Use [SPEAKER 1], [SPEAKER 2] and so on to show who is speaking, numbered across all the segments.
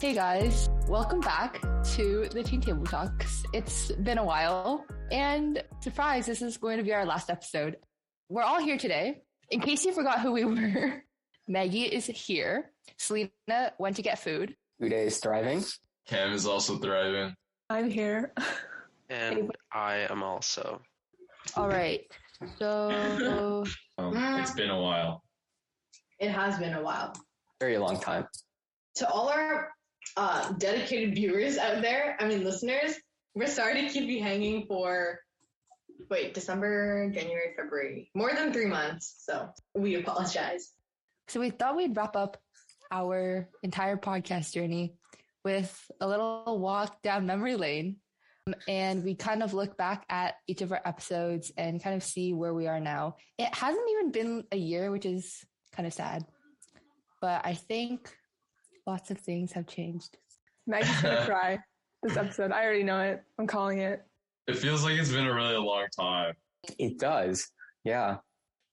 [SPEAKER 1] Hey guys, welcome back to the Teen Table Talks. It's been a while, and surprise, this is going to be our last episode. We're all here today. In case you forgot who we were, Maggie is here. Selena went to get food.
[SPEAKER 2] Uday is thriving.
[SPEAKER 3] Cam is also thriving.
[SPEAKER 4] I'm here.
[SPEAKER 5] And I am also.
[SPEAKER 1] All right. So,
[SPEAKER 3] Um,
[SPEAKER 1] Ah.
[SPEAKER 3] It's been a while.
[SPEAKER 6] It has been a while.
[SPEAKER 2] Very long time.
[SPEAKER 6] To all our uh, dedicated viewers out there, I mean listeners, we're sorry to keep you hanging for wait December, January, February, more than three months. So we apologize.
[SPEAKER 1] so we thought we'd wrap up our entire podcast journey with a little walk down memory lane. Um, And we kind of look back at each of our episodes and kind of see where we are now. It hasn't even been a year, which is kind of sad. But I think lots of things have changed.
[SPEAKER 4] Maggie's gonna cry this episode. I already know it. I'm calling it.
[SPEAKER 3] It feels like it's been a really long time.
[SPEAKER 2] It does. Yeah.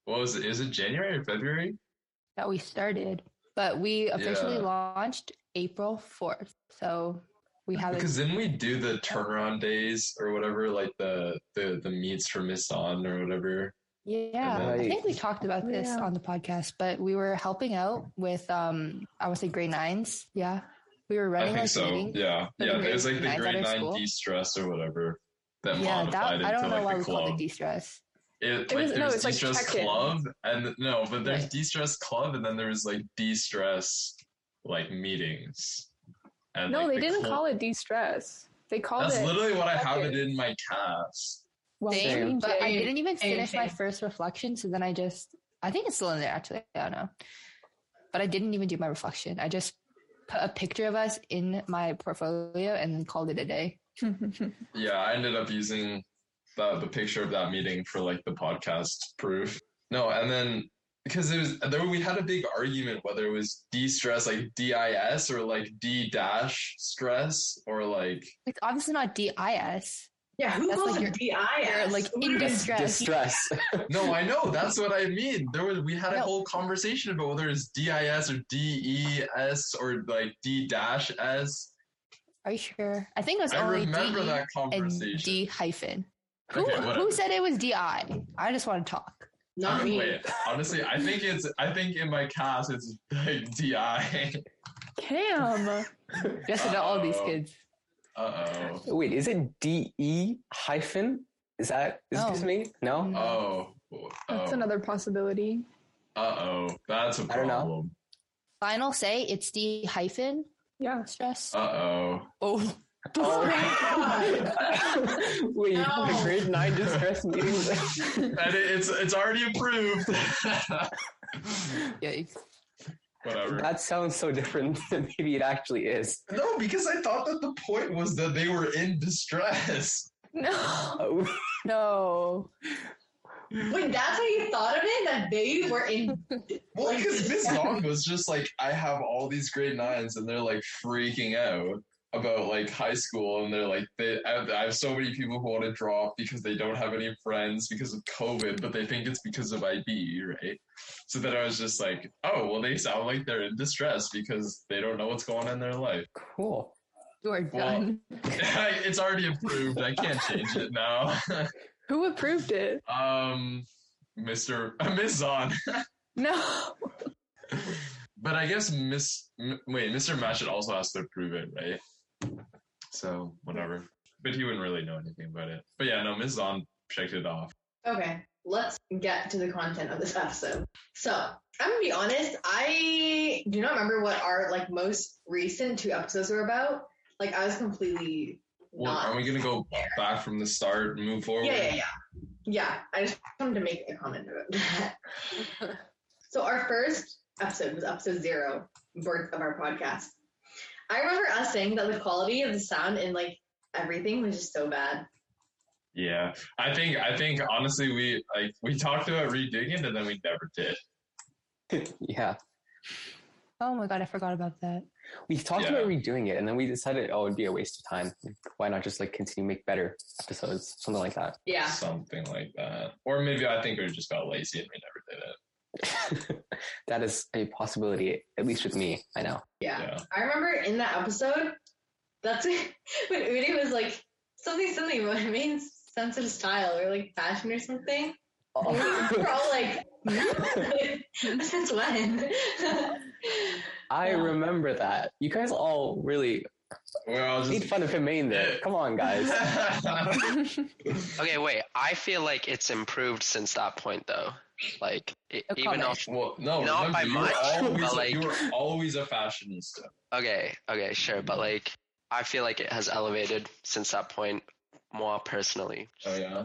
[SPEAKER 3] What was it? Is it January or February?
[SPEAKER 1] that we started, but we officially
[SPEAKER 3] Yeah.
[SPEAKER 1] launched April 4th. So we haven't.
[SPEAKER 3] Because then we do the turnaround days or whatever, like the the the meets for Miss On or whatever.
[SPEAKER 1] yeah, I
[SPEAKER 2] Right.
[SPEAKER 1] think we talked about this
[SPEAKER 4] Yeah.
[SPEAKER 1] on the podcast, but we were helping out with, um, I would say grade nines. Yeah. We were
[SPEAKER 3] I
[SPEAKER 1] running
[SPEAKER 3] think
[SPEAKER 1] like
[SPEAKER 3] so.
[SPEAKER 1] meeting.
[SPEAKER 3] Yeah,
[SPEAKER 1] the
[SPEAKER 3] yeah. It was like
[SPEAKER 1] grade
[SPEAKER 3] the
[SPEAKER 1] nines at
[SPEAKER 3] grade
[SPEAKER 1] our
[SPEAKER 3] nine
[SPEAKER 1] school.
[SPEAKER 3] de stress or whatever that
[SPEAKER 1] Yeah,
[SPEAKER 3] modified
[SPEAKER 1] that I
[SPEAKER 3] into
[SPEAKER 1] don't know
[SPEAKER 3] like
[SPEAKER 1] why
[SPEAKER 3] the
[SPEAKER 1] we called it
[SPEAKER 3] club.
[SPEAKER 1] de stress.
[SPEAKER 3] It,
[SPEAKER 4] It
[SPEAKER 3] like
[SPEAKER 4] was-
[SPEAKER 3] there
[SPEAKER 4] no,
[SPEAKER 3] was
[SPEAKER 4] it's like
[SPEAKER 3] de-stress
[SPEAKER 4] check-in.
[SPEAKER 3] club and no, but there's
[SPEAKER 1] Right.
[SPEAKER 3] de-stress club and then there was like de-stress like meetings. And
[SPEAKER 4] No,
[SPEAKER 3] like,
[SPEAKER 4] they
[SPEAKER 3] the
[SPEAKER 4] didn't
[SPEAKER 3] club-
[SPEAKER 4] call it de-stress. They called
[SPEAKER 3] That's
[SPEAKER 4] it.
[SPEAKER 3] literally what I have it
[SPEAKER 4] check-in.
[SPEAKER 3] in my calves.
[SPEAKER 4] Well,
[SPEAKER 1] Same,
[SPEAKER 4] same.
[SPEAKER 1] but I
[SPEAKER 6] Same,
[SPEAKER 1] didn't even
[SPEAKER 6] same,
[SPEAKER 1] finish my
[SPEAKER 6] same.
[SPEAKER 1] first reflection. So then I just, I think it's still in there actually. I don't know. But I didn't even do my reflection. I just put a picture of us in my portfolio and then called it a day.
[SPEAKER 3] Yeah, I ended up using the, the picture of that meeting for like the podcast proof. No, and then because it was there we had a big argument whether it was de stress like DIS or like D dash stress or like
[SPEAKER 1] It's obviously not DIS.
[SPEAKER 6] Yeah, who
[SPEAKER 1] That's
[SPEAKER 6] calls
[SPEAKER 1] like
[SPEAKER 6] it
[SPEAKER 1] your-
[SPEAKER 6] DI?
[SPEAKER 1] You're like in distress.
[SPEAKER 2] Distress.
[SPEAKER 3] no, I know that's what I mean. There was we had a
[SPEAKER 1] No.
[SPEAKER 3] whole conversation about whether it's DIS or DES or like D dash S.
[SPEAKER 1] Are you sure? I think it was
[SPEAKER 3] I
[SPEAKER 1] only
[SPEAKER 3] remember
[SPEAKER 1] DE
[SPEAKER 3] that
[SPEAKER 1] E and
[SPEAKER 3] conversation.
[SPEAKER 1] D hyphen.
[SPEAKER 3] Okay,
[SPEAKER 1] Who,
[SPEAKER 3] whatever.
[SPEAKER 1] who said it was DI? I just want to talk.
[SPEAKER 6] Not me.
[SPEAKER 3] Wait, honestly, I think it's I think in my cast it's like DI.
[SPEAKER 4] Cam.
[SPEAKER 1] Just about all these
[SPEAKER 3] Uh-oh.
[SPEAKER 1] kids.
[SPEAKER 3] Uh oh.
[SPEAKER 2] Wait, is it D E hyphen? Is that is
[SPEAKER 1] No.
[SPEAKER 2] this me? No?
[SPEAKER 1] No.
[SPEAKER 3] Oh.
[SPEAKER 4] That's another possibility.
[SPEAKER 3] Uh oh. That's a
[SPEAKER 2] I don't know.
[SPEAKER 3] problem.
[SPEAKER 1] Final say it's D hyphen
[SPEAKER 4] Yeah.
[SPEAKER 1] stress.
[SPEAKER 3] Uh oh.
[SPEAKER 1] oh.
[SPEAKER 2] Oh. Wait,
[SPEAKER 6] No.
[SPEAKER 2] the grade nine distress meetings.
[SPEAKER 3] And it, it's it's already approved. Oh.
[SPEAKER 1] Yikes.
[SPEAKER 3] Whatever.
[SPEAKER 2] that sounds so different than maybe it actually is.
[SPEAKER 3] no, because I thought that the point was that they were in distress.
[SPEAKER 4] No.
[SPEAKER 2] Oh,
[SPEAKER 4] No.
[SPEAKER 6] Wait, that's how you thought of it? That they were in
[SPEAKER 3] Well, because Miss Long was just like, I have all these grade nines, and they're like freaking out about like high school, and they're like, they I, I have so many people who want to drop because they don't have any friends because of COVID, but they think it's because of IB, right? So then I was just like, oh, well, they sound like they're in distress because they don't know what's going on in their life.
[SPEAKER 2] cool.
[SPEAKER 1] You are
[SPEAKER 3] Well,
[SPEAKER 1] done.
[SPEAKER 3] it's already approved. I can't change it now.
[SPEAKER 4] Who approved it?
[SPEAKER 3] um, Mr. Miss Zahn.
[SPEAKER 4] No.
[SPEAKER 3] But I guess Miss M- wait, Mr. Matchett also has to approve it, right? So whatever. But he wouldn't really know anything about it. But yeah, no, Miss Zahn checked it off.
[SPEAKER 6] Okay, let's get to the content of this episode. So I'm gonna be honest, I do not remember what our like most recent two episodes were about. Like I was completely
[SPEAKER 3] Well,
[SPEAKER 6] not.
[SPEAKER 3] are we gonna go back from the start and move forward?
[SPEAKER 6] yeah, yeah, yeah, yeah. I just wanted to make a comment about that. so our first episode was episode zero, birth of our podcast. I remember us saying that the quality of the sound and like everything was just so bad.
[SPEAKER 3] Yeah. I think I think honestly we like we talked about redoing it and then we never did.
[SPEAKER 2] Yeah.
[SPEAKER 1] Oh my god, I forgot about that.
[SPEAKER 2] We talked
[SPEAKER 3] Yeah.
[SPEAKER 2] about redoing it and then we decided oh it'd be a waste of time. Why not just like continue make better episodes? Something like that.
[SPEAKER 6] Yeah.
[SPEAKER 3] Something like that. Or maybe I think we just got lazy and we never did it.
[SPEAKER 2] that is a possibility, at least with me. I know.
[SPEAKER 6] Yeah.
[SPEAKER 3] Yeah.
[SPEAKER 6] I remember in that episode, that's when when Udi was like, something, something about it made sense of style or like fashion or something. And
[SPEAKER 5] Oh.
[SPEAKER 6] we were all like, no. Since when?
[SPEAKER 2] I
[SPEAKER 6] Yeah.
[SPEAKER 2] remember that. You guys all really
[SPEAKER 3] We're all
[SPEAKER 2] made
[SPEAKER 3] just
[SPEAKER 2] fun of him in there. Come on, guys.
[SPEAKER 5] Okay, wait. I feel like it's improved since that point, though. Like, it,
[SPEAKER 1] No
[SPEAKER 5] even though.
[SPEAKER 3] well, no,
[SPEAKER 5] Not by
[SPEAKER 3] remember, you were
[SPEAKER 5] much,
[SPEAKER 3] always
[SPEAKER 5] but, like-
[SPEAKER 3] you were always a fashionista.
[SPEAKER 5] Okay, okay, sure. But, like, I feel like it has elevated since that point more personally.
[SPEAKER 3] Oh yeah.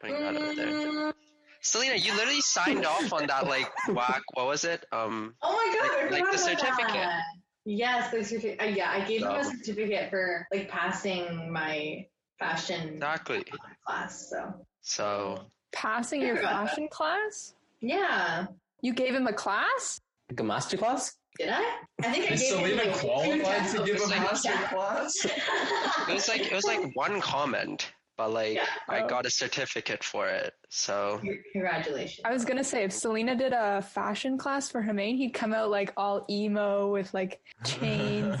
[SPEAKER 5] Putting that out
[SPEAKER 6] Mm.
[SPEAKER 5] there. Selena, you literally signed off on that, like, whack. What was it? Um,
[SPEAKER 6] Oh my god, I
[SPEAKER 5] Like- like
[SPEAKER 6] forgot
[SPEAKER 5] the
[SPEAKER 6] about
[SPEAKER 5] certificate.
[SPEAKER 6] that. Yes, the certificate. Uh, yeah, I gave him a
[SPEAKER 5] So-
[SPEAKER 6] certificate for like passing my fashion
[SPEAKER 5] exactly.
[SPEAKER 6] class. So
[SPEAKER 5] So,
[SPEAKER 4] Passing your fashion class?
[SPEAKER 6] yeah,
[SPEAKER 4] You gave him a class?
[SPEAKER 2] Like a masterclass?
[SPEAKER 6] did I? I think I
[SPEAKER 3] Is
[SPEAKER 6] gave him
[SPEAKER 3] Selena
[SPEAKER 6] like, two
[SPEAKER 3] qualified to
[SPEAKER 6] times.
[SPEAKER 3] give a
[SPEAKER 5] It's like-
[SPEAKER 3] master
[SPEAKER 6] Yeah.
[SPEAKER 3] class?
[SPEAKER 5] it was like, it was like one comment, but, like,
[SPEAKER 6] Yeah.
[SPEAKER 5] I
[SPEAKER 4] Oh.
[SPEAKER 5] got a certificate for it. So,
[SPEAKER 6] Congratulations.
[SPEAKER 4] I was gonna say if Selena did a fashion class for Hermaine, he'd come out like all emo with like chains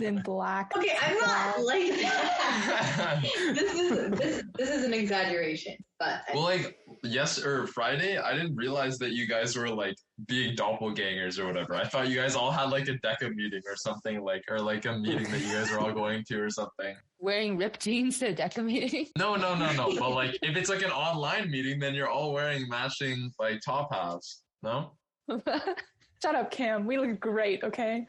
[SPEAKER 4] and black.
[SPEAKER 6] Okay, I'm not
[SPEAKER 4] Wow.
[SPEAKER 6] like that. this is this this is an exaggeration, but I-
[SPEAKER 3] well, like yes or Friday, I didn't realize that you guys were like being doppelgangers or whatever. I thought you guys all had like a DECA meeting or something, like or like a meeting that you guys were all going to or something.
[SPEAKER 1] Wearing ripped jeans to a DECA meeting.
[SPEAKER 3] No, no, no, no. But like, if it's like an online meeting, then you're all wearing matching like top hats. No.
[SPEAKER 4] Shut up, Cam. We look great, okay?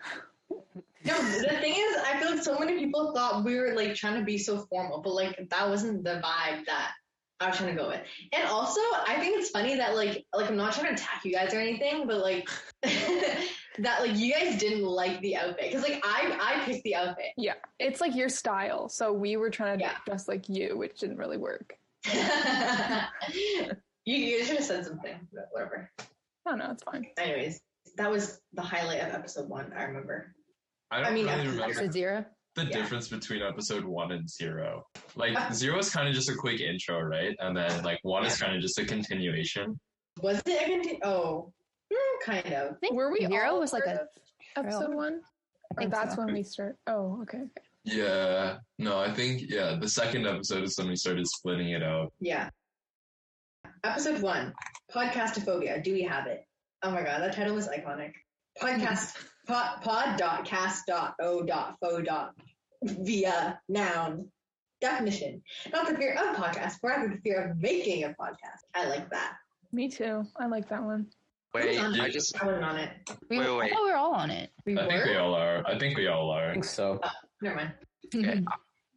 [SPEAKER 6] no. The thing is, I feel like so many people thought we were like trying to be so formal, but like that wasn't the vibe that I was trying to go with. And also, I think it's funny that like like I'm not trying to attack you guys or anything, but like that like you guys didn't like the outfit because like I I picked the outfit.
[SPEAKER 4] Yeah. It's like your style. So we were trying to
[SPEAKER 6] Yeah.
[SPEAKER 4] dress like you, which didn't really work.
[SPEAKER 6] you you should have said something, but whatever.
[SPEAKER 4] I don't know, it's fine.
[SPEAKER 6] anyways, that was the highlight of episode one. I remember.
[SPEAKER 3] I don't
[SPEAKER 6] I mean,
[SPEAKER 3] really
[SPEAKER 6] episode-
[SPEAKER 3] remember
[SPEAKER 1] So zero.
[SPEAKER 3] the
[SPEAKER 6] yeah.
[SPEAKER 3] difference between episode one and zero. Like zero is kind of just a quick intro, right? And then like one is kind of just a continuation.
[SPEAKER 6] Was it? a conti- oh, hmm, kind of.
[SPEAKER 1] I think
[SPEAKER 4] Were we
[SPEAKER 1] zero
[SPEAKER 4] all
[SPEAKER 1] was like
[SPEAKER 4] part
[SPEAKER 1] a
[SPEAKER 4] of episode one? Or
[SPEAKER 1] think
[SPEAKER 4] that's
[SPEAKER 1] so.
[SPEAKER 4] when we start. Oh, okay. okay.
[SPEAKER 3] Yeah. No, I think yeah. The second episode is when we started splitting it out.
[SPEAKER 6] Yeah. Episode one, podcastophobia. Do we have it? Oh my god, that title was iconic. Podcast pod, pod dot cast dot o dot fo dot via noun definition. Not the fear of podcast, rather the fear of making a podcast. I like that.
[SPEAKER 4] Me too. I like that one.
[SPEAKER 5] wait,
[SPEAKER 6] Who's on
[SPEAKER 5] I
[SPEAKER 3] it?
[SPEAKER 5] just,
[SPEAKER 6] I wasn't on it.
[SPEAKER 1] We,
[SPEAKER 5] Wait, wait.
[SPEAKER 1] I thought we were all on it.
[SPEAKER 6] We
[SPEAKER 3] I think we
[SPEAKER 6] were.
[SPEAKER 3] all are. I think we all
[SPEAKER 2] I
[SPEAKER 3] are.
[SPEAKER 2] think so.
[SPEAKER 6] Never mind.
[SPEAKER 5] okay,
[SPEAKER 1] Mm-hmm.
[SPEAKER 5] uh,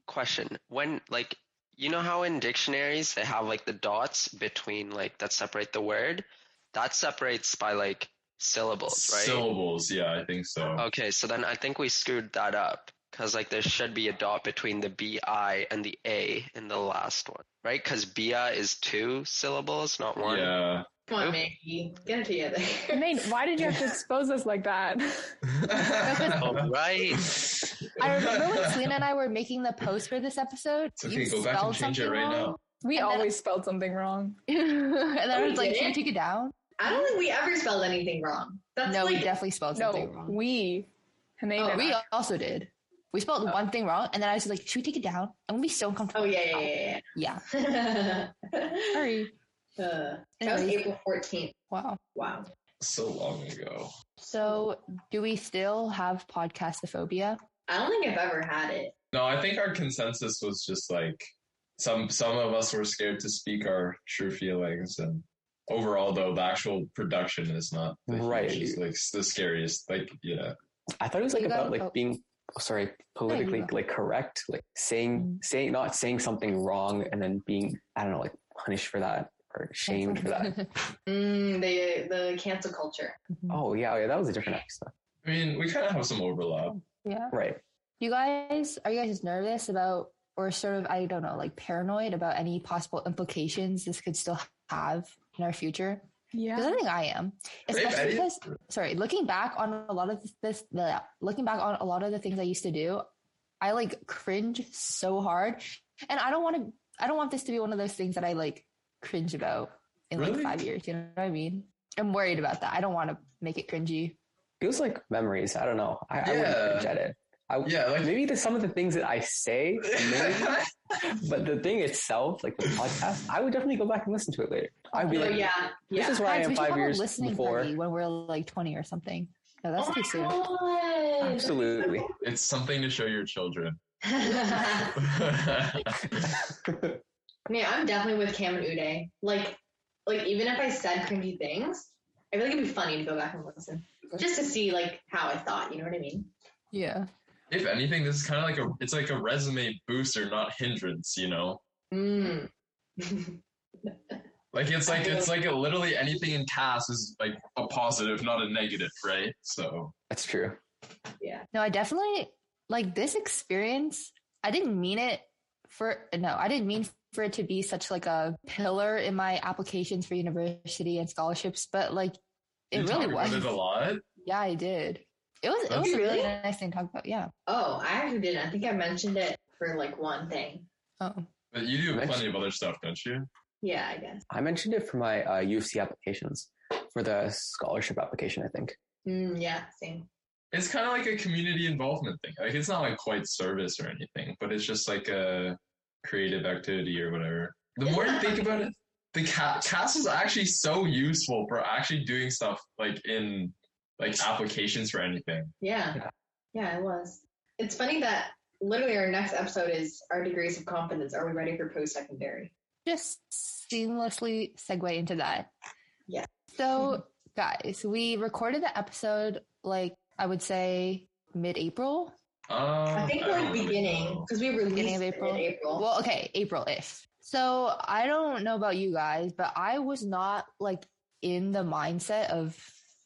[SPEAKER 5] question. When, like, you know how in dictionaries they have, like, the dots between, like, that separate the word? That separates by, like, syllables, right?
[SPEAKER 3] Syllables. Yeah, I think so.
[SPEAKER 1] Oh,
[SPEAKER 5] Okay, so then I think we screwed that up because like there should be a dot between the B I and the A in the last one, right? Because Bia is two syllables, not one.
[SPEAKER 3] Yeah.
[SPEAKER 6] Come on, Maggie. Get it together.
[SPEAKER 4] Hermaine, why did you have to expose us like that?
[SPEAKER 5] Oh, right.
[SPEAKER 1] I remember when Selena and I were making the post for this episode.
[SPEAKER 3] It's okay, go back and change it right now.
[SPEAKER 4] We
[SPEAKER 1] And then-
[SPEAKER 4] always spelled something wrong.
[SPEAKER 1] and then I
[SPEAKER 6] Oh,
[SPEAKER 1] was like,
[SPEAKER 6] did
[SPEAKER 1] "Should I
[SPEAKER 6] it?
[SPEAKER 1] take it down?"
[SPEAKER 6] I don't think we ever spelled anything wrong. That's
[SPEAKER 1] no,
[SPEAKER 6] like,
[SPEAKER 1] we definitely spelled something
[SPEAKER 4] No,
[SPEAKER 1] wrong.
[SPEAKER 4] we. Hermaine
[SPEAKER 6] Oh,
[SPEAKER 4] and
[SPEAKER 1] We
[SPEAKER 4] I.
[SPEAKER 1] also did. We spelled one thing wrong, and then I was like, "Should we take it down?" I'm gonna be so
[SPEAKER 6] Oh
[SPEAKER 1] uncomfortable.
[SPEAKER 6] yeah, yeah,
[SPEAKER 1] Yeah.
[SPEAKER 6] yeah, yeah.
[SPEAKER 1] Sorry.
[SPEAKER 6] Uh, that was
[SPEAKER 1] Anyways.
[SPEAKER 6] April fourteenth.
[SPEAKER 1] Wow.
[SPEAKER 6] Wow.
[SPEAKER 3] so long ago.
[SPEAKER 1] So, do we still have podcastophobia?
[SPEAKER 6] I don't think I've ever had it.
[SPEAKER 3] No, I think our consensus was just like some some of us were scared to speak our true feelings, and overall, though, the actual production is not the
[SPEAKER 2] Right.
[SPEAKER 3] hugest, like s- the scariest. Like, yeah,
[SPEAKER 2] I thought it was
[SPEAKER 1] You
[SPEAKER 2] like
[SPEAKER 1] got
[SPEAKER 2] about
[SPEAKER 1] it.
[SPEAKER 2] like being oh, sorry politically
[SPEAKER 1] go.
[SPEAKER 2] like correct, like saying saying not saying something wrong and then being I don't know like punished for that or shamed for that.
[SPEAKER 6] Mm, the the cancel culture.
[SPEAKER 2] Oh yeah, yeah, that was a different episode.
[SPEAKER 3] I mean, we kind of have some overlap.
[SPEAKER 1] yeah.
[SPEAKER 2] Right.
[SPEAKER 1] You guys, are you guys just nervous about, or sort of, I don't know, like paranoid about any possible implications this could still have in our future? Because
[SPEAKER 4] Yeah.
[SPEAKER 1] I think I am,
[SPEAKER 3] Eddie-
[SPEAKER 1] especially because sorry, looking back on a lot of this, the looking back on a lot of the things I used to do, I like cringe so hard, and I don't want to. I don't want this to be one of those things that I like cringe about in
[SPEAKER 3] Really?
[SPEAKER 1] like five years. You know what I mean? I'm worried about that. I don't want to make it cringy.
[SPEAKER 2] feels like memories. I don't know. I, I wouldn't
[SPEAKER 3] Yeah.
[SPEAKER 2] cringe at it. I,
[SPEAKER 3] Yeah, like
[SPEAKER 2] Maybe the, some of the things that I say, maybe, but the thing itself, like the podcast, I would definitely go back and listen to it later. I'd be
[SPEAKER 6] No,
[SPEAKER 2] like,
[SPEAKER 6] yeah, yeah.
[SPEAKER 2] this is where I
[SPEAKER 1] Guys,
[SPEAKER 2] am
[SPEAKER 1] we should
[SPEAKER 2] five
[SPEAKER 1] have a
[SPEAKER 2] years
[SPEAKER 1] listening
[SPEAKER 2] before.
[SPEAKER 1] party when we're like 20 or something. No, that's
[SPEAKER 6] oh
[SPEAKER 1] too soon.
[SPEAKER 6] my God.
[SPEAKER 2] Absolutely.
[SPEAKER 3] it's something to show your children.
[SPEAKER 6] Man, I'm definitely with Cam and Uday. Like, like even if I said cringy things, I feel like it'd be funny to go back and listen just to see like how I thought. You know what I mean?
[SPEAKER 1] Yeah.
[SPEAKER 3] if anything, this is kind of like a it's like a resume booster, not hindrance. You know,
[SPEAKER 6] Mm.
[SPEAKER 3] like it's like it's like a, literally anything in cast is like a positive, not a negative, right? So
[SPEAKER 2] That's true.
[SPEAKER 6] yeah.
[SPEAKER 1] No, I definitely like this experience. I didn't mean it for no, I didn't mean for it to be such like a pillar in my applications for university and scholarships, but like it
[SPEAKER 3] you
[SPEAKER 1] really
[SPEAKER 3] talk
[SPEAKER 1] was.
[SPEAKER 3] about it a lot.
[SPEAKER 1] Yeah, I did. It was it
[SPEAKER 3] That's-
[SPEAKER 1] was a really
[SPEAKER 6] Really?
[SPEAKER 1] nice thing to talk about. Yeah.
[SPEAKER 6] Oh, I actually didn't. I think I mentioned it for like one thing.
[SPEAKER 1] Oh.
[SPEAKER 3] But you do plenty of other stuff, don't you?
[SPEAKER 6] Yeah, I guess.
[SPEAKER 2] I mentioned it for my uh, UFC applications, for the scholarship application, I think.
[SPEAKER 6] Mm, yeah, same.
[SPEAKER 3] It's kind of like a community involvement thing. Like it's not like quite service or anything, but it's just like a creative activity or whatever. The more you think about it, the ca- cast is actually so useful for actually doing stuff like in like applications for anything.
[SPEAKER 6] Yeah.
[SPEAKER 2] Yeah.
[SPEAKER 6] Yeah, it was. It's funny that literally our next episode is our degrees of confidence. Are we ready for post secondary?
[SPEAKER 1] Just seamlessly segue into that.
[SPEAKER 6] Yeah.
[SPEAKER 1] So guys, we recorded the episode like I would say mid April.
[SPEAKER 3] Um,
[SPEAKER 6] I think we're
[SPEAKER 3] don't really
[SPEAKER 6] beginning
[SPEAKER 3] know.
[SPEAKER 6] because we released
[SPEAKER 1] Beginning of
[SPEAKER 6] it
[SPEAKER 1] April?
[SPEAKER 6] in April.
[SPEAKER 1] Well, okay, April ish. So I don't know about you guys, but I was not like in the mindset of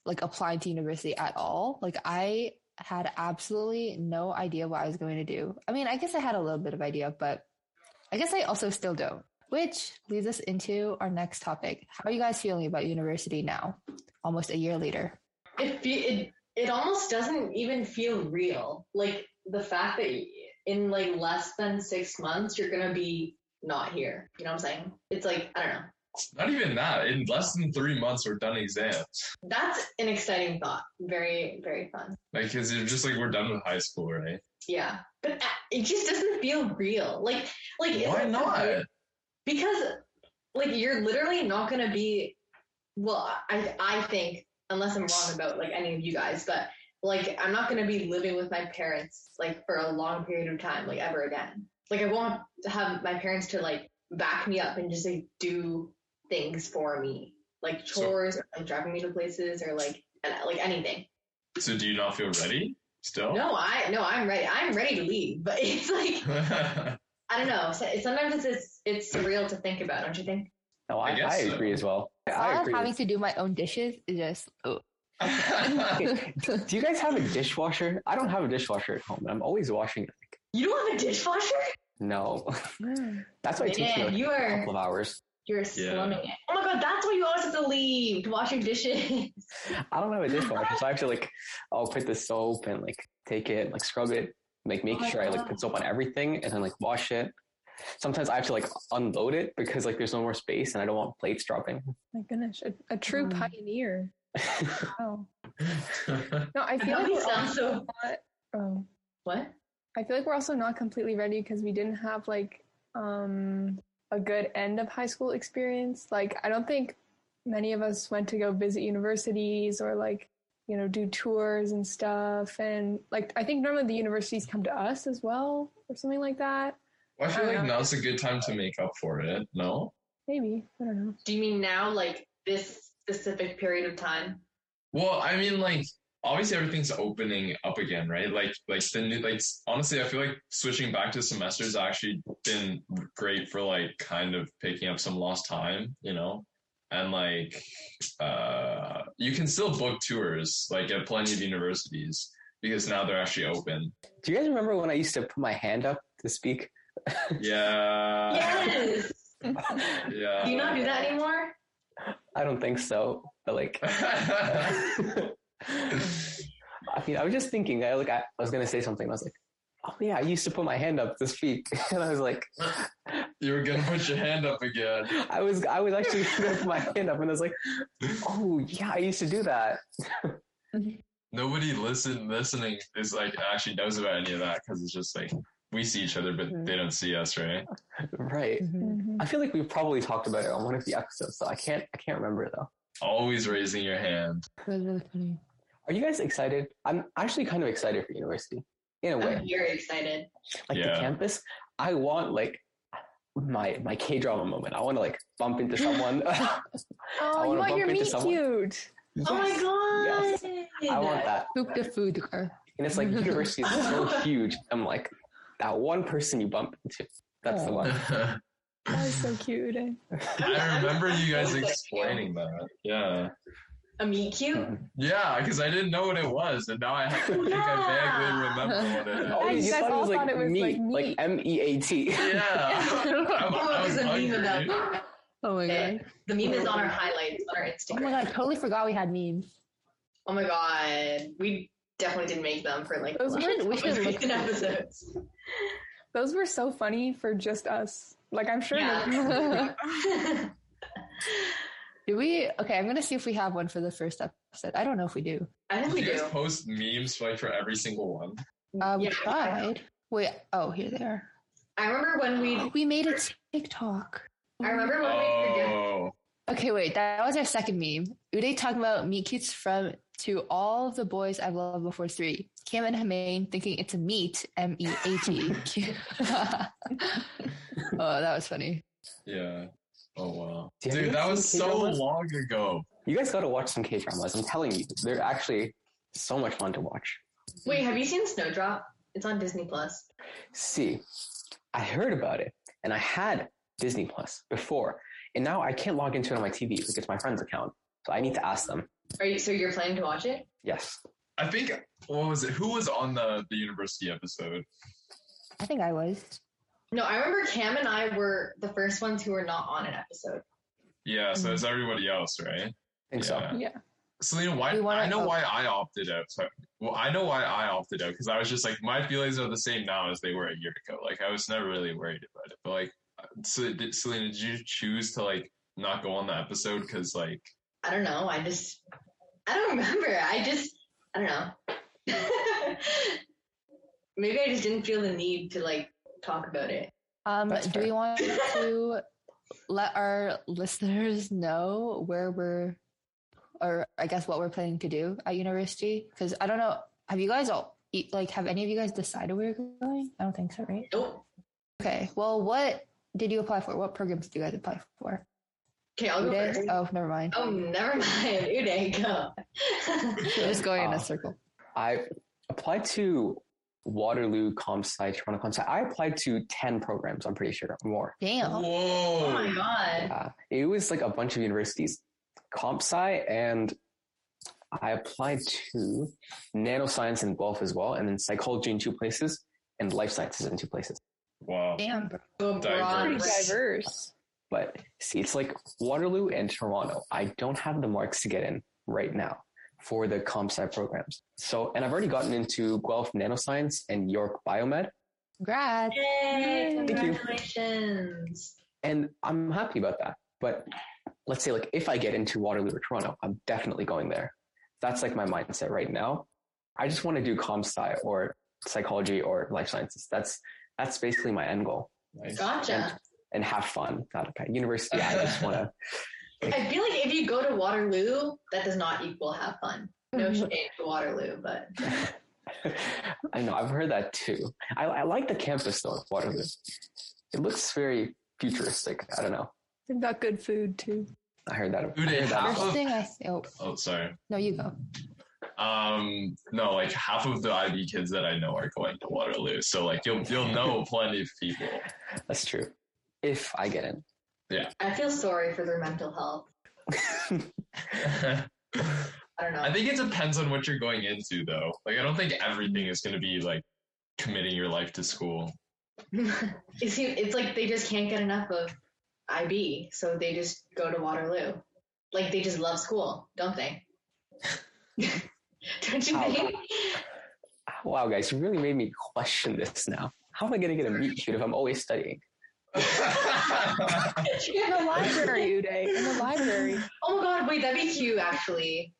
[SPEAKER 1] like applying to university at all. Like I had absolutely no idea what I was going to do. I mean, I guess I had a little bit of idea, but I guess I also still don't. Which leads us into our next topic. How are you guys feeling about university now, almost a year later?
[SPEAKER 6] it, fe- it it almost doesn't even feel real. Like the fact that y- in like less than six months you're gonna be not here. You know what I'm saying? It's like I don't know.
[SPEAKER 3] Not even that. In less than three months, we're done exams.
[SPEAKER 6] That's an exciting thought. Very very fun.
[SPEAKER 3] Like, cause it's just like we're done with high school, right?
[SPEAKER 6] Yeah, but uh, it just doesn't feel real. Like like it's
[SPEAKER 3] Why
[SPEAKER 6] like-
[SPEAKER 3] not?
[SPEAKER 6] Because like you're literally not gonna be. Well, I I think unless I'm wrong about like any of you guys, but like I'm not gonna be living with my parents like for a long period of time, like ever again. Like I won't have my parents to like back me up and just like do things for me, like
[SPEAKER 3] So-
[SPEAKER 6] chores or like driving me to places or like and, like anything.
[SPEAKER 3] So, do you not feel ready still?
[SPEAKER 6] No, I no, I'm ready. I'm ready to leave, but it's like I don't know. So- Sometimes it's it's surreal to think about, don't you think?
[SPEAKER 2] No,
[SPEAKER 3] I
[SPEAKER 2] I, I,
[SPEAKER 3] guess so.
[SPEAKER 2] agree as well. I, I
[SPEAKER 1] While
[SPEAKER 2] agree.
[SPEAKER 1] having to do my own dishes is just oh.
[SPEAKER 2] Do you guys have a dishwasher? I don't have a dishwasher at home. and I'm always washing it.
[SPEAKER 6] You don't have a dishwasher?
[SPEAKER 2] No, that's why it takes me
[SPEAKER 6] Man,
[SPEAKER 2] like
[SPEAKER 6] you
[SPEAKER 2] a
[SPEAKER 6] are
[SPEAKER 2] couple of hours.
[SPEAKER 6] you're slumming it. Oh my god, that's why you always have to leave to wash your dishes.
[SPEAKER 2] I don't have a dishwasher, so I have to like, I'll put the soap and like take it, like scrub it, like make
[SPEAKER 6] Oh my
[SPEAKER 2] sure I like
[SPEAKER 6] God.
[SPEAKER 2] put soap on everything, and then like wash it. Sometimes I have to like unload it because like there's no more space, and I don't want plates dropping.
[SPEAKER 4] My goodness, a, a true
[SPEAKER 1] Mm.
[SPEAKER 4] pioneer. Wow. No, I
[SPEAKER 6] I
[SPEAKER 4] feel like
[SPEAKER 6] know
[SPEAKER 4] we're
[SPEAKER 6] we sound
[SPEAKER 4] also
[SPEAKER 6] so
[SPEAKER 4] not. Oh,
[SPEAKER 6] what?
[SPEAKER 4] I feel like we're also not completely ready because we didn't have like um a good end of high school experience. Like I don't think many of us went to go visit universities or like you know do tours and stuff and like I think normally the universities come to us as well or something like that.
[SPEAKER 3] Well, I feel
[SPEAKER 4] I
[SPEAKER 3] like
[SPEAKER 4] don't
[SPEAKER 3] now's a good time to make up for it. No,
[SPEAKER 4] Maybe I don't know.
[SPEAKER 6] Do you mean now, like this specific period of time?
[SPEAKER 3] well, I mean, like obviously everything's opening up again, right? Like, like the new, like honestly, I feel like switching back to semesters actually been great for like kind of picking up some lost time, you know. And like, uh, you can still book tours like at plenty of universities because now they're actually open.
[SPEAKER 2] Do you guys remember when I used to put my hand up to speak?
[SPEAKER 3] Yeah.
[SPEAKER 6] yes.
[SPEAKER 3] Yeah.
[SPEAKER 6] Do you not do that anymore?
[SPEAKER 2] I don't think so, but like. I mean, I was just thinking. I like. I, I was gonna say something. and I was like, oh yeah, I used to put my hand up to speak, and I was like,
[SPEAKER 3] You were gonna put your hand up again.
[SPEAKER 2] I was I was actually gonna put my hand up, and I was like, oh yeah, I used to do that.
[SPEAKER 3] Nobody listen listening is like actually knows about any of that because it's just like we see each other, but they don't see us, right?
[SPEAKER 2] Right.
[SPEAKER 4] Mhm.
[SPEAKER 2] Hmm. I feel like we probably talked about it on one of the episodes, so I can't I can't remember though.
[SPEAKER 3] Always raising your hand.
[SPEAKER 1] was really funny.
[SPEAKER 2] Are you guys excited? I'm actually kind of excited for university in a way.
[SPEAKER 6] I'm very excited.
[SPEAKER 2] Like
[SPEAKER 3] Mm, Yeah.
[SPEAKER 2] the campus, I want like my my K drama moment. I want to like bump into someone.
[SPEAKER 4] Oh,
[SPEAKER 2] wanna
[SPEAKER 4] you want
[SPEAKER 2] bump
[SPEAKER 4] your
[SPEAKER 2] into
[SPEAKER 4] meet
[SPEAKER 2] someone.
[SPEAKER 4] cute.
[SPEAKER 6] Oh
[SPEAKER 2] Yes.
[SPEAKER 6] my god!
[SPEAKER 2] I want that.
[SPEAKER 1] Poop the food car.
[SPEAKER 2] And it's like university is so huge. I'm like, that one person you bump into, that's
[SPEAKER 3] Oh.
[SPEAKER 2] the one.
[SPEAKER 3] I
[SPEAKER 4] That is so cute.
[SPEAKER 3] remember you guys explaining that. Yeah.
[SPEAKER 6] a meet cute.
[SPEAKER 3] Yeah, because I didn't know what it was, and now I have to think I vaguely remember what it is.
[SPEAKER 2] Oh,
[SPEAKER 4] Yeah, you guys all thought it was, like,
[SPEAKER 2] like
[SPEAKER 4] meat.
[SPEAKER 2] M E A T.
[SPEAKER 3] Yeah.
[SPEAKER 6] Oh,
[SPEAKER 3] I'm- I was
[SPEAKER 6] there's a meme
[SPEAKER 3] hungry.
[SPEAKER 6] of that.
[SPEAKER 1] Oh my
[SPEAKER 6] Okay.
[SPEAKER 1] god.
[SPEAKER 6] The meme is on our highlights on our
[SPEAKER 1] Oh my
[SPEAKER 6] Instagram.
[SPEAKER 1] god, I totally forgot we had memes.
[SPEAKER 6] Oh my god, we definitely didn't make them for like
[SPEAKER 4] Those
[SPEAKER 6] the
[SPEAKER 1] were- we
[SPEAKER 6] last
[SPEAKER 1] should look-
[SPEAKER 6] recent episodes.
[SPEAKER 4] Those were so funny for just us. Like I'm sure.
[SPEAKER 6] Yeah.
[SPEAKER 4] nobody-
[SPEAKER 1] Do we? Okay, I'm gonna see if we have one for the first episode. I don't know if we do.
[SPEAKER 6] I think
[SPEAKER 3] Do
[SPEAKER 6] we
[SPEAKER 3] you
[SPEAKER 6] do.
[SPEAKER 3] guys post memes like for every single one?
[SPEAKER 1] Uh, we
[SPEAKER 6] Yeah.
[SPEAKER 1] tried. Wait. Oh, here they are.
[SPEAKER 6] I remember when we.
[SPEAKER 1] We made a TikTok.
[SPEAKER 6] I remember when we. forget-
[SPEAKER 3] Oh,
[SPEAKER 1] Okay, wait. That was our second meme. Uday talking about meat cutes from to all of the boys I've loved before three. Cam and Hamain thinking it's a meat, M E A T. oh, that was funny.
[SPEAKER 3] yeah. Oh wow,
[SPEAKER 2] Do you have
[SPEAKER 3] dude, that
[SPEAKER 2] any
[SPEAKER 3] was
[SPEAKER 2] K
[SPEAKER 3] so
[SPEAKER 2] dramas?
[SPEAKER 3] long ago.
[SPEAKER 2] You guys gotta watch some K dramas. I'm telling you, they're actually so much fun to watch.
[SPEAKER 6] Wait, have you seen Snowdrop? It's on Disney Plus.
[SPEAKER 2] See, I heard about it and I had Disney Plus before, and now I can't log into it on my TV because it's my friend's account. So I need to ask them.
[SPEAKER 6] Are you? So you're planning to watch it?
[SPEAKER 2] Yes.
[SPEAKER 3] I think what was it? Who was on the the university episode?
[SPEAKER 1] I think I was.
[SPEAKER 6] No, I remember Cam and I were the first ones who were not on an episode.
[SPEAKER 3] Yeah, so it's everybody else, right?
[SPEAKER 2] I think so.
[SPEAKER 3] Yeah.
[SPEAKER 4] yeah.
[SPEAKER 3] Selena, why?
[SPEAKER 1] We wanna-
[SPEAKER 3] I know
[SPEAKER 1] oh.
[SPEAKER 3] why I opted out. So- Well, I know why I opted out because I was just like my feelings are the same now as they were a year ago. Like I was never really worried about it, but like, so did, Selena, did you choose to like not go on the episode because like
[SPEAKER 6] I don't know. I just. I don't remember. I just. I don't know. Maybe I just didn't feel the need to like talk about it.
[SPEAKER 1] Um,
[SPEAKER 2] That's
[SPEAKER 1] do
[SPEAKER 2] fair.
[SPEAKER 1] we want to let our listeners know where we're, or I guess what we're planning to do at university? Because I don't know. Have you guys all eat, like? Have any of you guys decided where you're going? I don't think so, right?
[SPEAKER 6] Nope.
[SPEAKER 1] Okay. Well, what did you apply for? What programs did you guys apply for?
[SPEAKER 6] Okay, I'll go
[SPEAKER 1] Uday?
[SPEAKER 6] first.
[SPEAKER 1] Oh, never mind.
[SPEAKER 6] Oh, never mind. Uday, go.
[SPEAKER 1] We're just going in
[SPEAKER 2] Uh,
[SPEAKER 1] a circle.
[SPEAKER 2] I applied to Waterloo Comp Sci, Toronto Comp Sci. I applied to 10 programs, I'm pretty sure, or more.
[SPEAKER 1] Damn.
[SPEAKER 6] oh my
[SPEAKER 3] whoa,
[SPEAKER 6] god.
[SPEAKER 2] Yeah. It was like a bunch of universities, Comp Sci, and I applied to nanoscience in Guelph as well, and then psychology in two places, and life sciences in two places.
[SPEAKER 3] wow,
[SPEAKER 1] Damn, bro.
[SPEAKER 6] Go broad.
[SPEAKER 4] Pretty
[SPEAKER 3] Diverse.
[SPEAKER 4] diverse.
[SPEAKER 2] But see, it's like Waterloo and Toronto. I don't have the marks to get in right now for the Comp Sci programs. So, and I've already gotten into Guelph Nanoscience and York Biomed.
[SPEAKER 1] Congrats.
[SPEAKER 6] Yay,
[SPEAKER 2] Thank you.
[SPEAKER 6] congratulations.
[SPEAKER 2] and I'm happy about that. But let's say like if I get into Waterloo or Toronto, I'm definitely going there. That's like my mindset right now. I just want to do comp sci or psychology or life sciences. That's that's basically my end goal
[SPEAKER 3] Nice.
[SPEAKER 6] Gotcha.
[SPEAKER 2] and have fun. Not okay. University, I just want to.
[SPEAKER 6] I feel like if you go to Waterloo, that does not equal have fun.
[SPEAKER 4] Mm-hmm.
[SPEAKER 6] No shade to Waterloo, but
[SPEAKER 2] I know I've heard that too. I, I like the campus though of Waterloo. It looks very futuristic. I don't know.
[SPEAKER 4] They've got good food too.
[SPEAKER 2] I heard that. I
[SPEAKER 3] Dude,
[SPEAKER 2] heard that
[SPEAKER 3] half
[SPEAKER 2] as well.
[SPEAKER 1] First
[SPEAKER 3] of-
[SPEAKER 1] thing I oh
[SPEAKER 3] Oh, sorry.
[SPEAKER 1] no, you go.
[SPEAKER 3] Um, no, like half of the IB kids that I know are going to Waterloo, so like you'll you'll know plenty of people.
[SPEAKER 2] That's true. If I get in.
[SPEAKER 6] I feel sorry for their mental health. I don't know.
[SPEAKER 3] I think it depends on what you're going into, though. Like, I don't think everything is going to be like committing your life to school.
[SPEAKER 6] You see, it's like they just can't get enough of IB, so they just go to Waterloo. Like they just love school, don't they? don't you
[SPEAKER 2] Oh,
[SPEAKER 6] think?
[SPEAKER 2] wow, guys, you really made me question this now. How am I going to get a meet cute if I'm always studying?
[SPEAKER 4] In the library, Uday. In the library.
[SPEAKER 6] Oh my god, wait, that'd be cute actually.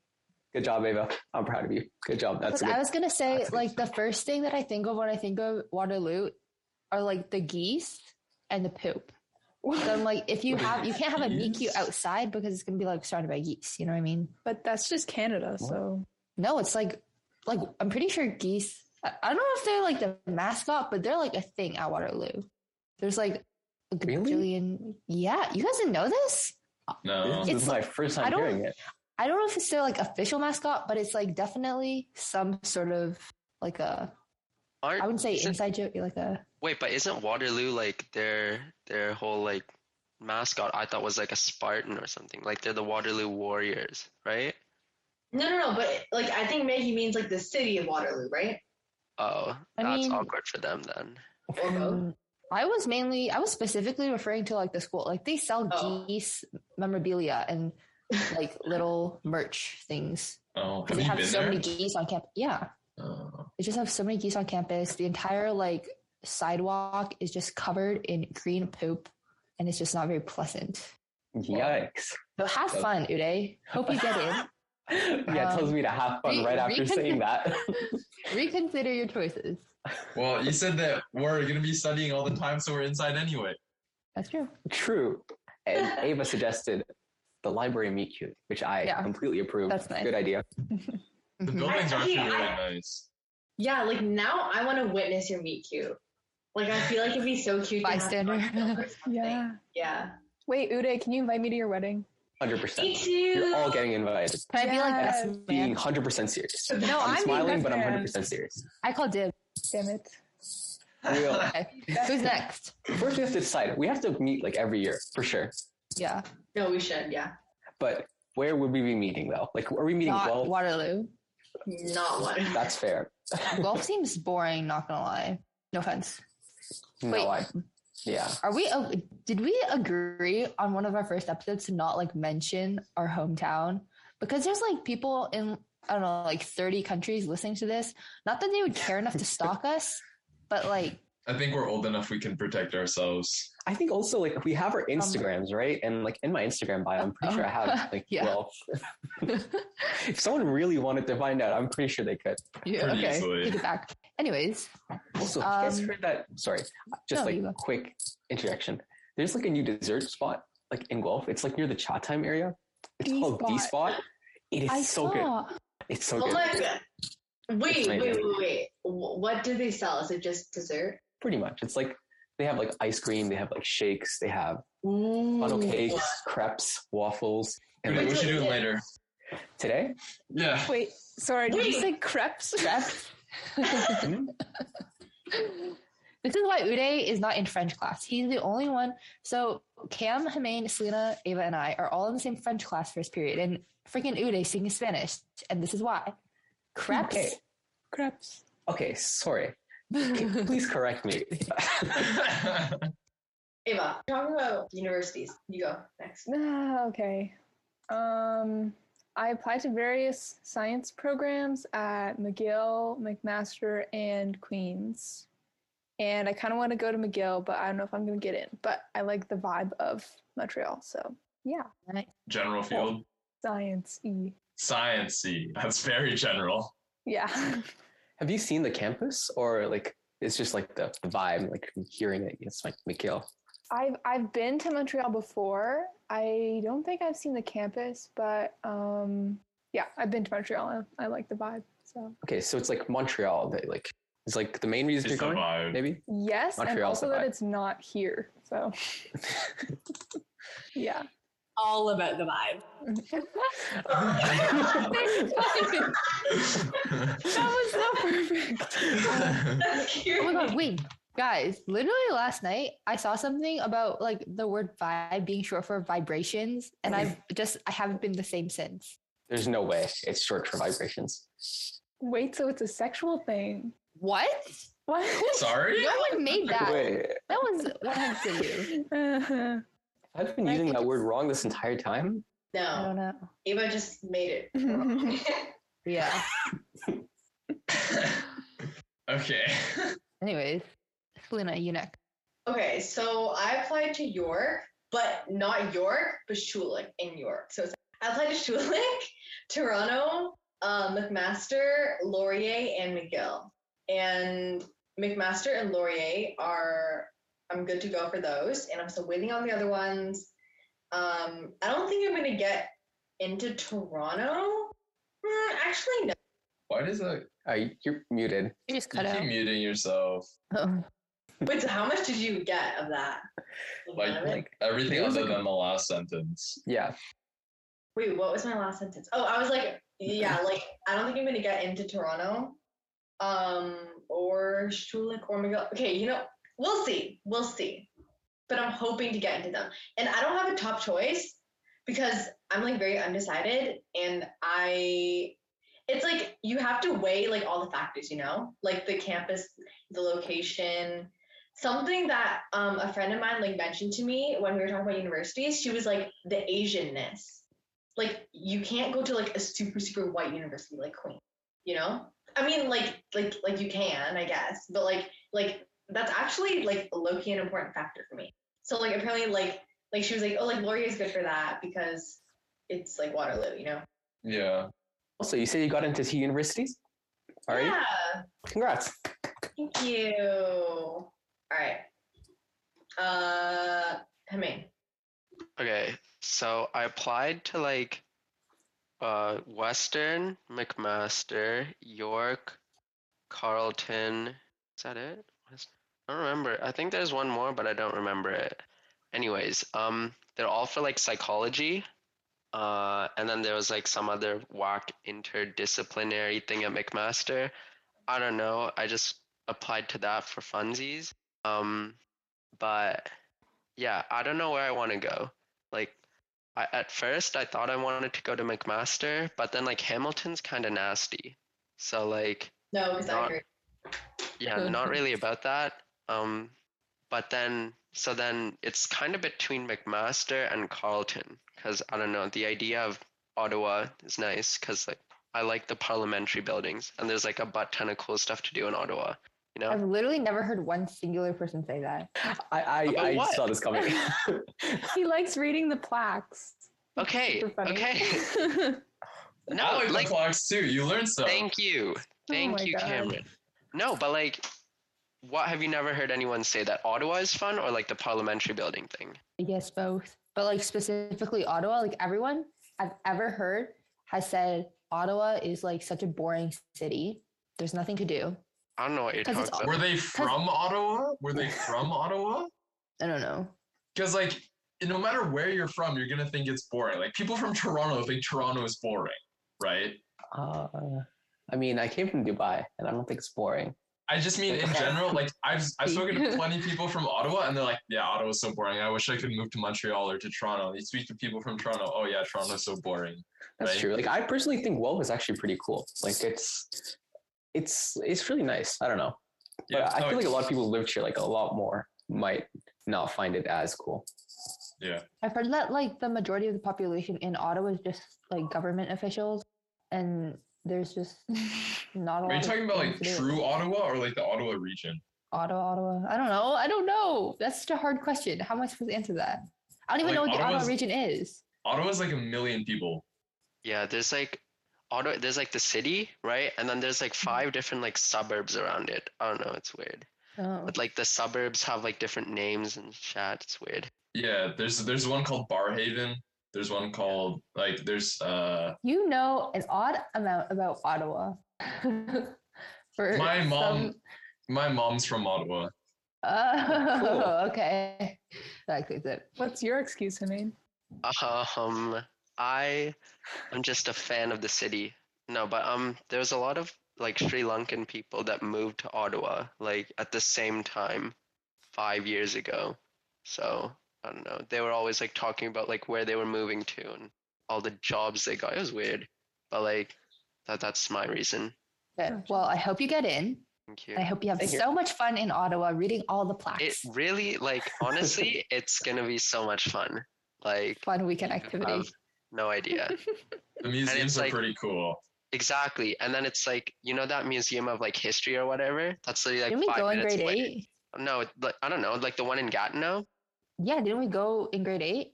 [SPEAKER 2] Good job, Ava. I'm proud of you. Good job. That's a
[SPEAKER 1] I
[SPEAKER 2] good.
[SPEAKER 1] was gonna say,
[SPEAKER 2] that's a good
[SPEAKER 1] like the first thing that I think of when I think of Waterloo are like the geese and the poop. So I'm like, if you have, you can't have a meet cute
[SPEAKER 3] Geese?
[SPEAKER 1] outside because it's gonna be like surrounded by geese. You know what I mean?
[SPEAKER 4] But that's just Canada, so
[SPEAKER 1] No, it's like, like I'm pretty sure geese. I, I don't know if they're like the mascot, but they're like a thing at Waterloo. There's like a
[SPEAKER 2] Really?
[SPEAKER 1] gajillion. Yeah, you guys didn't know this?
[SPEAKER 3] no.
[SPEAKER 2] This
[SPEAKER 1] It's
[SPEAKER 2] is my first
[SPEAKER 1] I
[SPEAKER 2] time
[SPEAKER 1] don't-
[SPEAKER 2] hearing it.
[SPEAKER 1] I don't know if it's their like official mascot, but it's like definitely some sort of like a
[SPEAKER 5] Aren't
[SPEAKER 1] I wouldn't say
[SPEAKER 5] isn't-
[SPEAKER 1] inside joke, like a
[SPEAKER 5] Wait, but isn't Waterloo like their their whole like mascot? I thought was like a Spartan or something. Like they're the Waterloo Warriors, right?
[SPEAKER 6] No, no, no, but like I think Maggie means like the city of Waterloo, right?
[SPEAKER 5] Oh,
[SPEAKER 1] I
[SPEAKER 5] that's
[SPEAKER 1] mean-
[SPEAKER 5] awkward for them then.
[SPEAKER 6] Or both.
[SPEAKER 1] Mm, I was mainly, I was specifically referring to like the school. Like they sell
[SPEAKER 6] Oh.
[SPEAKER 1] geese memorabilia and like little merch things.
[SPEAKER 3] Oh, have
[SPEAKER 1] They
[SPEAKER 3] you
[SPEAKER 1] have
[SPEAKER 3] been
[SPEAKER 1] so
[SPEAKER 3] there?
[SPEAKER 1] many geese on campus. Yeah.
[SPEAKER 3] Oh.
[SPEAKER 1] They just have so many geese on campus. The entire like sidewalk is just covered in green poop and it's just not very pleasant.
[SPEAKER 2] Yikes.
[SPEAKER 1] But have
[SPEAKER 3] That's-
[SPEAKER 1] fun, Uday. Hope you get in.
[SPEAKER 2] yeah, it tells me to have fun
[SPEAKER 1] Um, re-
[SPEAKER 2] right after
[SPEAKER 1] reconsider-
[SPEAKER 2] saying that.
[SPEAKER 1] Reconsider your choices.
[SPEAKER 3] Well, you said that we're going to be studying all the time, so we're inside anyway.
[SPEAKER 1] That's true.
[SPEAKER 2] True. And Ava suggested the library meet cute, which I
[SPEAKER 1] Yeah.
[SPEAKER 2] completely approve.
[SPEAKER 1] That's nice.
[SPEAKER 2] Good idea.
[SPEAKER 3] The
[SPEAKER 1] Mhm.
[SPEAKER 3] building's actually
[SPEAKER 6] Actually,
[SPEAKER 3] really
[SPEAKER 6] I-
[SPEAKER 3] nice.
[SPEAKER 6] Yeah, like now I want to witness your meet cute. Like I feel like it'd be so cute. to have
[SPEAKER 1] Bystander.
[SPEAKER 6] a photo or something.
[SPEAKER 4] yeah.
[SPEAKER 6] Yeah.
[SPEAKER 4] Wait, Uday, can you invite me to your wedding?
[SPEAKER 2] 100%.
[SPEAKER 6] Me too.
[SPEAKER 2] You're all getting invited.
[SPEAKER 1] Can I be like
[SPEAKER 4] Yes.
[SPEAKER 1] best
[SPEAKER 2] Being
[SPEAKER 1] man?
[SPEAKER 2] 100% serious.
[SPEAKER 1] No,
[SPEAKER 2] I'm,
[SPEAKER 1] I'm
[SPEAKER 2] smiling,
[SPEAKER 1] being
[SPEAKER 2] but
[SPEAKER 1] best
[SPEAKER 2] I'm
[SPEAKER 1] man.
[SPEAKER 2] 100% serious.
[SPEAKER 1] I call dib.
[SPEAKER 4] Damn it.
[SPEAKER 2] Real.
[SPEAKER 1] Okay. Who's next?
[SPEAKER 2] First, we have to decide. We have to meet like every year for sure.
[SPEAKER 1] Yeah.
[SPEAKER 6] No, we should. Yeah.
[SPEAKER 2] But where would we be meeting though? Like, are we meeting
[SPEAKER 1] Not
[SPEAKER 2] Guelph?
[SPEAKER 1] Waterloo.
[SPEAKER 6] Not one.
[SPEAKER 2] That's fair.
[SPEAKER 1] Golf seems boring, not gonna lie. No offense.
[SPEAKER 2] No,
[SPEAKER 1] Wait.
[SPEAKER 2] I, yeah.
[SPEAKER 1] Are we oh, did we agree on one of our first episodes to not like mention our hometown? Because there's like people in I don't know, like 30 countries listening to this. Not that they would care enough to stalk us, but like
[SPEAKER 3] I think we're old enough we can protect ourselves.
[SPEAKER 2] I think also like we have our
[SPEAKER 1] Um,
[SPEAKER 2] Instagrams, right? And like in my Instagram bio, I'm pretty sure I have like
[SPEAKER 1] uh, Yeah.
[SPEAKER 2] Guelph. if someone really wanted to find out, I'm pretty sure they could.
[SPEAKER 1] yeah,
[SPEAKER 3] Pretty
[SPEAKER 1] okay,
[SPEAKER 3] easily.
[SPEAKER 1] take it back. Anyways,
[SPEAKER 2] Also, have you guys
[SPEAKER 1] Um,
[SPEAKER 2] heard that. Sorry, just
[SPEAKER 1] no, you go.
[SPEAKER 2] like quick interjection. There's like a new dessert spot like in Guelph. It's like near the Chat Time area. It's
[SPEAKER 4] Bee
[SPEAKER 2] called D
[SPEAKER 4] Spot.
[SPEAKER 2] Spot. It is
[SPEAKER 1] I
[SPEAKER 2] so good.
[SPEAKER 1] saw
[SPEAKER 2] It's so
[SPEAKER 6] Oh
[SPEAKER 2] good.
[SPEAKER 6] my god. Wait,
[SPEAKER 2] It's
[SPEAKER 6] wait,
[SPEAKER 2] amazing.
[SPEAKER 6] wait, wait. Wh- What do they sell? Is it just dessert?
[SPEAKER 2] Pretty much, it's like they have like ice cream. They have like shakes. They have funnel
[SPEAKER 1] Mm.
[SPEAKER 6] Ooh.
[SPEAKER 2] cakes, crepes, waffles. And
[SPEAKER 3] Really,
[SPEAKER 6] Wait,
[SPEAKER 3] we
[SPEAKER 2] like
[SPEAKER 6] so
[SPEAKER 3] should do
[SPEAKER 6] is
[SPEAKER 3] it
[SPEAKER 6] it-
[SPEAKER 3] later.
[SPEAKER 2] today,
[SPEAKER 3] Yeah.
[SPEAKER 4] Wait, sorry, did you
[SPEAKER 6] Wait.
[SPEAKER 4] say crepes?
[SPEAKER 1] Jeff.
[SPEAKER 2] Hmm?
[SPEAKER 1] This is why Uday is not in French class. He's the only one. So Cam, Hemaine, Selena, Ava, and I are all in the same French class first period, and freaking Uday singing Spanish, and this is why. Crap.
[SPEAKER 2] Okay.
[SPEAKER 4] crepes.
[SPEAKER 2] Okay, sorry. Can- Please correct me.
[SPEAKER 6] Ava, talk about universities. You go next.
[SPEAKER 4] Ah, okay. Um, I applied to various science programs at McGill, McMaster, and Queens. And I kind of want to go to McGill, but I don't know if I'm going to get in. But I like the vibe of Montreal. So, yeah,
[SPEAKER 3] general field.
[SPEAKER 4] science E.
[SPEAKER 3] Sciencey. That's very general.
[SPEAKER 4] Yeah.
[SPEAKER 2] Have you seen the campus or like it's just like the the vibe, like from hearing it? It's like Mikhail.
[SPEAKER 4] I've I've been to Montreal before. I don't think I've seen the campus, but um yeah, I've been to Montreal. and I like the vibe. So
[SPEAKER 2] Okay, so it's like Montreal that like it's like the main reason
[SPEAKER 3] It's the
[SPEAKER 2] you're going,
[SPEAKER 3] vibe.
[SPEAKER 2] maybe?
[SPEAKER 4] yes, and
[SPEAKER 2] Montreal's the
[SPEAKER 4] also that
[SPEAKER 2] vibe.
[SPEAKER 4] it's not here. So yeah.
[SPEAKER 7] all about the vibe.
[SPEAKER 1] that was so perfect.
[SPEAKER 6] That's cute.
[SPEAKER 1] Oh my god, wait. Guys, literally last night I saw something about like the word vibe being short for vibrations, and I've just I haven't been the same since.
[SPEAKER 2] There's no way it's short for vibrations.
[SPEAKER 4] Wait, so it's a sexual thing.
[SPEAKER 1] What?
[SPEAKER 4] What?
[SPEAKER 3] Sorry?
[SPEAKER 1] No one made that.
[SPEAKER 2] Wait,
[SPEAKER 1] That was what I'm you.
[SPEAKER 4] Uh-huh.
[SPEAKER 2] I've been
[SPEAKER 1] I
[SPEAKER 2] using
[SPEAKER 1] think
[SPEAKER 2] that word
[SPEAKER 1] it's-
[SPEAKER 2] wrong this entire time.
[SPEAKER 1] I
[SPEAKER 6] No,
[SPEAKER 1] don't know.
[SPEAKER 6] Ava just made it.
[SPEAKER 1] Yeah.
[SPEAKER 3] Okay.
[SPEAKER 1] Anyways, Selena, you next.
[SPEAKER 6] Okay, so I applied to York, but not York, but Schulich in York. So it's, I applied to Schulich, Toronto, uh, McMaster, Laurier, and McGill. And McMaster and Laurier are, I'm good to go for those. And I'm still waiting on the other ones. Um, I don't think I'm going to get into Toronto. Hmm, actually, no.
[SPEAKER 3] Why does that
[SPEAKER 2] Uh, you're muted.
[SPEAKER 1] You just
[SPEAKER 3] you
[SPEAKER 1] cut
[SPEAKER 3] keep
[SPEAKER 1] out.
[SPEAKER 3] muting yourself?
[SPEAKER 1] Oh.
[SPEAKER 6] Wait, so how much did you get of that?
[SPEAKER 3] Like,
[SPEAKER 2] Like,
[SPEAKER 3] Everything
[SPEAKER 2] There's
[SPEAKER 3] other
[SPEAKER 2] like a-
[SPEAKER 3] than the last sentence.
[SPEAKER 2] yeah,
[SPEAKER 6] Wait, what was my last sentence? Oh, I was like, yeah, like I don't think I'm gonna get into Toronto, um, or Schulich or McGill. Okay, you know, we'll see, we'll see. But I'm hoping to get into them, and I don't have a top choice because I'm like very undecided, and I, it's like you have to weigh like all the factors, you know, like the campus, the location. Something that um, a friend of mine like mentioned to me when we were talking about universities, she was like the Asianness like you can't go to like a super super white university like Queen, you know? I mean, like like like you can, I guess, but like like that's actually like low key an important factor for me. So like apparently like like she was like oh like Laurier's good for that because it's like Waterloo, you know?
[SPEAKER 3] Yeah.
[SPEAKER 2] Also, you said you got into two universities? All right.
[SPEAKER 6] Yeah.
[SPEAKER 2] Congrats.
[SPEAKER 6] Thank you. All right. Uh, I mean,
[SPEAKER 5] Okay, so I applied to like uh Western, McMaster, York, Carleton. Is that it? West- I don't remember. I think there's one more, but I don't remember it. Anyways, um, they're all for like psychology. Uh, and then there was like some other whack interdisciplinary thing at McMaster. I don't know. I just applied to that for funsies. Um, but yeah, I don't know where I want to go. Like, I, at first I thought I wanted to go to McMaster, but then like Hamilton's kind of nasty. So like,
[SPEAKER 6] no, because I
[SPEAKER 5] Not-
[SPEAKER 6] agree.
[SPEAKER 5] yeah, not really about that. Um, but then so then it's kind of between McMaster and Carleton because I don't know. The idea of Ottawa is nice because like I like the parliamentary buildings and there's like a butt ton of cool stuff to do in Ottawa. You know.
[SPEAKER 1] I've literally never heard one singular person say that.
[SPEAKER 2] I
[SPEAKER 5] About
[SPEAKER 2] I, I
[SPEAKER 5] what?
[SPEAKER 2] saw this coming.
[SPEAKER 4] He likes reading the plaques. It's
[SPEAKER 2] Eh,
[SPEAKER 5] Okay.
[SPEAKER 4] super funny.
[SPEAKER 5] Okay. No,
[SPEAKER 3] I like,
[SPEAKER 5] like
[SPEAKER 3] the clocks too. You learn stuff.
[SPEAKER 5] Thank you. Thank
[SPEAKER 4] my
[SPEAKER 5] you,
[SPEAKER 4] God.
[SPEAKER 5] Cameron. No, but like, what have you never heard anyone say that Ottawa is fun or like the parliamentary building thing?
[SPEAKER 1] I guess both. But like specifically Ottawa, like everyone I've ever heard has said Ottawa is like such a boring city. There's nothing to do.
[SPEAKER 5] I don't know what you're
[SPEAKER 1] 'Cause
[SPEAKER 5] talking
[SPEAKER 1] it's
[SPEAKER 5] about.
[SPEAKER 3] Were they from Ottawa? Were they from Ottawa?
[SPEAKER 1] I don't know.
[SPEAKER 3] Because like no matter where you're from, you're gonna think it's boring. Like people from Toronto think Toronto is boring, right?
[SPEAKER 2] Uh, I mean, I came from Dubai, and I don't think it's boring.
[SPEAKER 3] I just mean in general, like I've I've spoken to plenty of people from Ottawa and they're like, Yeah, Ottawa's so boring. I wish I could move to Montreal or to Toronto. You speak to people from Toronto, oh yeah, Toronto's so boring.
[SPEAKER 2] That's
[SPEAKER 3] Right.
[SPEAKER 2] true. Like, I personally think Guelph is actually pretty cool. Like, it's it's it's really nice. I don't know, but
[SPEAKER 3] Yeah.
[SPEAKER 2] I
[SPEAKER 3] oh,
[SPEAKER 2] feel like a lot of people who lived here, like a lot more, might not find it as cool.
[SPEAKER 1] I've heard that like the majority of the population in Ottawa is just like government officials and there's just not a lot
[SPEAKER 3] Are you
[SPEAKER 1] of
[SPEAKER 3] talking about like
[SPEAKER 1] things to do.
[SPEAKER 3] true Ottawa or like the Ottawa region?
[SPEAKER 1] Ottawa, Ottawa. I don't know. I don't know. That's such a hard question. How am I supposed to answer that? I don't even
[SPEAKER 3] Like,
[SPEAKER 1] know what the Ottawa
[SPEAKER 3] Ottawa's-
[SPEAKER 1] region is.
[SPEAKER 3] Ottawa's like a million people.
[SPEAKER 5] Yeah, there's like Ottawa, there's like the city, right? And then there's like five different like suburbs around it. I don't know, it's weird.
[SPEAKER 1] Oh.
[SPEAKER 5] But like the suburbs have like different names and chat. It's weird.
[SPEAKER 3] Yeah, there's there's one called Barhaven. There's one called like there's uh
[SPEAKER 1] You know an odd amount about Ottawa. For
[SPEAKER 3] My mom-
[SPEAKER 1] some-
[SPEAKER 3] my mom's from Ottawa.
[SPEAKER 1] Oh,
[SPEAKER 2] Cool.
[SPEAKER 1] okay. That clears it.
[SPEAKER 4] What's your excuse, Himane?
[SPEAKER 5] Um, I am just a fan of the city. No, but um, there was a lot of like Sri Lankan people that moved to Ottawa like at the same time five years ago. So I don't know. They were always like talking about like where they were moving to and all the jobs they got. It was weird, but like that that's my reason.
[SPEAKER 1] Good. Well, I hope you get in.
[SPEAKER 5] Thank you.
[SPEAKER 1] I hope you have
[SPEAKER 2] Thank you.
[SPEAKER 1] so much fun in Ottawa reading all the
[SPEAKER 5] It
[SPEAKER 1] plaques.
[SPEAKER 5] really like honestly, it's gonna be so much fun. Like
[SPEAKER 1] fun weekend
[SPEAKER 5] you have
[SPEAKER 1] activity.
[SPEAKER 5] no idea.
[SPEAKER 3] The museums are
[SPEAKER 5] like-
[SPEAKER 3] pretty cool.
[SPEAKER 5] Exactly. And then it's like, you know that museum of like history or whatever? That's literally like
[SPEAKER 1] didn't we
[SPEAKER 5] five
[SPEAKER 1] go in
[SPEAKER 5] minutes
[SPEAKER 1] grade
[SPEAKER 5] away.
[SPEAKER 1] eight?
[SPEAKER 5] No, like, I don't know, like the one in Gatineau.
[SPEAKER 1] Yeah, didn't we go in grade eight?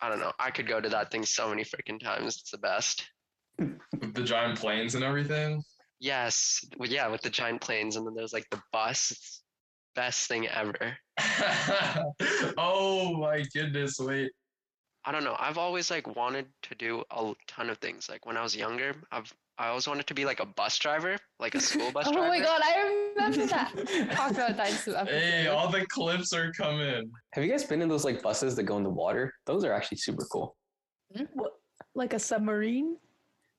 [SPEAKER 5] I don't know. I could go to that thing so many freaking times. It's the best.
[SPEAKER 3] With the giant planes and everything.
[SPEAKER 5] Yes. Well, yeah, with the giant planes and then there's like the bus. It's best thing ever.
[SPEAKER 3] oh my goodness, wait.
[SPEAKER 5] I don't know. I've always like wanted to do a l- ton of things. Like when I was younger, I've I always wanted to be like a bus driver, like a school bus
[SPEAKER 1] oh
[SPEAKER 5] driver.
[SPEAKER 1] my god, I remember that. Talk about that in some episode.
[SPEAKER 3] Hey, all the clips are coming.
[SPEAKER 2] Have you guys been in those like buses that go in the water? Those are actually super cool.
[SPEAKER 4] Like a submarine?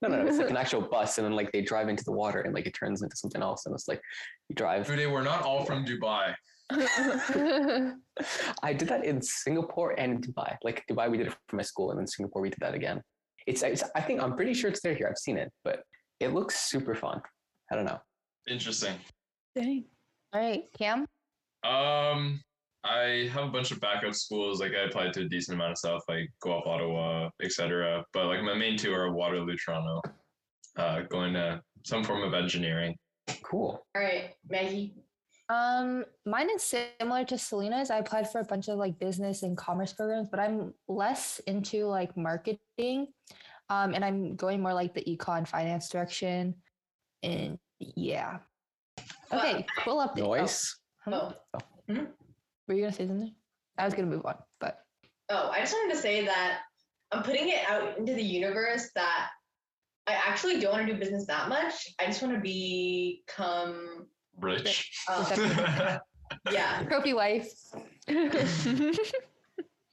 [SPEAKER 2] No, no, no, it's like an actual bus, and then like they drive into the water, and like it turns into something else, and it's like you drive.
[SPEAKER 3] Today we're not all from Dubai.
[SPEAKER 2] I did that in Singapore and Dubai. Like Dubai, we did it for my school, and then Singapore, we did that again. It's, it's I think I'm pretty sure it's there here. I've seen it, but it looks super fun. I don't know.
[SPEAKER 3] Interesting.
[SPEAKER 4] Dang.
[SPEAKER 1] All right, Cam.
[SPEAKER 3] Um, I have a bunch of backup schools. Like I applied to a decent amount of stuff, like Guelph, Ottawa, etc. But like my main two are Waterloo, Toronto. Uh, going to some form of engineering.
[SPEAKER 2] Cool.
[SPEAKER 6] All right, Maggie.
[SPEAKER 1] Um, mine is similar to Selena's. I applied for a bunch of like business and commerce programs, but I'm less into like marketing. Um, and I'm going more like the econ finance direction. And yeah. Okay, cool update. Oh,
[SPEAKER 2] Noise.
[SPEAKER 1] hmm?
[SPEAKER 6] Oh,
[SPEAKER 1] Were you gonna say something? I was gonna move on, but
[SPEAKER 6] oh, I just wanted to say that I'm putting it out into the universe that I actually don't want to do business that much. I just want to become,
[SPEAKER 3] Rich.
[SPEAKER 6] uh, yeah.
[SPEAKER 1] trophy wife.
[SPEAKER 6] Well,
[SPEAKER 2] Is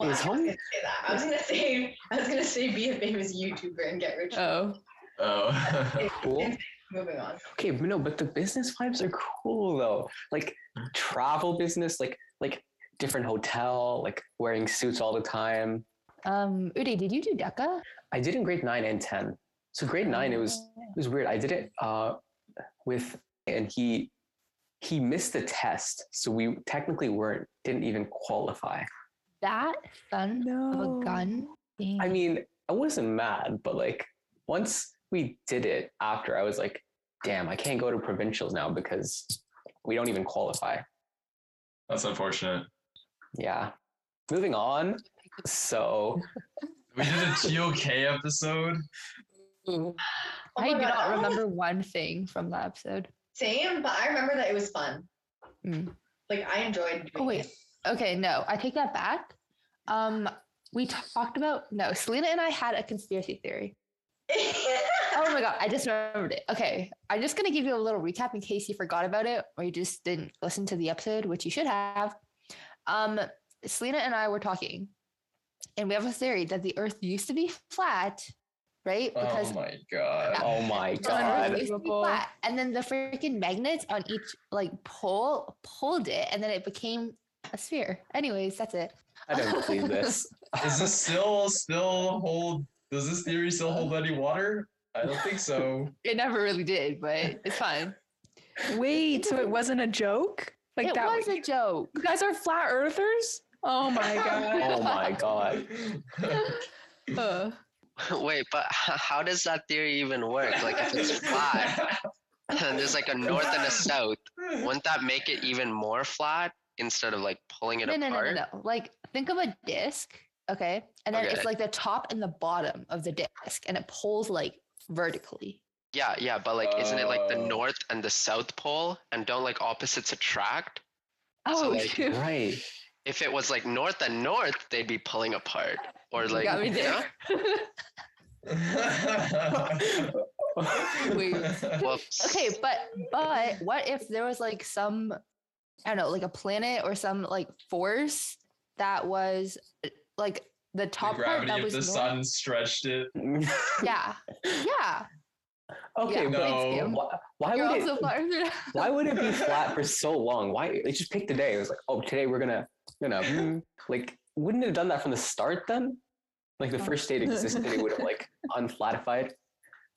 [SPEAKER 6] I was
[SPEAKER 2] home-
[SPEAKER 6] gonna say that. I was gonna say I was gonna say be a famous YouTuber and get rich.
[SPEAKER 1] oh.
[SPEAKER 3] oh.
[SPEAKER 2] Cool.
[SPEAKER 6] Moving on.
[SPEAKER 2] Okay, but no, but the business vibes are cool though. Like travel business, like like different hotel, like wearing suits all the time.
[SPEAKER 1] Um, Udi, did you do DECA?
[SPEAKER 2] I did in grade nine and ten. So grade nine, it was it was weird. I did it uh, with and he he missed the test, so we technically weren't didn't even qualify.
[SPEAKER 1] that son of
[SPEAKER 4] No.
[SPEAKER 1] a gun. Dang.
[SPEAKER 2] I mean, I wasn't mad, but like once we did it after, I was like, damn, I can't go to provincials now because we don't even qualify.
[SPEAKER 3] That's unfortunate.
[SPEAKER 2] Yeah. Moving on. So
[SPEAKER 3] We did a TOK episode.
[SPEAKER 6] Oh
[SPEAKER 1] I do
[SPEAKER 6] my God,
[SPEAKER 1] not
[SPEAKER 6] I wanna-
[SPEAKER 1] remember one thing from that episode.
[SPEAKER 6] Same, but I remember that it was fun.
[SPEAKER 1] Mm.
[SPEAKER 6] Like I enjoyed. Doing
[SPEAKER 1] Oh wait.
[SPEAKER 6] it.
[SPEAKER 1] Okay, no, I take that back. Um, we talked about no. Selena and I had a conspiracy theory. Oh my god, I just remembered it. Okay, I'm just gonna give you a little recap in case you forgot about it or you just didn't listen to the episode, which you should have. Um, Selena and I were talking, and we have a theory that the Earth used to be flat, right?
[SPEAKER 3] Oh
[SPEAKER 1] Because
[SPEAKER 3] my god.
[SPEAKER 2] oh my
[SPEAKER 1] So the Earth
[SPEAKER 2] god.
[SPEAKER 1] used to be
[SPEAKER 4] Unbelievable.
[SPEAKER 1] flat, And then the freaking magnets on each like pole pulled it, and then it became a sphere. Anyways, that's it.
[SPEAKER 2] I don't believe this.
[SPEAKER 3] Is this still still hold does this theory still hold any water? I don't think so.
[SPEAKER 1] It never really did, but it's fine.
[SPEAKER 4] Wait, so it wasn't a joke? Like
[SPEAKER 1] it
[SPEAKER 4] that
[SPEAKER 1] was a joke.
[SPEAKER 4] You guys are flat earthers? Oh my god.
[SPEAKER 2] Oh my god.
[SPEAKER 1] Uh,
[SPEAKER 5] Wait, but h- how does that theory even work? Like if it's flat and there's like a north and a south, wouldn't that make it even more flat instead of like pulling it
[SPEAKER 1] no, no,
[SPEAKER 5] apart?
[SPEAKER 1] no, no, no. Like think of a disc, okay, and then
[SPEAKER 5] Okay.
[SPEAKER 1] it's like the top and the bottom of the disc, and it pulls like vertically.
[SPEAKER 5] Yeah, yeah, but like isn't it like the
[SPEAKER 3] Oh.
[SPEAKER 5] north and the south pole and don't like opposites attract?
[SPEAKER 1] Oh,
[SPEAKER 5] like,
[SPEAKER 1] you
[SPEAKER 2] Right.
[SPEAKER 5] If it was like north and north, they'd be pulling apart. Or like
[SPEAKER 1] got me
[SPEAKER 5] you
[SPEAKER 1] there.
[SPEAKER 5] know? Whoops.
[SPEAKER 1] okay, but but what if there was like some I don't know, like a planet or some like force that was uh, like the
[SPEAKER 3] The
[SPEAKER 1] top part
[SPEAKER 3] gravity
[SPEAKER 1] that
[SPEAKER 3] of
[SPEAKER 1] was
[SPEAKER 3] the
[SPEAKER 1] north?
[SPEAKER 3] sun stretched it.
[SPEAKER 1] Yeah. Yeah.
[SPEAKER 2] okay,
[SPEAKER 1] Yeah,
[SPEAKER 3] No.
[SPEAKER 1] thanks, Kim.
[SPEAKER 2] why, why
[SPEAKER 1] You're
[SPEAKER 2] would
[SPEAKER 1] also
[SPEAKER 2] it,
[SPEAKER 1] far through
[SPEAKER 2] why would it be flat for so long? Why it just picked a day? It was like, oh, today we're gonna, you know, mm, like, wouldn't it have done that from the start then? Like the first state existed, it would have like unflatified.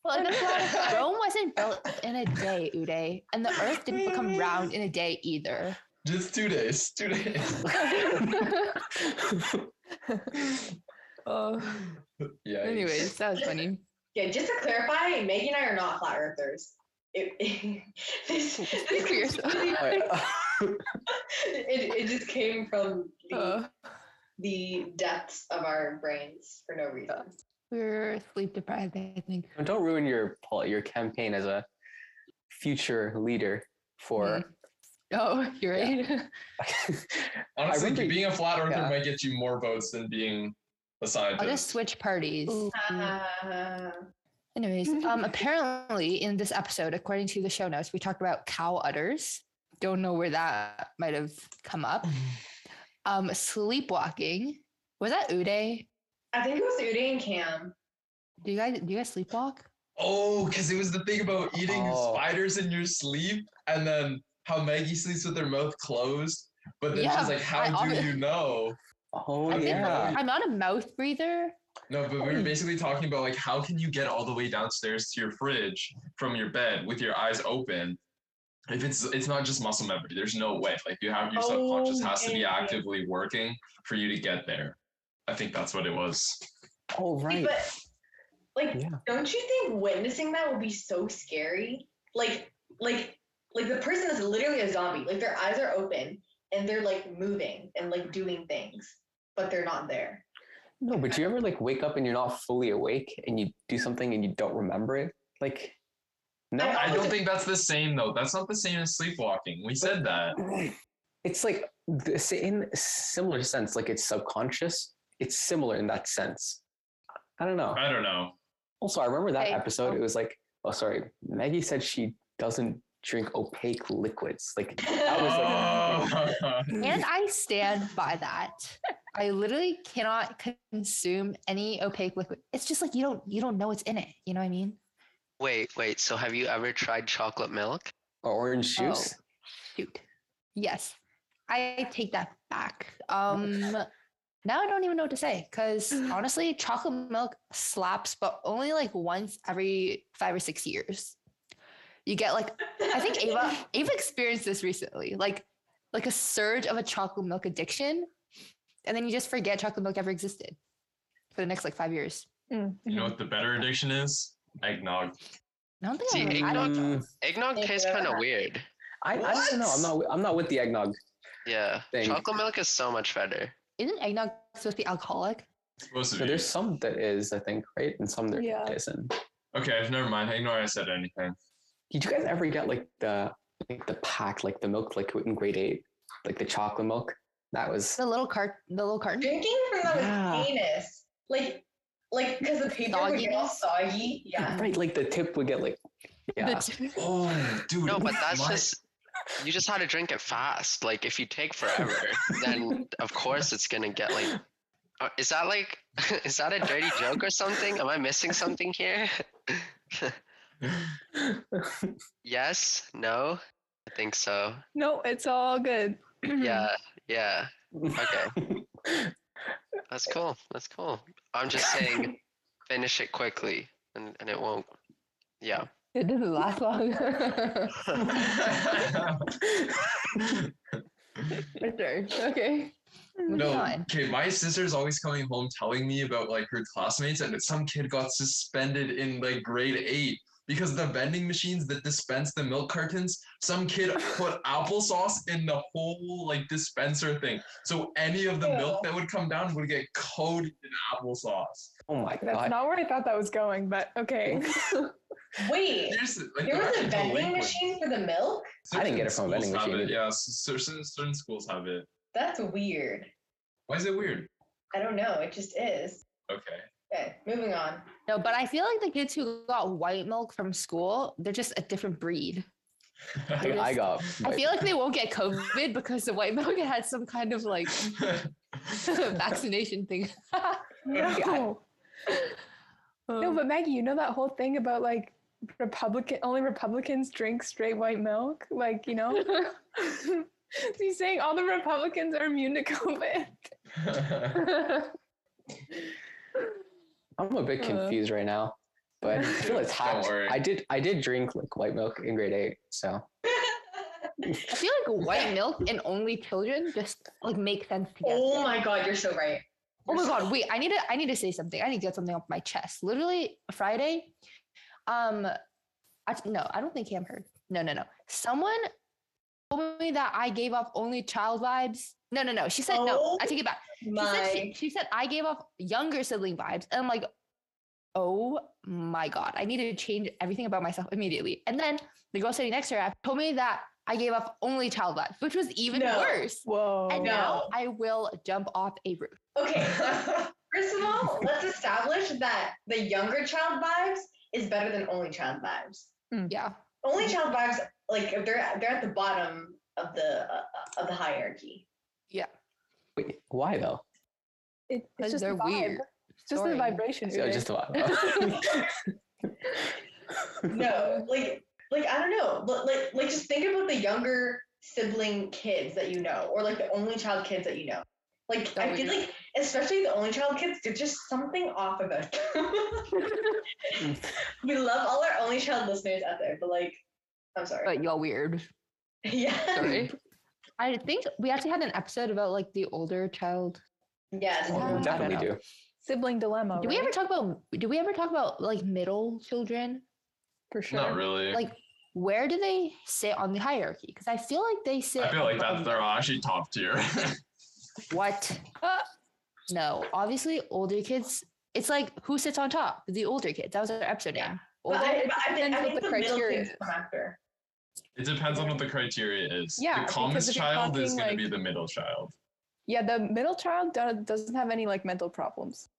[SPEAKER 1] Well, and that's why Rome wasn't built in a day, Uday, and the Earth didn't become round in a day either.
[SPEAKER 3] Just two days. Two days.
[SPEAKER 1] Oh,
[SPEAKER 3] Yeah.
[SPEAKER 1] anyways, that was funny.
[SPEAKER 6] Yeah, just to clarify, Maggie and I are not flat earthers. It, this, this
[SPEAKER 8] for yourself.
[SPEAKER 6] completely-
[SPEAKER 2] Alright,
[SPEAKER 6] it, it just came from the,
[SPEAKER 8] Uh,
[SPEAKER 6] the depths of our brains for no reason.
[SPEAKER 1] We were sleep deprived, I think.
[SPEAKER 2] don't ruin your pol- your campaign as a future leader for.
[SPEAKER 1] Oh, you're right.
[SPEAKER 2] I
[SPEAKER 1] Mm-hmm.
[SPEAKER 3] Honestly,
[SPEAKER 2] remember-
[SPEAKER 3] being a flat earther
[SPEAKER 2] yeah.
[SPEAKER 3] might get you more votes than being a
[SPEAKER 1] I'll just
[SPEAKER 3] scientist.
[SPEAKER 1] switch parties.
[SPEAKER 6] Uh,
[SPEAKER 1] Anyways, um, apparently in this episode, according to the show notes, we talked about cow udders. Don't know where that might have come up. Um, sleepwalking. Was that Uday?
[SPEAKER 6] I think it was Udi and Cam.
[SPEAKER 1] Do you guys do you guys sleepwalk?
[SPEAKER 3] Oh, because it was the thing about eating
[SPEAKER 2] Oh.
[SPEAKER 3] spiders in your sleep, and then how Maggie sleeps with her mouth closed. But then
[SPEAKER 1] Yeah,
[SPEAKER 3] she's like, "How
[SPEAKER 1] I
[SPEAKER 3] do
[SPEAKER 1] obvi-
[SPEAKER 3] you know?"
[SPEAKER 2] Oh
[SPEAKER 1] I think-
[SPEAKER 2] yeah.
[SPEAKER 1] I'm not a mouth breather.
[SPEAKER 3] No, but we were basically talking about like how can you get all the way downstairs to your fridge from your bed with your eyes open? If it's it's not just muscle memory, there's no way. Like you have your
[SPEAKER 6] Oh,
[SPEAKER 3] subconscious has to be
[SPEAKER 6] yeah.
[SPEAKER 3] actively working for you to get there. I think that's what it was.
[SPEAKER 2] Oh
[SPEAKER 6] See,
[SPEAKER 2] right.
[SPEAKER 6] But like,
[SPEAKER 2] Yeah.
[SPEAKER 6] don't you think witnessing that would be so scary? Like, like, like the person is literally a zombie. Like their eyes are open and they're like moving and like doing things, but they're not there.
[SPEAKER 2] No, but do you ever like wake up and you're not fully awake and you do something and you don't remember it? Like, no,
[SPEAKER 6] I-
[SPEAKER 3] I don't think that's the same though. That's not the same as sleepwalking. We said that.
[SPEAKER 2] it's like the sa- in similar sense. Like it's subconscious. It's similar in that sense. I don't know.
[SPEAKER 3] I don't know.
[SPEAKER 2] Also, I remember that
[SPEAKER 1] Okay.
[SPEAKER 2] episode. It was like, oh, sorry. Maggie said she doesn't drink opaque liquids. Like, I was like,
[SPEAKER 3] Oh.
[SPEAKER 1] And I stand by that. I literally cannot consume any opaque liquid. It's just like you don't you don't know what's in it. You know what I mean?
[SPEAKER 5] Wait, wait. So have you ever tried chocolate milk?
[SPEAKER 2] or orange juice.
[SPEAKER 1] Shoot. Yes. I take that back. Um now I don't even know what to say because honestly, chocolate milk slaps, but only like once every five or six years. You get like I think Ava Ava experienced this recently, like like a surge of a chocolate milk addiction, and then you just forget chocolate milk ever existed for the next like five years.
[SPEAKER 4] Mm,
[SPEAKER 3] You know
[SPEAKER 4] mhm.
[SPEAKER 3] what the better addiction is? Eggnog.
[SPEAKER 1] I don't think
[SPEAKER 5] See,
[SPEAKER 1] I've ever had
[SPEAKER 2] eggnog-
[SPEAKER 1] eggnog.
[SPEAKER 5] Eggnog
[SPEAKER 6] Yeah.
[SPEAKER 5] tastes kind of weird.
[SPEAKER 2] Hmm. I, I don't know. I'm not. wi- I'm not with the eggnog.
[SPEAKER 5] Yeah.
[SPEAKER 2] Thank-
[SPEAKER 5] Chocolate milk is so much better.
[SPEAKER 1] Isn't eggnog supposed to be alcoholic?
[SPEAKER 3] It's supposed to
[SPEAKER 2] So
[SPEAKER 3] be.
[SPEAKER 2] there's some that is, I think, right, and some that
[SPEAKER 4] Yeah.
[SPEAKER 2] isn't.
[SPEAKER 3] Okay, never mind. Ignore I said anything.
[SPEAKER 2] Did you guys ever get like the like the pack, like the milk liquid in grade eight, like the chocolate milk? That was
[SPEAKER 1] The little cart, the little carton.
[SPEAKER 6] Drinking from that
[SPEAKER 2] Yeah.
[SPEAKER 6] was heinous. Like, like because the paper would get all soggy. Yeah.
[SPEAKER 2] right. Like the tip would get like yeah.
[SPEAKER 3] Oh, dude.
[SPEAKER 5] No, but that's
[SPEAKER 3] my-
[SPEAKER 5] just you just had to drink it fast. Like if you take forever, then of course it's gonna get like. Uh, Is that like is that a dirty joke or something? Am I missing something here? yes. No. I think so.
[SPEAKER 4] No, it's all good.
[SPEAKER 5] Yeah. Yeah. Okay. That's cool. That's cool. I'm just saying, finish it quickly, and and it won't. Yeah.
[SPEAKER 1] It didn't last long. For sure. Okay. Moving
[SPEAKER 3] no.
[SPEAKER 1] on.
[SPEAKER 3] Okay, my sister's always coming home telling me about like her classmates, and some kid got suspended in like grade eight because the vending machines that dispense the milk cartons, some kid put applesauce in the whole like dispenser thing. So any of the milk that would come down would get coated in applesauce.
[SPEAKER 2] oh my
[SPEAKER 4] That's
[SPEAKER 2] god.
[SPEAKER 4] not where I thought that was going, but okay.
[SPEAKER 6] Wait,
[SPEAKER 3] Seriously, like,
[SPEAKER 6] there
[SPEAKER 3] they're
[SPEAKER 6] was a
[SPEAKER 3] actually
[SPEAKER 6] vending
[SPEAKER 3] delinquent.
[SPEAKER 6] machine for the milk.
[SPEAKER 2] I didn't get it from a
[SPEAKER 3] Certain
[SPEAKER 2] vending
[SPEAKER 3] schools have
[SPEAKER 2] machine
[SPEAKER 3] it,
[SPEAKER 2] either.
[SPEAKER 3] Yeah, s- certain certain schools have it.
[SPEAKER 6] That's weird.
[SPEAKER 3] Why is it weird?
[SPEAKER 6] I don't know. It just is.
[SPEAKER 3] Okay.
[SPEAKER 6] Okay, moving on.
[SPEAKER 1] No, but I feel like the kids who got white milk from school, they're just a different breed.
[SPEAKER 2] Dude, I got.
[SPEAKER 1] I feel like they won't get COVID because the white milk had some kind of like vaccination thing.
[SPEAKER 4] no. No, but Maggie, you know that whole thing about like Republican only Republicans drink straight white milk? Like, you know? so you're saying all the Republicans are immune to COVID.
[SPEAKER 2] I'm a bit confused right now, but I feel attacked.
[SPEAKER 3] worry.
[SPEAKER 2] I did. I did drink like white milk in grade eight, so
[SPEAKER 1] I feel like white milk and only children just like make sense together.
[SPEAKER 6] oh my Oh god, you're so right.
[SPEAKER 1] Oh my god, wait, I need to I need to say something. I need to get something off my chest. Literally Friday, um I, no, I don't think Cam heard. No, no, no. Someone told me that I gave off only child vibes. No, no, no. She said no.
[SPEAKER 6] Oh
[SPEAKER 1] I take it back. She said, she,
[SPEAKER 6] My
[SPEAKER 1] she said I gave off younger sibling vibes. And I'm like, oh my God, I need to change everything about myself immediately. And then the girl sitting next to her told me that I gave off only child vibes, which was even
[SPEAKER 6] No.
[SPEAKER 1] worse.
[SPEAKER 7] Whoa.
[SPEAKER 1] And now
[SPEAKER 6] No.
[SPEAKER 1] I will jump off a roof.
[SPEAKER 6] okay. First of all, let's establish that the younger child vibes is better than only child vibes.
[SPEAKER 1] Yeah.
[SPEAKER 6] Only
[SPEAKER 1] Mm-hmm.
[SPEAKER 6] child vibes, like if they're they're at the bottom of the uh, of the hierarchy.
[SPEAKER 2] Wait, why though?
[SPEAKER 4] It,
[SPEAKER 1] Because
[SPEAKER 4] it's just
[SPEAKER 1] they're
[SPEAKER 4] the vibe.
[SPEAKER 1] weird.
[SPEAKER 4] It's just the
[SPEAKER 1] Sorry.
[SPEAKER 4] vibration.
[SPEAKER 2] So
[SPEAKER 4] Uday.
[SPEAKER 2] just a lot.
[SPEAKER 6] No, like like I don't know, but like like just think about the younger sibling kids that you know, or like the only child kids that you know. Like
[SPEAKER 1] That
[SPEAKER 6] I feel
[SPEAKER 1] would be-
[SPEAKER 6] like especially the only child kids, there's just something off about them. we love all our only child listeners out there, but like I'm sorry.
[SPEAKER 1] But y'all weird.
[SPEAKER 6] yeah.
[SPEAKER 1] Sorry. I think we actually had an episode about like the older child.
[SPEAKER 6] Yeah. it's-
[SPEAKER 1] Oh,
[SPEAKER 2] Well,
[SPEAKER 1] I
[SPEAKER 2] we
[SPEAKER 1] don't
[SPEAKER 2] definitely
[SPEAKER 1] know.
[SPEAKER 2] do.
[SPEAKER 4] Sibling dilemma.
[SPEAKER 1] Do we
[SPEAKER 4] right?
[SPEAKER 1] ever talk about do we ever talk about like middle children?
[SPEAKER 4] For sure.
[SPEAKER 3] Not really.
[SPEAKER 1] Like where do they sit on the hierarchy? Because I feel like they sit
[SPEAKER 3] I feel like that's
[SPEAKER 4] um,
[SPEAKER 1] above-
[SPEAKER 3] they're actually top tier.
[SPEAKER 1] What? Uh, no, obviously older kids. It's like who sits on top? The older kids. That was our episode name.
[SPEAKER 6] but
[SPEAKER 1] Older-
[SPEAKER 6] I, but I think,
[SPEAKER 4] depends
[SPEAKER 6] I
[SPEAKER 4] what
[SPEAKER 6] think
[SPEAKER 4] the
[SPEAKER 6] the, middle
[SPEAKER 4] criteria
[SPEAKER 6] kids
[SPEAKER 4] is.
[SPEAKER 6] come after.
[SPEAKER 3] it depends on what the criteria is.
[SPEAKER 4] Yeah,
[SPEAKER 3] the
[SPEAKER 4] because
[SPEAKER 3] calmest
[SPEAKER 4] if you're
[SPEAKER 3] child is
[SPEAKER 4] talking,
[SPEAKER 3] going
[SPEAKER 4] like-
[SPEAKER 3] to be the middle child.
[SPEAKER 4] Yeah, the middle child do- doesn't have any like mental problems.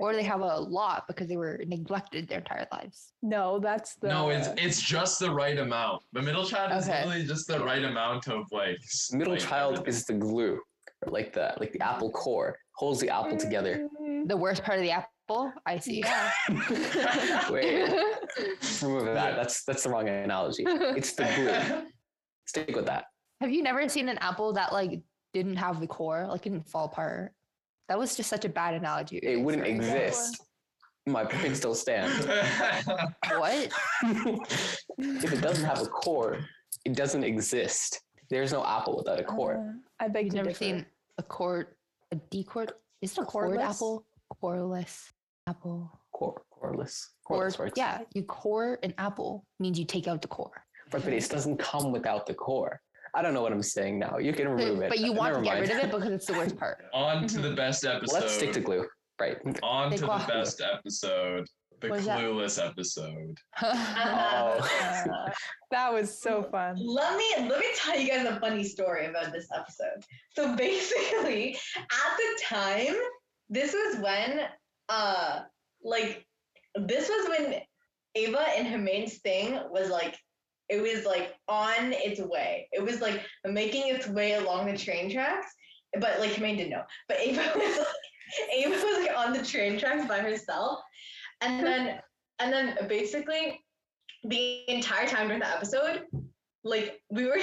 [SPEAKER 1] or they have a lot because they were neglected their entire lives.
[SPEAKER 4] No, that's the.
[SPEAKER 3] No, it's it's just the right amount. The middle child is
[SPEAKER 1] Okay.
[SPEAKER 3] literally just the right amount of like s-
[SPEAKER 2] Middle
[SPEAKER 3] like,
[SPEAKER 2] child
[SPEAKER 3] everything.
[SPEAKER 2] is the glue, or like the like the apple core holds the apple together.
[SPEAKER 4] Mm,
[SPEAKER 1] The worst part of the apple. I see.
[SPEAKER 4] Yeah.
[SPEAKER 2] Wait, remove that. That's that's the wrong analogy. It's the glue. Stick with that.
[SPEAKER 1] Have you never seen an apple that like didn't have the core, like didn't fall apart? That was just such a bad analogy.
[SPEAKER 2] It wouldn't
[SPEAKER 1] Sorry.
[SPEAKER 2] exist. My point still stands.
[SPEAKER 1] What?
[SPEAKER 2] if it doesn't have a core, it doesn't exist. There's no apple without a
[SPEAKER 1] Uh-huh.
[SPEAKER 2] core.
[SPEAKER 4] uh, I beg
[SPEAKER 1] You've
[SPEAKER 4] to
[SPEAKER 1] never
[SPEAKER 4] differ.
[SPEAKER 1] seen a cord, a D cord? Is it a cord
[SPEAKER 4] Cordless?
[SPEAKER 1] apple? Coreless apple.
[SPEAKER 2] Core, coreless.
[SPEAKER 1] Core,
[SPEAKER 2] Coreless works.
[SPEAKER 1] yeah, you core an apple means you take out the core.
[SPEAKER 2] But, but it doesn't come without the core. I don't know what I'm saying now. You can remove
[SPEAKER 1] But,
[SPEAKER 2] it.
[SPEAKER 1] but you want
[SPEAKER 2] Never
[SPEAKER 1] to get
[SPEAKER 2] mind.
[SPEAKER 1] rid of it because it's the worst part.
[SPEAKER 3] On
[SPEAKER 4] Mm-hmm.
[SPEAKER 3] to the best episode.
[SPEAKER 2] Let's stick to glue. Right.
[SPEAKER 3] On to
[SPEAKER 1] Big
[SPEAKER 3] the
[SPEAKER 1] Waffle.
[SPEAKER 3] best episode. The
[SPEAKER 1] What is that?
[SPEAKER 3] clueless episode.
[SPEAKER 2] Oh.
[SPEAKER 4] Uh, that was so fun.
[SPEAKER 6] Let me let me tell you guys a funny story about this episode. So basically, at the time, this was when uh like this was when Ava and Humane's thing was like it was like on its way. It was like making its way along the train tracks. But like Humane didn't know. But Ava was like, Ava was like on the train tracks by herself. And then and then basically the entire time during the episode, like we were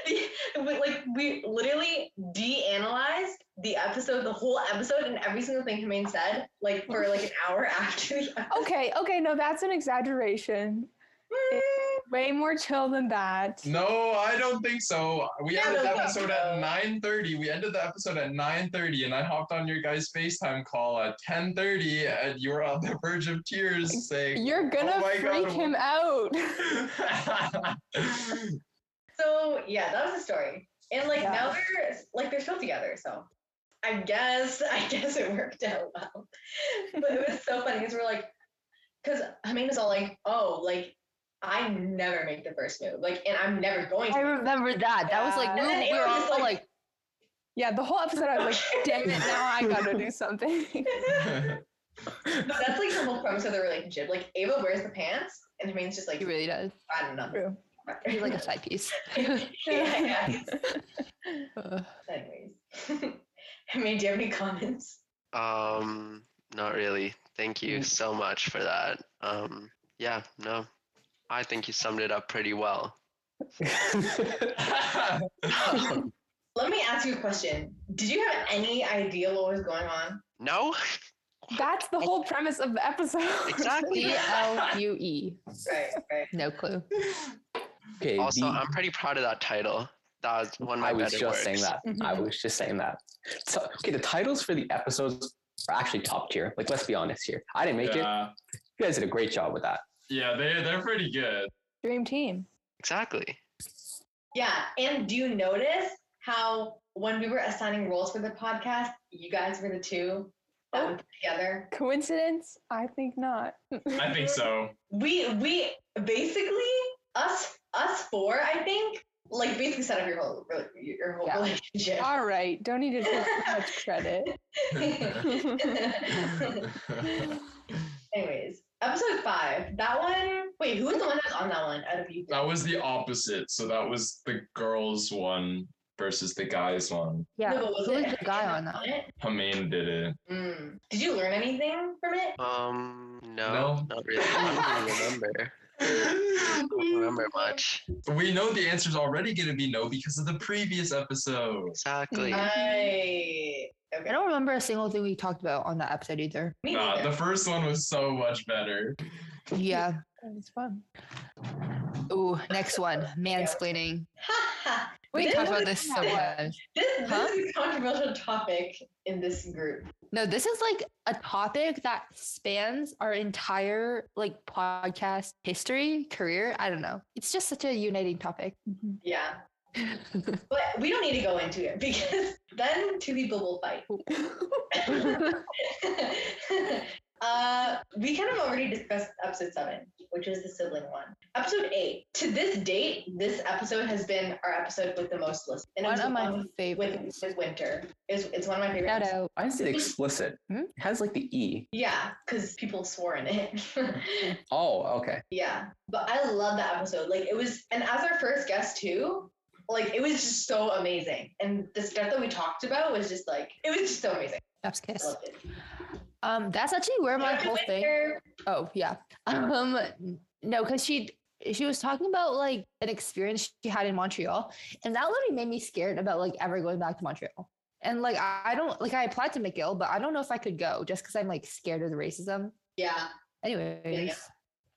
[SPEAKER 6] we- like we literally de-analyzed the episode the whole episode and every single thing Humane said like for like an hour after the episode.
[SPEAKER 4] Okay, okay, no, that's an exaggeration. Way more chill than that.
[SPEAKER 3] No, I don't think so. We
[SPEAKER 6] No,
[SPEAKER 3] ended
[SPEAKER 6] no,
[SPEAKER 3] the
[SPEAKER 6] no,
[SPEAKER 3] episode
[SPEAKER 6] no.
[SPEAKER 3] at 9.30. We ended the episode at 9.30 and I hopped on your guys' FaceTime call at 10.30 and you were on the verge of tears saying
[SPEAKER 4] You're gonna
[SPEAKER 3] Oh my
[SPEAKER 4] freak
[SPEAKER 3] God.
[SPEAKER 4] him out.
[SPEAKER 6] so yeah that was the story and like
[SPEAKER 4] Yeah.
[SPEAKER 6] now they're like they're still together so I guess I guess it worked out well but it was so funny because we're like because Humane was all like oh like I never make the first move like and I'm never going to
[SPEAKER 1] I remember that. That was like, we
[SPEAKER 4] Yeah.
[SPEAKER 1] were,
[SPEAKER 6] And then
[SPEAKER 1] we were
[SPEAKER 6] Ava was
[SPEAKER 1] all like,
[SPEAKER 6] like-
[SPEAKER 4] yeah, the whole episode I was like, damn it, now I gotta do something.
[SPEAKER 6] No, that's like the whole premise of the relationship. Like Ava wears the pants, and Jermaine's just like,
[SPEAKER 1] he really does.
[SPEAKER 6] I don't know.
[SPEAKER 4] True.
[SPEAKER 1] He's like a side piece.
[SPEAKER 6] yeah, yeah.
[SPEAKER 1] Uh,
[SPEAKER 6] Anyways, I mean, do you have any comments?
[SPEAKER 5] Um, not really. Thank you
[SPEAKER 2] Mm.
[SPEAKER 5] so much for that. Um, yeah, no, I think you summed it up pretty well.
[SPEAKER 6] Let me ask you a question. Did you have any idea what was going on?
[SPEAKER 5] no,
[SPEAKER 4] That's the whole premise of the episode.
[SPEAKER 5] exactly.
[SPEAKER 1] C L U E.
[SPEAKER 6] Right, right.
[SPEAKER 1] No clue.
[SPEAKER 2] okay.
[SPEAKER 5] Also,
[SPEAKER 2] the-
[SPEAKER 5] I'm pretty proud of that title. That was one of my
[SPEAKER 2] I was
[SPEAKER 5] better
[SPEAKER 2] just saying
[SPEAKER 1] Mm-hmm.
[SPEAKER 5] works.
[SPEAKER 2] that. I
[SPEAKER 4] Mhm.
[SPEAKER 2] was just saying that. So, okay, the titles for the episodes are actually top tier. Like, let's be honest here. I didn't make it.
[SPEAKER 3] yeah.
[SPEAKER 2] You guys did a great job with that.
[SPEAKER 3] Yeah, they they're pretty good.
[SPEAKER 4] Dream team.
[SPEAKER 5] Exactly.
[SPEAKER 6] Yeah. And do you notice how when we were assigning roles for the podcast, you guys were the two that
[SPEAKER 4] Oh.
[SPEAKER 6] would put together?
[SPEAKER 4] Coincidence? I think not.
[SPEAKER 3] I think so.
[SPEAKER 6] We we basically us us four, I think, like basically set up your whole rela- your whole
[SPEAKER 1] Yeah.
[SPEAKER 6] relationship.
[SPEAKER 4] All right. Don't need to take so much credit.
[SPEAKER 6] Anyways, episode five. That one. Wait, who was the one that was on that one out of you? three?
[SPEAKER 3] that was the opposite. So that was the girls one versus the guys one.
[SPEAKER 1] Yeah.
[SPEAKER 6] No, but was
[SPEAKER 1] Who
[SPEAKER 6] it
[SPEAKER 1] was the guy on that?
[SPEAKER 6] it?
[SPEAKER 3] Hameen did it.
[SPEAKER 6] Mm. Did you learn anything from it?
[SPEAKER 5] Um, no,
[SPEAKER 3] No.
[SPEAKER 5] not really. I don't even remember. don't remember much.
[SPEAKER 3] We know the answer's already going to be no because of the previous episode.
[SPEAKER 5] Exactly.
[SPEAKER 1] Mm-hmm.
[SPEAKER 4] Uh,
[SPEAKER 6] I okay.
[SPEAKER 1] I don't remember a single thing we talked about on that episode either.
[SPEAKER 6] Me
[SPEAKER 3] Nah,
[SPEAKER 6] neither.
[SPEAKER 3] Uh, the first one was so much better.
[SPEAKER 1] Yeah.
[SPEAKER 4] That was fun.
[SPEAKER 1] Ooh, next one. Mansplaining. We
[SPEAKER 6] This
[SPEAKER 1] talked about
[SPEAKER 6] is-
[SPEAKER 1] this so much.
[SPEAKER 6] This, this
[SPEAKER 1] Huh?
[SPEAKER 6] is a controversial topic in this group.
[SPEAKER 1] No, this is like a topic that spans our entire like podcast history, career. I don't know. It's just such a uniting topic.
[SPEAKER 6] Yeah. But we don't need to go into it because then two people will fight. uh, we kind of already discussed episode seven, which is the sibling one. Episode eight. To this date, this episode has been our episode with the most listens. And it
[SPEAKER 1] One
[SPEAKER 6] was
[SPEAKER 1] of
[SPEAKER 6] the
[SPEAKER 1] my
[SPEAKER 6] one with,
[SPEAKER 1] favorites.
[SPEAKER 6] with Winter. It's, it's one of my favorite.
[SPEAKER 1] Shout
[SPEAKER 6] episodes.
[SPEAKER 1] out.
[SPEAKER 2] I said explicit.
[SPEAKER 1] Hmm?
[SPEAKER 2] It has like the E.
[SPEAKER 6] Yeah, because people swore in it.
[SPEAKER 2] Oh, okay.
[SPEAKER 6] Yeah, but I love that episode. Like it was, and as our first guest too, like it was just so amazing. And the stuff that we talked about was just like it was just so amazing.
[SPEAKER 1] Chef's
[SPEAKER 6] I
[SPEAKER 1] kiss.
[SPEAKER 6] loved it.
[SPEAKER 1] Um, that's actually where my
[SPEAKER 6] Happy
[SPEAKER 1] whole thing.
[SPEAKER 6] winter.
[SPEAKER 1] Oh yeah. Um no, because she she was talking about like an experience she had in Montreal, and that literally made me scared about like ever going back to Montreal. And like I I don't like I applied to McGill, but I don't know if I could go just because I'm like scared of the racism.
[SPEAKER 6] Yeah.
[SPEAKER 1] Anyways,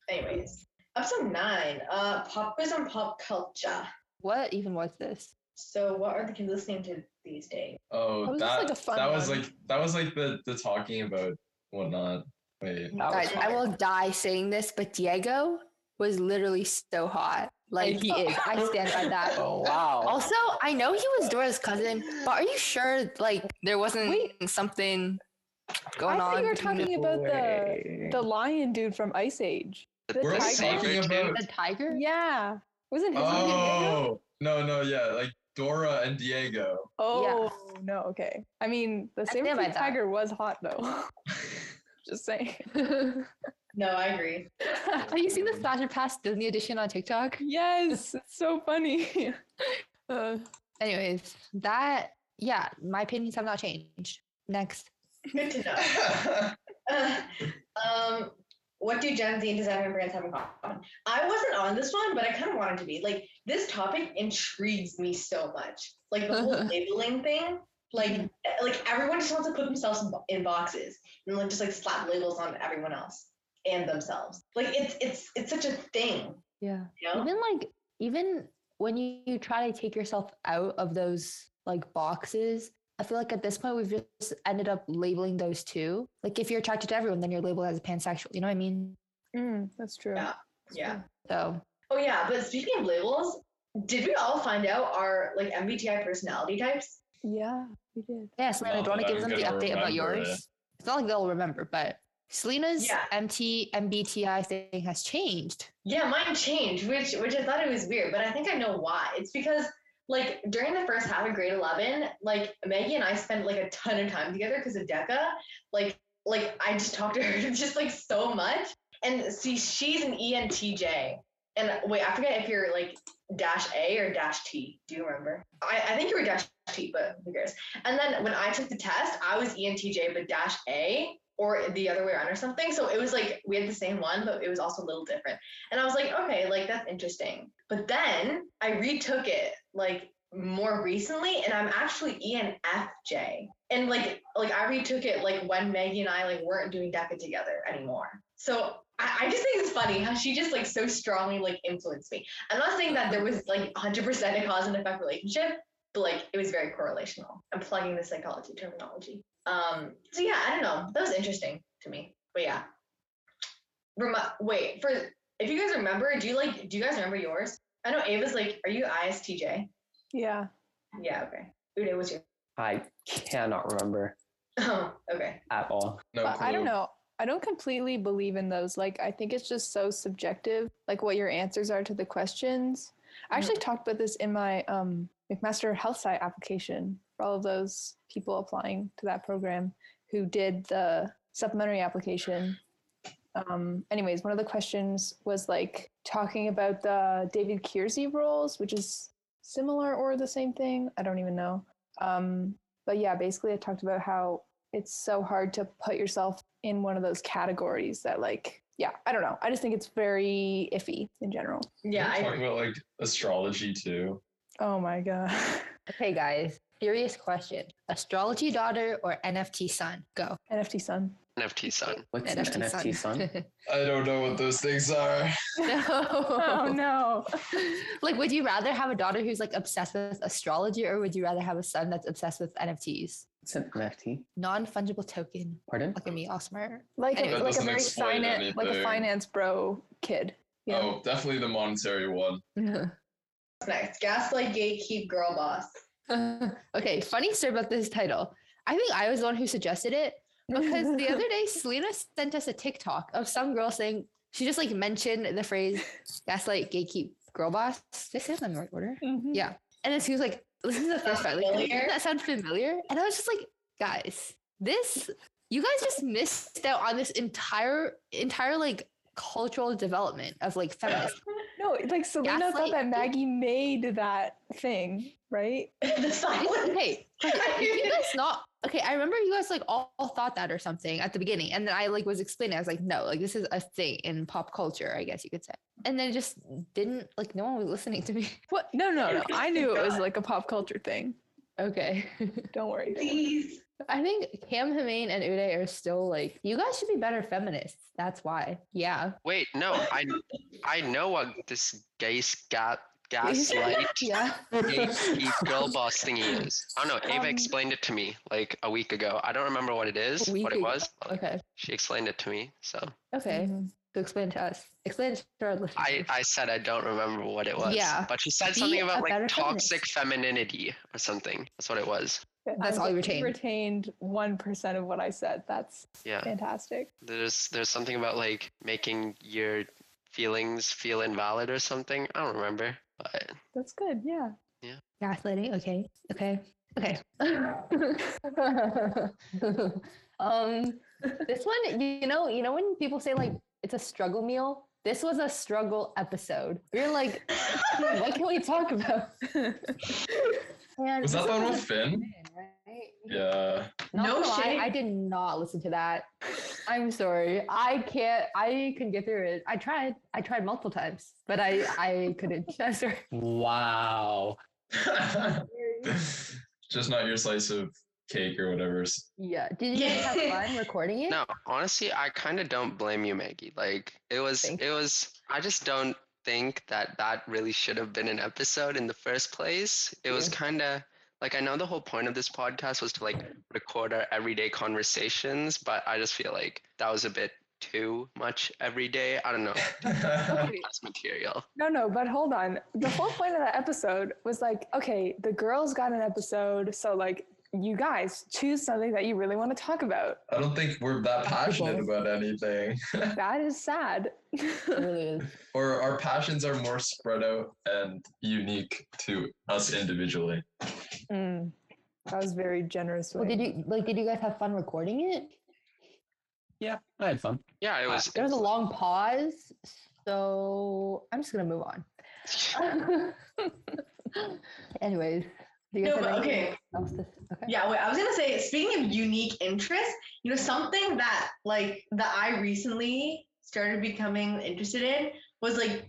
[SPEAKER 6] Anyways, episode nine. Uh, pop quiz on pop culture.
[SPEAKER 1] what even was this?
[SPEAKER 6] So, what are the kids listening to these days?
[SPEAKER 3] Oh,
[SPEAKER 4] That was just,
[SPEAKER 3] that
[SPEAKER 4] like, a fun
[SPEAKER 3] that was
[SPEAKER 4] one.
[SPEAKER 3] like that was like the the talking about whatnot. Wait,
[SPEAKER 2] That was
[SPEAKER 1] Guys, I
[SPEAKER 2] fire.
[SPEAKER 1] will die saying this, but Diego was literally so hot. Like he is. I stand by that.
[SPEAKER 2] Oh wow.
[SPEAKER 1] Also, I know he was Dora's cousin, but are you sure like there wasn't something
[SPEAKER 4] I
[SPEAKER 1] going on?
[SPEAKER 4] thought you were
[SPEAKER 1] between
[SPEAKER 4] talking about the
[SPEAKER 2] Wait.
[SPEAKER 4] the lion dude from Ice Age. The
[SPEAKER 3] we're
[SPEAKER 4] tiger.
[SPEAKER 3] talking about
[SPEAKER 1] the tiger?
[SPEAKER 4] Yeah. Wasn't
[SPEAKER 6] Oh.
[SPEAKER 4] his name Diego?
[SPEAKER 3] oh no no yeah like Dora and Diego.
[SPEAKER 4] Oh no, okay. I mean the
[SPEAKER 1] I stand
[SPEAKER 4] saber
[SPEAKER 1] by that.
[SPEAKER 4] tiger was hot though. Just saying.
[SPEAKER 6] No, I agree.
[SPEAKER 1] Have you seen the Splash and Pass Disney edition on TikTok?
[SPEAKER 4] yes, it's so funny. Uh,
[SPEAKER 1] Anyways, that yeah, my opinions have not changed. Next.
[SPEAKER 6] Good to know. um, what do Gen Z and designer brands have in common? I wasn't on this one, but I kind of wanted to be. Like this topic intrigues me so much. Like the whole labeling thing. Like, eh, like everyone just wants to put themselves in, bo- in boxes and like just like slap labels on everyone else and themselves. Like it's it's it's such a thing.
[SPEAKER 1] Yeah.
[SPEAKER 6] You
[SPEAKER 3] Oh.
[SPEAKER 6] know?
[SPEAKER 1] Even like even when you, you try to take yourself out of those like boxes, I feel like at this point we've just ended up labeling those two. Like if you're attracted to everyone, then you're labeled as a pansexual. You know what I mean?
[SPEAKER 4] mm, that's true.
[SPEAKER 6] Yeah. Yeah.
[SPEAKER 1] So
[SPEAKER 6] Oh yeah, but speaking of labels, did we all find out our like MBTI personality types?
[SPEAKER 4] Yeah, we did.
[SPEAKER 1] yeah, Selena,
[SPEAKER 3] Not
[SPEAKER 1] do you want
[SPEAKER 3] that
[SPEAKER 1] to give them
[SPEAKER 3] I'm
[SPEAKER 1] the
[SPEAKER 3] gonna
[SPEAKER 1] update about
[SPEAKER 3] remember
[SPEAKER 1] yours?
[SPEAKER 3] it.
[SPEAKER 1] It's not like they'll remember, but Selena's
[SPEAKER 6] Yeah.
[SPEAKER 1] MT MBTI thing has changed.
[SPEAKER 6] Yeah, mine changed, which which I thought it was weird, but I think I know why. It's because like during the first half of grade eleven, like Maggie and I spent like a ton of time together because of Deca. Like like I just talked to her just like so much. And see, she's an E ENTJ. And wait, I forget if you're like dash A or dash T. Do you remember? I, I think you were dash T, but who cares? And then when I took the test, I was E ENTJ, but dash A or the other way around or something. So it was like we had the same one, but it was also a little different. And I was like, okay, like that's interesting. But then I retook it like more recently, and I'm actually E ENFJ. And like like I retook it like when Maggie and I like weren't doing DECA together anymore. So I, I just think it's funny how she just like so strongly like influenced me. I'm not saying that there was like 100% a cause and effect relationship, but like it was very correlational. I'm plugging the psychology terminology. Um, so yeah, I don't know. That was interesting to me. But yeah. Remi- wait, for if you guys remember, do you like do you guys remember yours? I know Ava's like, are you ISTJ?
[SPEAKER 4] Yeah.
[SPEAKER 6] Yeah, okay. Uday, what's your
[SPEAKER 2] I cannot remember
[SPEAKER 6] Oh, okay.
[SPEAKER 2] at all.
[SPEAKER 3] No,
[SPEAKER 4] But I don't
[SPEAKER 3] clue.
[SPEAKER 4] know. I don't completely believe in those. Like, I think it's just so subjective, like what your answers are to the questions. I actually
[SPEAKER 3] Mm.
[SPEAKER 4] talked about this in my um, McMaster Health Site application for all of those people applying to that program who did the supplementary application. Um, anyways, one of the questions was like talking about the David Kiersey rules, which is similar or the same thing. I don't even know. Um, but yeah, basically, I talked about how it's so hard to put yourself in one of those categories that like yeah i don't know i just think it's very iffy in general
[SPEAKER 6] Yeah,
[SPEAKER 3] We're
[SPEAKER 6] I
[SPEAKER 3] talking about like astrology too.
[SPEAKER 4] oh my god
[SPEAKER 1] Okay, guys. Serious question. Astrology daughter or NFT son? Go.
[SPEAKER 4] nft sun
[SPEAKER 5] NFT son.
[SPEAKER 2] What's an NFT son?
[SPEAKER 3] I don't know what those things are.
[SPEAKER 1] no.
[SPEAKER 4] oh no
[SPEAKER 1] like, would you rather have a daughter who's like obsessed with astrology or would you rather have a son that's obsessed with NFTs?
[SPEAKER 2] What's an NFT?
[SPEAKER 1] Non fungible token.
[SPEAKER 2] Pardon?
[SPEAKER 1] Look at me, all smart.
[SPEAKER 4] like
[SPEAKER 1] That
[SPEAKER 4] a, like a
[SPEAKER 3] doesn't
[SPEAKER 4] very
[SPEAKER 3] explain
[SPEAKER 4] finance like a
[SPEAKER 3] anything.
[SPEAKER 4] finance bro kid yeah
[SPEAKER 3] Oh, definitely the monetary one.
[SPEAKER 6] was next. Gaslight gay keep girl boss.
[SPEAKER 1] okay, funny story about this title. I think I was the one who suggested it because the other day Selena sent us a TikTok of some girl saying she just like mentioned the phrase gaslight gatekeep girl boss. Did I say that in the right order?
[SPEAKER 4] Mhm.
[SPEAKER 1] Yeah. And then she was like, this is the first part. Like, doesn't
[SPEAKER 6] Familiar?
[SPEAKER 1] that sound familiar? And I was just like, guys, this you guys just missed out on this entire entire like cultural development of like feminism.
[SPEAKER 4] no like selena
[SPEAKER 1] Gaslight-
[SPEAKER 4] thought that maggie made that thing right
[SPEAKER 6] the silence.
[SPEAKER 1] okay. Did you guys not okay i remember you guys like all, all thought that or something at the beginning and then i like was explaining i was like no like this is a thing in pop culture i guess you could say and then it just didn't like no one was listening to me
[SPEAKER 4] what no no no i knew it was like a pop culture thing
[SPEAKER 1] okay
[SPEAKER 4] don't worry
[SPEAKER 6] Please.
[SPEAKER 1] i think cam Hamane and uday are still like you guys should be better feminists that's why yeah
[SPEAKER 5] Wait, no, I I know what this gay scat gaslight
[SPEAKER 1] yeah
[SPEAKER 5] gatekeep girl boss thingy is. I don't know. Ava
[SPEAKER 4] Um,
[SPEAKER 5] explained it to me like a week ago. I don't remember what it is,
[SPEAKER 1] week
[SPEAKER 5] what it
[SPEAKER 1] ago.
[SPEAKER 5] was.
[SPEAKER 1] okay
[SPEAKER 5] She explained it to me, so
[SPEAKER 1] okay
[SPEAKER 4] Mhm.
[SPEAKER 1] Mm-hmm. so explain to us explain to our listeners
[SPEAKER 5] I I said I don't remember what it was.
[SPEAKER 1] Yeah.
[SPEAKER 5] But she said
[SPEAKER 1] Be
[SPEAKER 5] something
[SPEAKER 1] a
[SPEAKER 5] about
[SPEAKER 1] better
[SPEAKER 5] like toxic femininity or something. That's what it was.
[SPEAKER 1] That's
[SPEAKER 4] I'm
[SPEAKER 1] all you
[SPEAKER 4] glad
[SPEAKER 1] retained.
[SPEAKER 4] retained 1% of what i said that's
[SPEAKER 5] Yeah.
[SPEAKER 4] fantastic
[SPEAKER 5] There's there's something about like making your feelings feel invalid or something. I don't remember. But
[SPEAKER 4] that's good yeah
[SPEAKER 1] Gaslighting. Okay. Okay. Okay. um, this one, you know, you know when people say like it's a struggle meal. This was a struggle episode. We are like, "Hmm, what can we talk about? and this
[SPEAKER 3] Was that the one
[SPEAKER 1] was
[SPEAKER 3] with Finn?
[SPEAKER 1] Finn, right?
[SPEAKER 3] Yeah.
[SPEAKER 1] Not
[SPEAKER 6] No
[SPEAKER 1] gonna lie,
[SPEAKER 6] shame.
[SPEAKER 1] I did not listen to that. I'm sorry. I can't. I couldn't get through it. I tried. I tried multiple times, but I I couldn't. I'm sorry.
[SPEAKER 2] Wow.
[SPEAKER 3] Just not your slice of cake or whatever.
[SPEAKER 1] Yeah. Did you guys have
[SPEAKER 6] Yeah.
[SPEAKER 1] fun recording it?
[SPEAKER 5] No, honestly, I kind of don't blame you, Maggie. Like it was,
[SPEAKER 1] Thank
[SPEAKER 5] it was. I just don't think that that really should have been an episode in the first place. It was kind of like I know the whole point of this podcast was to like record our everyday conversations, but I just feel like that was a bit too much every day. I don't know. That's material.
[SPEAKER 4] No, no, but hold on. The whole point of that episode was like, okay, the girls got an episode, so like you guys choose something that you really want to talk about.
[SPEAKER 3] I don't think we're that passionate about anything,
[SPEAKER 4] That is sad.
[SPEAKER 1] It really is.
[SPEAKER 3] or our passions are more spread out and unique to us individually.
[SPEAKER 4] Mm, that was very generous.
[SPEAKER 1] Well,
[SPEAKER 4] way.
[SPEAKER 1] did you like? Did you guys have fun recording it?
[SPEAKER 2] Yeah, I had fun.
[SPEAKER 5] Yeah, it was.
[SPEAKER 1] Uh, There was a long pause, so I'm just gonna move on. Anyways, do you
[SPEAKER 6] No,
[SPEAKER 1] guys
[SPEAKER 6] but
[SPEAKER 1] have anything
[SPEAKER 6] okay.
[SPEAKER 1] else to- okay.
[SPEAKER 6] Yeah, wait, I was gonna say, speaking of unique interests, you know, something that like that I recently started becoming interested in was like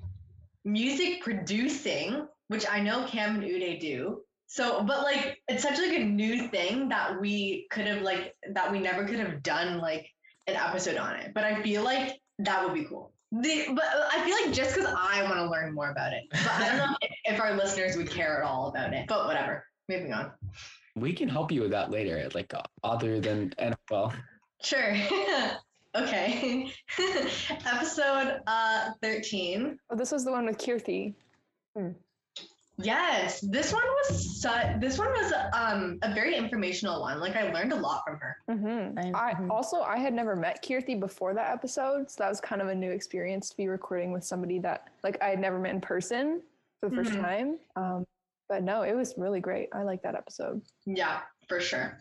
[SPEAKER 6] music producing, which I know Cam and Uday do. So, but like it's such like a new thing that we could have like that we never could have done like an episode on it. But I feel like that would be cool. The, but I feel like just because I want to learn more about it, but I don't know if, if our listeners would care at all about it. But whatever. Moving on.
[SPEAKER 2] We can help you with that later, like uh, other than NFL.
[SPEAKER 6] Sure. okay. Episode uh 13.
[SPEAKER 4] Oh, this was the one with Kirthi.
[SPEAKER 6] Yes, this one was su- this one was um a very informational one. Like I learned a lot from her.
[SPEAKER 4] Mm-hmm.
[SPEAKER 1] I-
[SPEAKER 4] I
[SPEAKER 1] mhm.
[SPEAKER 4] also I had never met Kirthi before that episode, so that was kind of a new experience to be recording with somebody that like I had never met in person for the 1st
[SPEAKER 6] Mhm.
[SPEAKER 4] time. Um, but no, it was really great. I like that episode.
[SPEAKER 6] Yeah, for sure.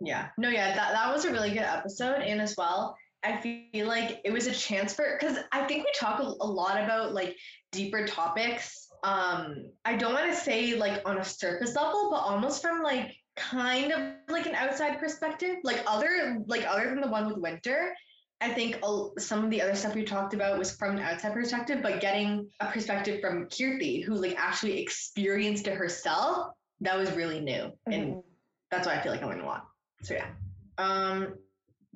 [SPEAKER 6] Yeah. No, yeah, that, that was a really good episode. And as well, I feel like it was a chance for because I think we talk a, a lot about like deeper topics. Um, I don't want to say like on a surface level, but almost from like kind of like an outside perspective, like other like other than the one with winter. I think a- some of the other stuff we talked about was from an outside perspective, but getting a perspective from Kirti, who like actually experienced it herself, that was really new
[SPEAKER 4] Mm-hmm.
[SPEAKER 6] and that's why I feel like I learned a lot. So yeah. Um,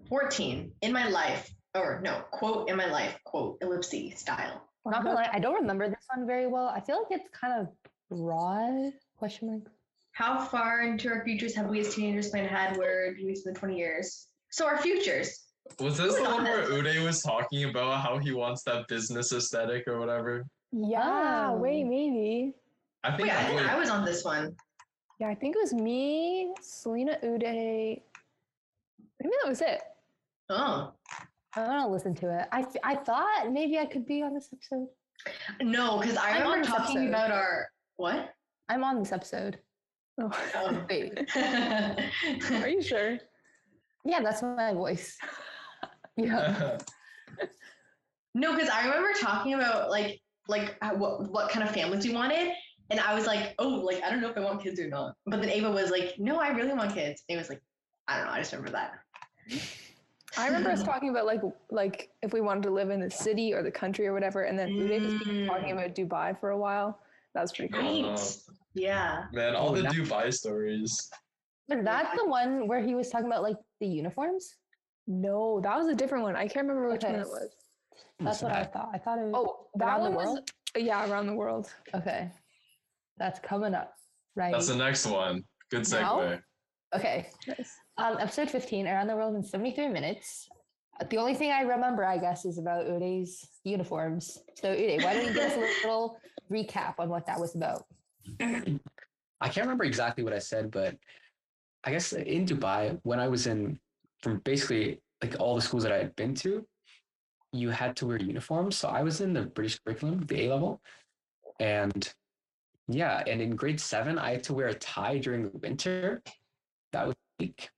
[SPEAKER 6] 14 in my life, or no, quote in my life, quote ellipsis style.
[SPEAKER 4] Mm-hmm.
[SPEAKER 1] Not gonna lie, I don't remember this one very well. I feel like it's kind of broad. Question mark.
[SPEAKER 6] How far into our futures have we as teenagers planned ahead? Where do we spend 20 years? So our futures.
[SPEAKER 3] Was this the one where Uday was talking about how he wants that business aesthetic or whatever?
[SPEAKER 4] Yeah, wait,
[SPEAKER 1] Oh.
[SPEAKER 4] maybe.
[SPEAKER 3] I think
[SPEAKER 6] Wait, I
[SPEAKER 3] I
[SPEAKER 6] think
[SPEAKER 3] would-
[SPEAKER 6] I was on this one.
[SPEAKER 4] Yeah, I think it was me, Selena Uday. Maybe that was it.
[SPEAKER 6] Oh
[SPEAKER 1] I want to listen to it. I, f- I thought maybe I could be on this episode.
[SPEAKER 6] no, because I
[SPEAKER 1] I'm on
[SPEAKER 6] remember
[SPEAKER 1] this episode.
[SPEAKER 6] talking about our what?
[SPEAKER 1] I'm on this episode.
[SPEAKER 6] Oh.
[SPEAKER 1] Wait.
[SPEAKER 4] Are you sure?
[SPEAKER 1] Yeah, that's my voice. Yeah.
[SPEAKER 6] No, because I remember talking about like like uh, what what kind of families we wanted, and I was like, oh, like I don't know if I want kids or not. But then Ava was like, no, I really want kids. And it was like, I don't know. I just remember that.
[SPEAKER 4] I remember us talking about like like if we wanted to live in the city or the country or whatever, and then Uday just kept talking about Dubai for a while. That was pretty cool.
[SPEAKER 6] Right. Yeah.
[SPEAKER 3] man, all
[SPEAKER 2] Oh,
[SPEAKER 3] the
[SPEAKER 2] that-
[SPEAKER 3] Dubai stories.
[SPEAKER 1] Is that the one where he was talking about like the uniforms?
[SPEAKER 4] No, that was a different one. I can't remember which one it
[SPEAKER 1] Okay.
[SPEAKER 4] was.
[SPEAKER 1] That's what I thought. I thought it was
[SPEAKER 4] Oh, that
[SPEAKER 1] around
[SPEAKER 4] one
[SPEAKER 1] the
[SPEAKER 4] was-
[SPEAKER 1] world.
[SPEAKER 4] Yeah, around the world.
[SPEAKER 1] Okay. That's coming up. Right.
[SPEAKER 3] That's the next one. Good segue.
[SPEAKER 1] Now? okay.
[SPEAKER 4] Nice.
[SPEAKER 1] Um, episode 15, Around the World in 73 Minutes. Uh, The only thing I remember, I guess, is about Uday's uniforms. So, Uday, why don't you give us a little recap on what that was about?
[SPEAKER 2] I can't remember exactly what I said, but I guess in Dubai, when I was in from basically like all the schools that I had been to, you had to wear uniforms. So I was in the British curriculum, the A level. And yeah, and in grade seven, I had to wear a tie during the winter. That was weak.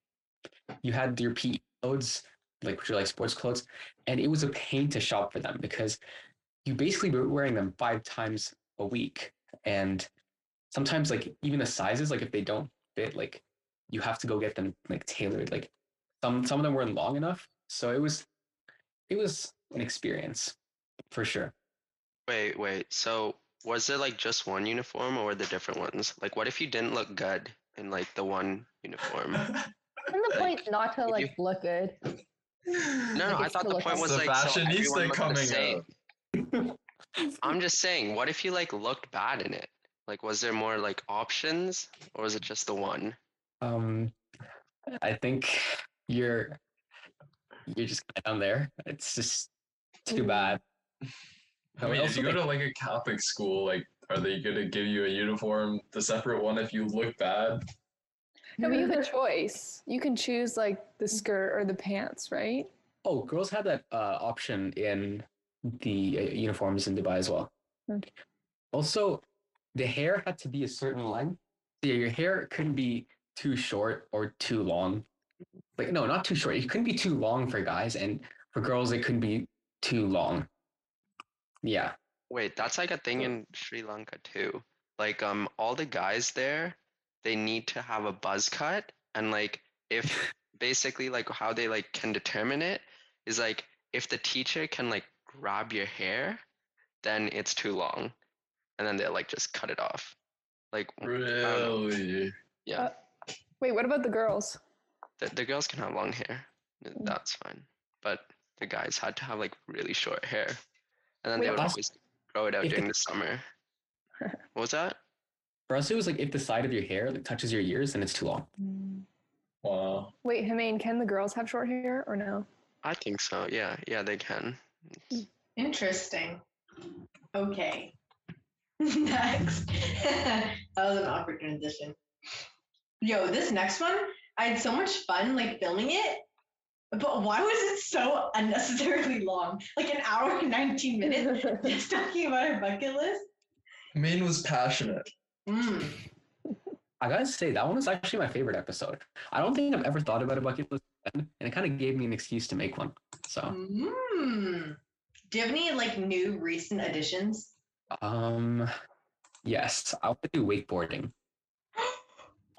[SPEAKER 2] You had your PE clothes, like which are like sports clothes, and it was a pain to shop for them because you basically were wearing them five times a week. And sometimes like even the sizes like if they don't fit like you have to go get them like tailored like some some of them weren't long enough so it was it was an experience for sure
[SPEAKER 5] Wait, wait. So was it like just one uniform or were there different ones? Like what if you didn't look good in like the one uniform?
[SPEAKER 1] And the point not to
[SPEAKER 5] you-
[SPEAKER 1] like look good.
[SPEAKER 5] No, no,
[SPEAKER 1] Like,
[SPEAKER 5] I
[SPEAKER 1] it's
[SPEAKER 5] thought
[SPEAKER 1] to
[SPEAKER 5] the
[SPEAKER 1] look
[SPEAKER 5] point
[SPEAKER 1] at.
[SPEAKER 5] was
[SPEAKER 3] The
[SPEAKER 5] like so
[SPEAKER 3] fashionista
[SPEAKER 5] everyone looked
[SPEAKER 3] coming
[SPEAKER 5] the same. I'm just saying, what if you like looked bad in it? Like, was there more like options, or was it just the one?
[SPEAKER 2] um i think you're you're just kinda down there it's just too bad
[SPEAKER 3] I
[SPEAKER 2] No,
[SPEAKER 3] mean, if
[SPEAKER 2] also
[SPEAKER 3] you go
[SPEAKER 2] like-
[SPEAKER 3] to like a Catholic school, like, are they gonna give you a uniform, the separate one, if you look bad?
[SPEAKER 4] No, but you have a choice. You can choose like the skirt or the pants, right?
[SPEAKER 2] oh girls had that uh, option in the uh, uniforms in dubai as well
[SPEAKER 4] Okay.
[SPEAKER 2] also the hair had to be a certain length yeah your hair couldn't be too short or too long like no not too short it couldn't be too long for guys and for girls it couldn't be too long yeah
[SPEAKER 5] Wait, that's like a thing in Sri Lanka too. Like, um, all the guys there, they need to have a buzz cut, and like, if basically like how they like can determine it is like if the teacher can like grab your hair, then it's too long, and then they like just cut it off. Like,
[SPEAKER 3] Really?
[SPEAKER 5] yeah,
[SPEAKER 4] Wait, what about the girls?
[SPEAKER 5] the, the girls can have long hair. th- That's fine. But the guys had to have like really short hair. And then
[SPEAKER 2] Wait,
[SPEAKER 5] they would
[SPEAKER 2] us-
[SPEAKER 5] always grow it out
[SPEAKER 2] if the-
[SPEAKER 5] during the summer. What was that?
[SPEAKER 8] For us, it was like if the side of your hair like, touches your ears, then it's too long.
[SPEAKER 3] Wow.
[SPEAKER 4] Wait, Himane, can the girls have short hair or no?
[SPEAKER 5] I think so. Yeah, yeah, they can.
[SPEAKER 6] Interesting. Okay. next. that was an awkward transition. Yo, this next one, I had so much fun like filming it, but why was it so unnecessarily long? Like an hour and 19 minutes just talking about our bucket list?
[SPEAKER 3] Maine was passionate.
[SPEAKER 6] Mm.
[SPEAKER 8] I gotta say, that one was actually my favorite episode. I don't think I've ever thought about a bucket list, then, and it kind of gave me an excuse to make one. So,
[SPEAKER 6] Mm. Do you have any like new recent additions?
[SPEAKER 8] um, yes, I want to do wakeboarding.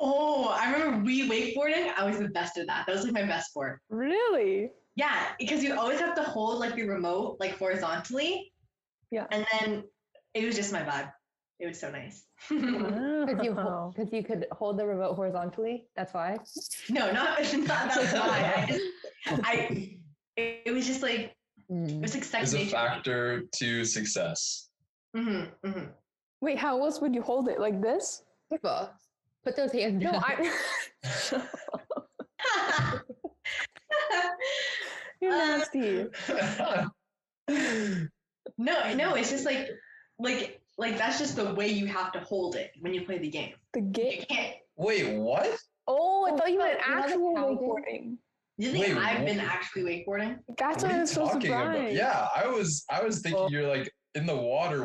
[SPEAKER 6] Oh, I remember we wakeboarding. I was the best at that. That was like my best sport.
[SPEAKER 4] Really?
[SPEAKER 6] Yeah, because you always have to hold like the remote like horizontally.
[SPEAKER 4] Yeah.
[SPEAKER 6] And then it was just my vibe. It was so nice.
[SPEAKER 4] Uh-huh.
[SPEAKER 6] no,
[SPEAKER 1] Because you,
[SPEAKER 6] Oh.
[SPEAKER 1] ho- 'cause you could hold the remote horizontally. That's why.
[SPEAKER 6] not, not that's why. I just I it, it was just like it was like second
[SPEAKER 3] Is a
[SPEAKER 6] nature.
[SPEAKER 3] factor to success.
[SPEAKER 6] hmm hmm
[SPEAKER 4] Wait, how else would you hold it? Like this?
[SPEAKER 1] People, put those hands
[SPEAKER 4] No,
[SPEAKER 1] down.
[SPEAKER 4] I. You're
[SPEAKER 6] Um,
[SPEAKER 4] nasty.
[SPEAKER 6] no, no, it's just like like like that's just the way you have to hold it when you play the game.
[SPEAKER 4] The
[SPEAKER 6] You
[SPEAKER 4] gate.
[SPEAKER 6] can't
[SPEAKER 3] Wait, what?
[SPEAKER 4] Oh, I
[SPEAKER 1] Oh,
[SPEAKER 4] thought you meant
[SPEAKER 1] you know the
[SPEAKER 4] actual
[SPEAKER 1] pounding?
[SPEAKER 4] wakeboarding.
[SPEAKER 6] you think
[SPEAKER 3] Wait,
[SPEAKER 6] I've
[SPEAKER 3] what?
[SPEAKER 6] been actually wakeboarding?
[SPEAKER 4] That's what I was so surprised.
[SPEAKER 3] Yeah, I was I was thinking
[SPEAKER 8] Oh.
[SPEAKER 3] you're like in the water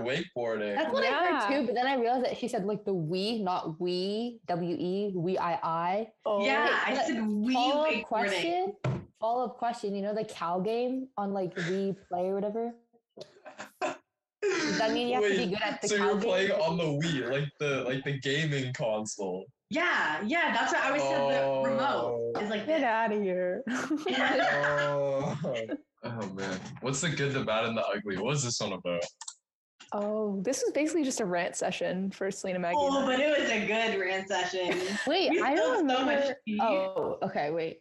[SPEAKER 3] wakeboarding.
[SPEAKER 1] That's what I heard
[SPEAKER 4] Yeah.
[SPEAKER 1] too, but then I realized that she said like the we, not we, W E, we I I.
[SPEAKER 4] Oh.
[SPEAKER 6] yeah, I
[SPEAKER 1] but
[SPEAKER 6] said we
[SPEAKER 1] Follow
[SPEAKER 6] wakeboarding.
[SPEAKER 1] up question, follow up question. You know the cow game on like we play or whatever. Does that mean you have to be
[SPEAKER 3] Wait,
[SPEAKER 1] good at the
[SPEAKER 3] so
[SPEAKER 1] cow
[SPEAKER 3] you're
[SPEAKER 1] game?
[SPEAKER 3] playing on the Wii, like the like the gaming console.
[SPEAKER 6] Yeah, yeah, that's what I always said.
[SPEAKER 3] Oh.
[SPEAKER 6] The remote is like
[SPEAKER 4] Get out of here.
[SPEAKER 6] this.
[SPEAKER 3] Oh. oh man, what's the good, the bad, and the ugly? What is this one about?
[SPEAKER 4] oh, this was basically just a rant session for Selena Maggie. and I.
[SPEAKER 6] oh, but it was a good rant session.
[SPEAKER 1] Wait,
[SPEAKER 6] We
[SPEAKER 1] I don't
[SPEAKER 6] spilled so much
[SPEAKER 1] remember.
[SPEAKER 6] tea.
[SPEAKER 1] oh, okay, wait.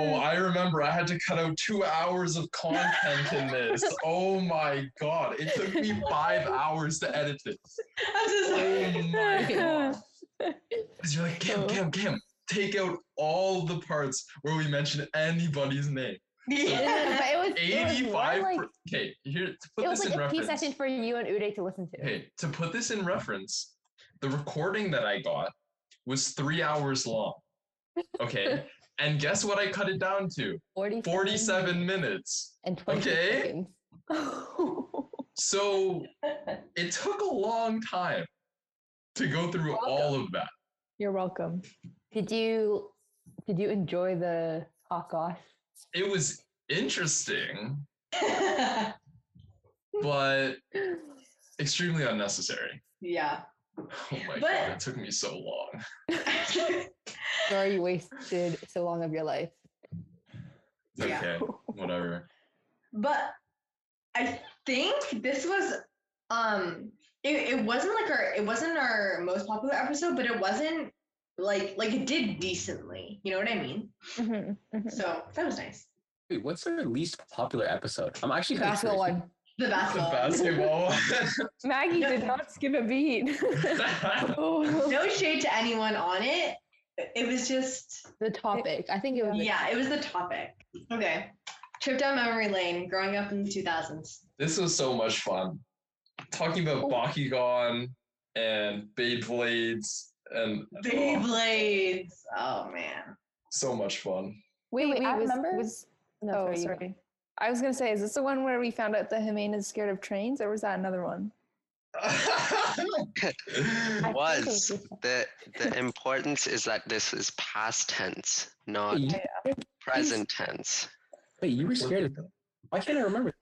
[SPEAKER 3] I remember. I had to cut out two hours of content in this. Oh my god, it took me five hours to edit it.
[SPEAKER 6] I'm so sorry.
[SPEAKER 3] Oh my god. 'Cause you're like,
[SPEAKER 1] Oh.
[SPEAKER 3] Kim, Kim, Kim, take out all the parts where we mention anybody's name.
[SPEAKER 1] No, no, no,
[SPEAKER 6] Yeah.
[SPEAKER 1] but it was it was more
[SPEAKER 3] 85
[SPEAKER 1] like
[SPEAKER 3] per- okay here to put
[SPEAKER 1] it
[SPEAKER 3] this
[SPEAKER 1] was like
[SPEAKER 3] in
[SPEAKER 1] a P
[SPEAKER 3] reference
[SPEAKER 1] session for you and Uday to listen to.
[SPEAKER 3] okay to put this in reference the recording that i got was three hours long okay and guess what i cut it down to
[SPEAKER 1] 47,
[SPEAKER 3] 47 minutes
[SPEAKER 1] and 20
[SPEAKER 3] Okay.
[SPEAKER 1] seconds.
[SPEAKER 3] so it took a long time to go through all of that
[SPEAKER 4] You're welcome.
[SPEAKER 1] Did you did you enjoy the hawk off?
[SPEAKER 3] it was interesting but extremely unnecessary
[SPEAKER 6] yeah.
[SPEAKER 3] oh my
[SPEAKER 6] But-
[SPEAKER 3] god it took me so long
[SPEAKER 1] Sorry you wasted so long of your life.
[SPEAKER 3] It's
[SPEAKER 6] Yeah.
[SPEAKER 3] okay whatever
[SPEAKER 6] but I think this was um it, it wasn't like our it wasn't our most popular episode, but it wasn't like like it did decently. You know what I mean?
[SPEAKER 4] Mhm, mhm.
[SPEAKER 6] So that was nice.
[SPEAKER 8] Dude, what's their least popular episode? I'm actually kind
[SPEAKER 1] Basketball one.
[SPEAKER 6] The
[SPEAKER 3] The
[SPEAKER 6] basketball.
[SPEAKER 3] basketball.
[SPEAKER 4] Maggie did not skip a beat. oh.
[SPEAKER 6] no shade to anyone on it. It was just,
[SPEAKER 1] The topic. I think it was
[SPEAKER 6] yeah, it was the topic. Okay. Trip down memory lane growing up in the 2000s.
[SPEAKER 3] this was so much fun. Talking about
[SPEAKER 6] Oh.
[SPEAKER 3] Bakugan and Beyblades and oh,
[SPEAKER 6] Beyblades. Oh, man.
[SPEAKER 3] so much fun.
[SPEAKER 1] Wait, wait, I
[SPEAKER 4] was-
[SPEAKER 1] remember.
[SPEAKER 4] was-
[SPEAKER 1] no,
[SPEAKER 4] oh,
[SPEAKER 1] sorry, you
[SPEAKER 4] sorry. I was gonna say, is this the one where we found out that Himane is scared of trains, or was that another one?
[SPEAKER 1] go. I think it
[SPEAKER 5] Was
[SPEAKER 1] this one.
[SPEAKER 5] the the importance is that this is past tense, not
[SPEAKER 8] You,
[SPEAKER 5] present tense.
[SPEAKER 8] wait, you were scared of Why can't I remember?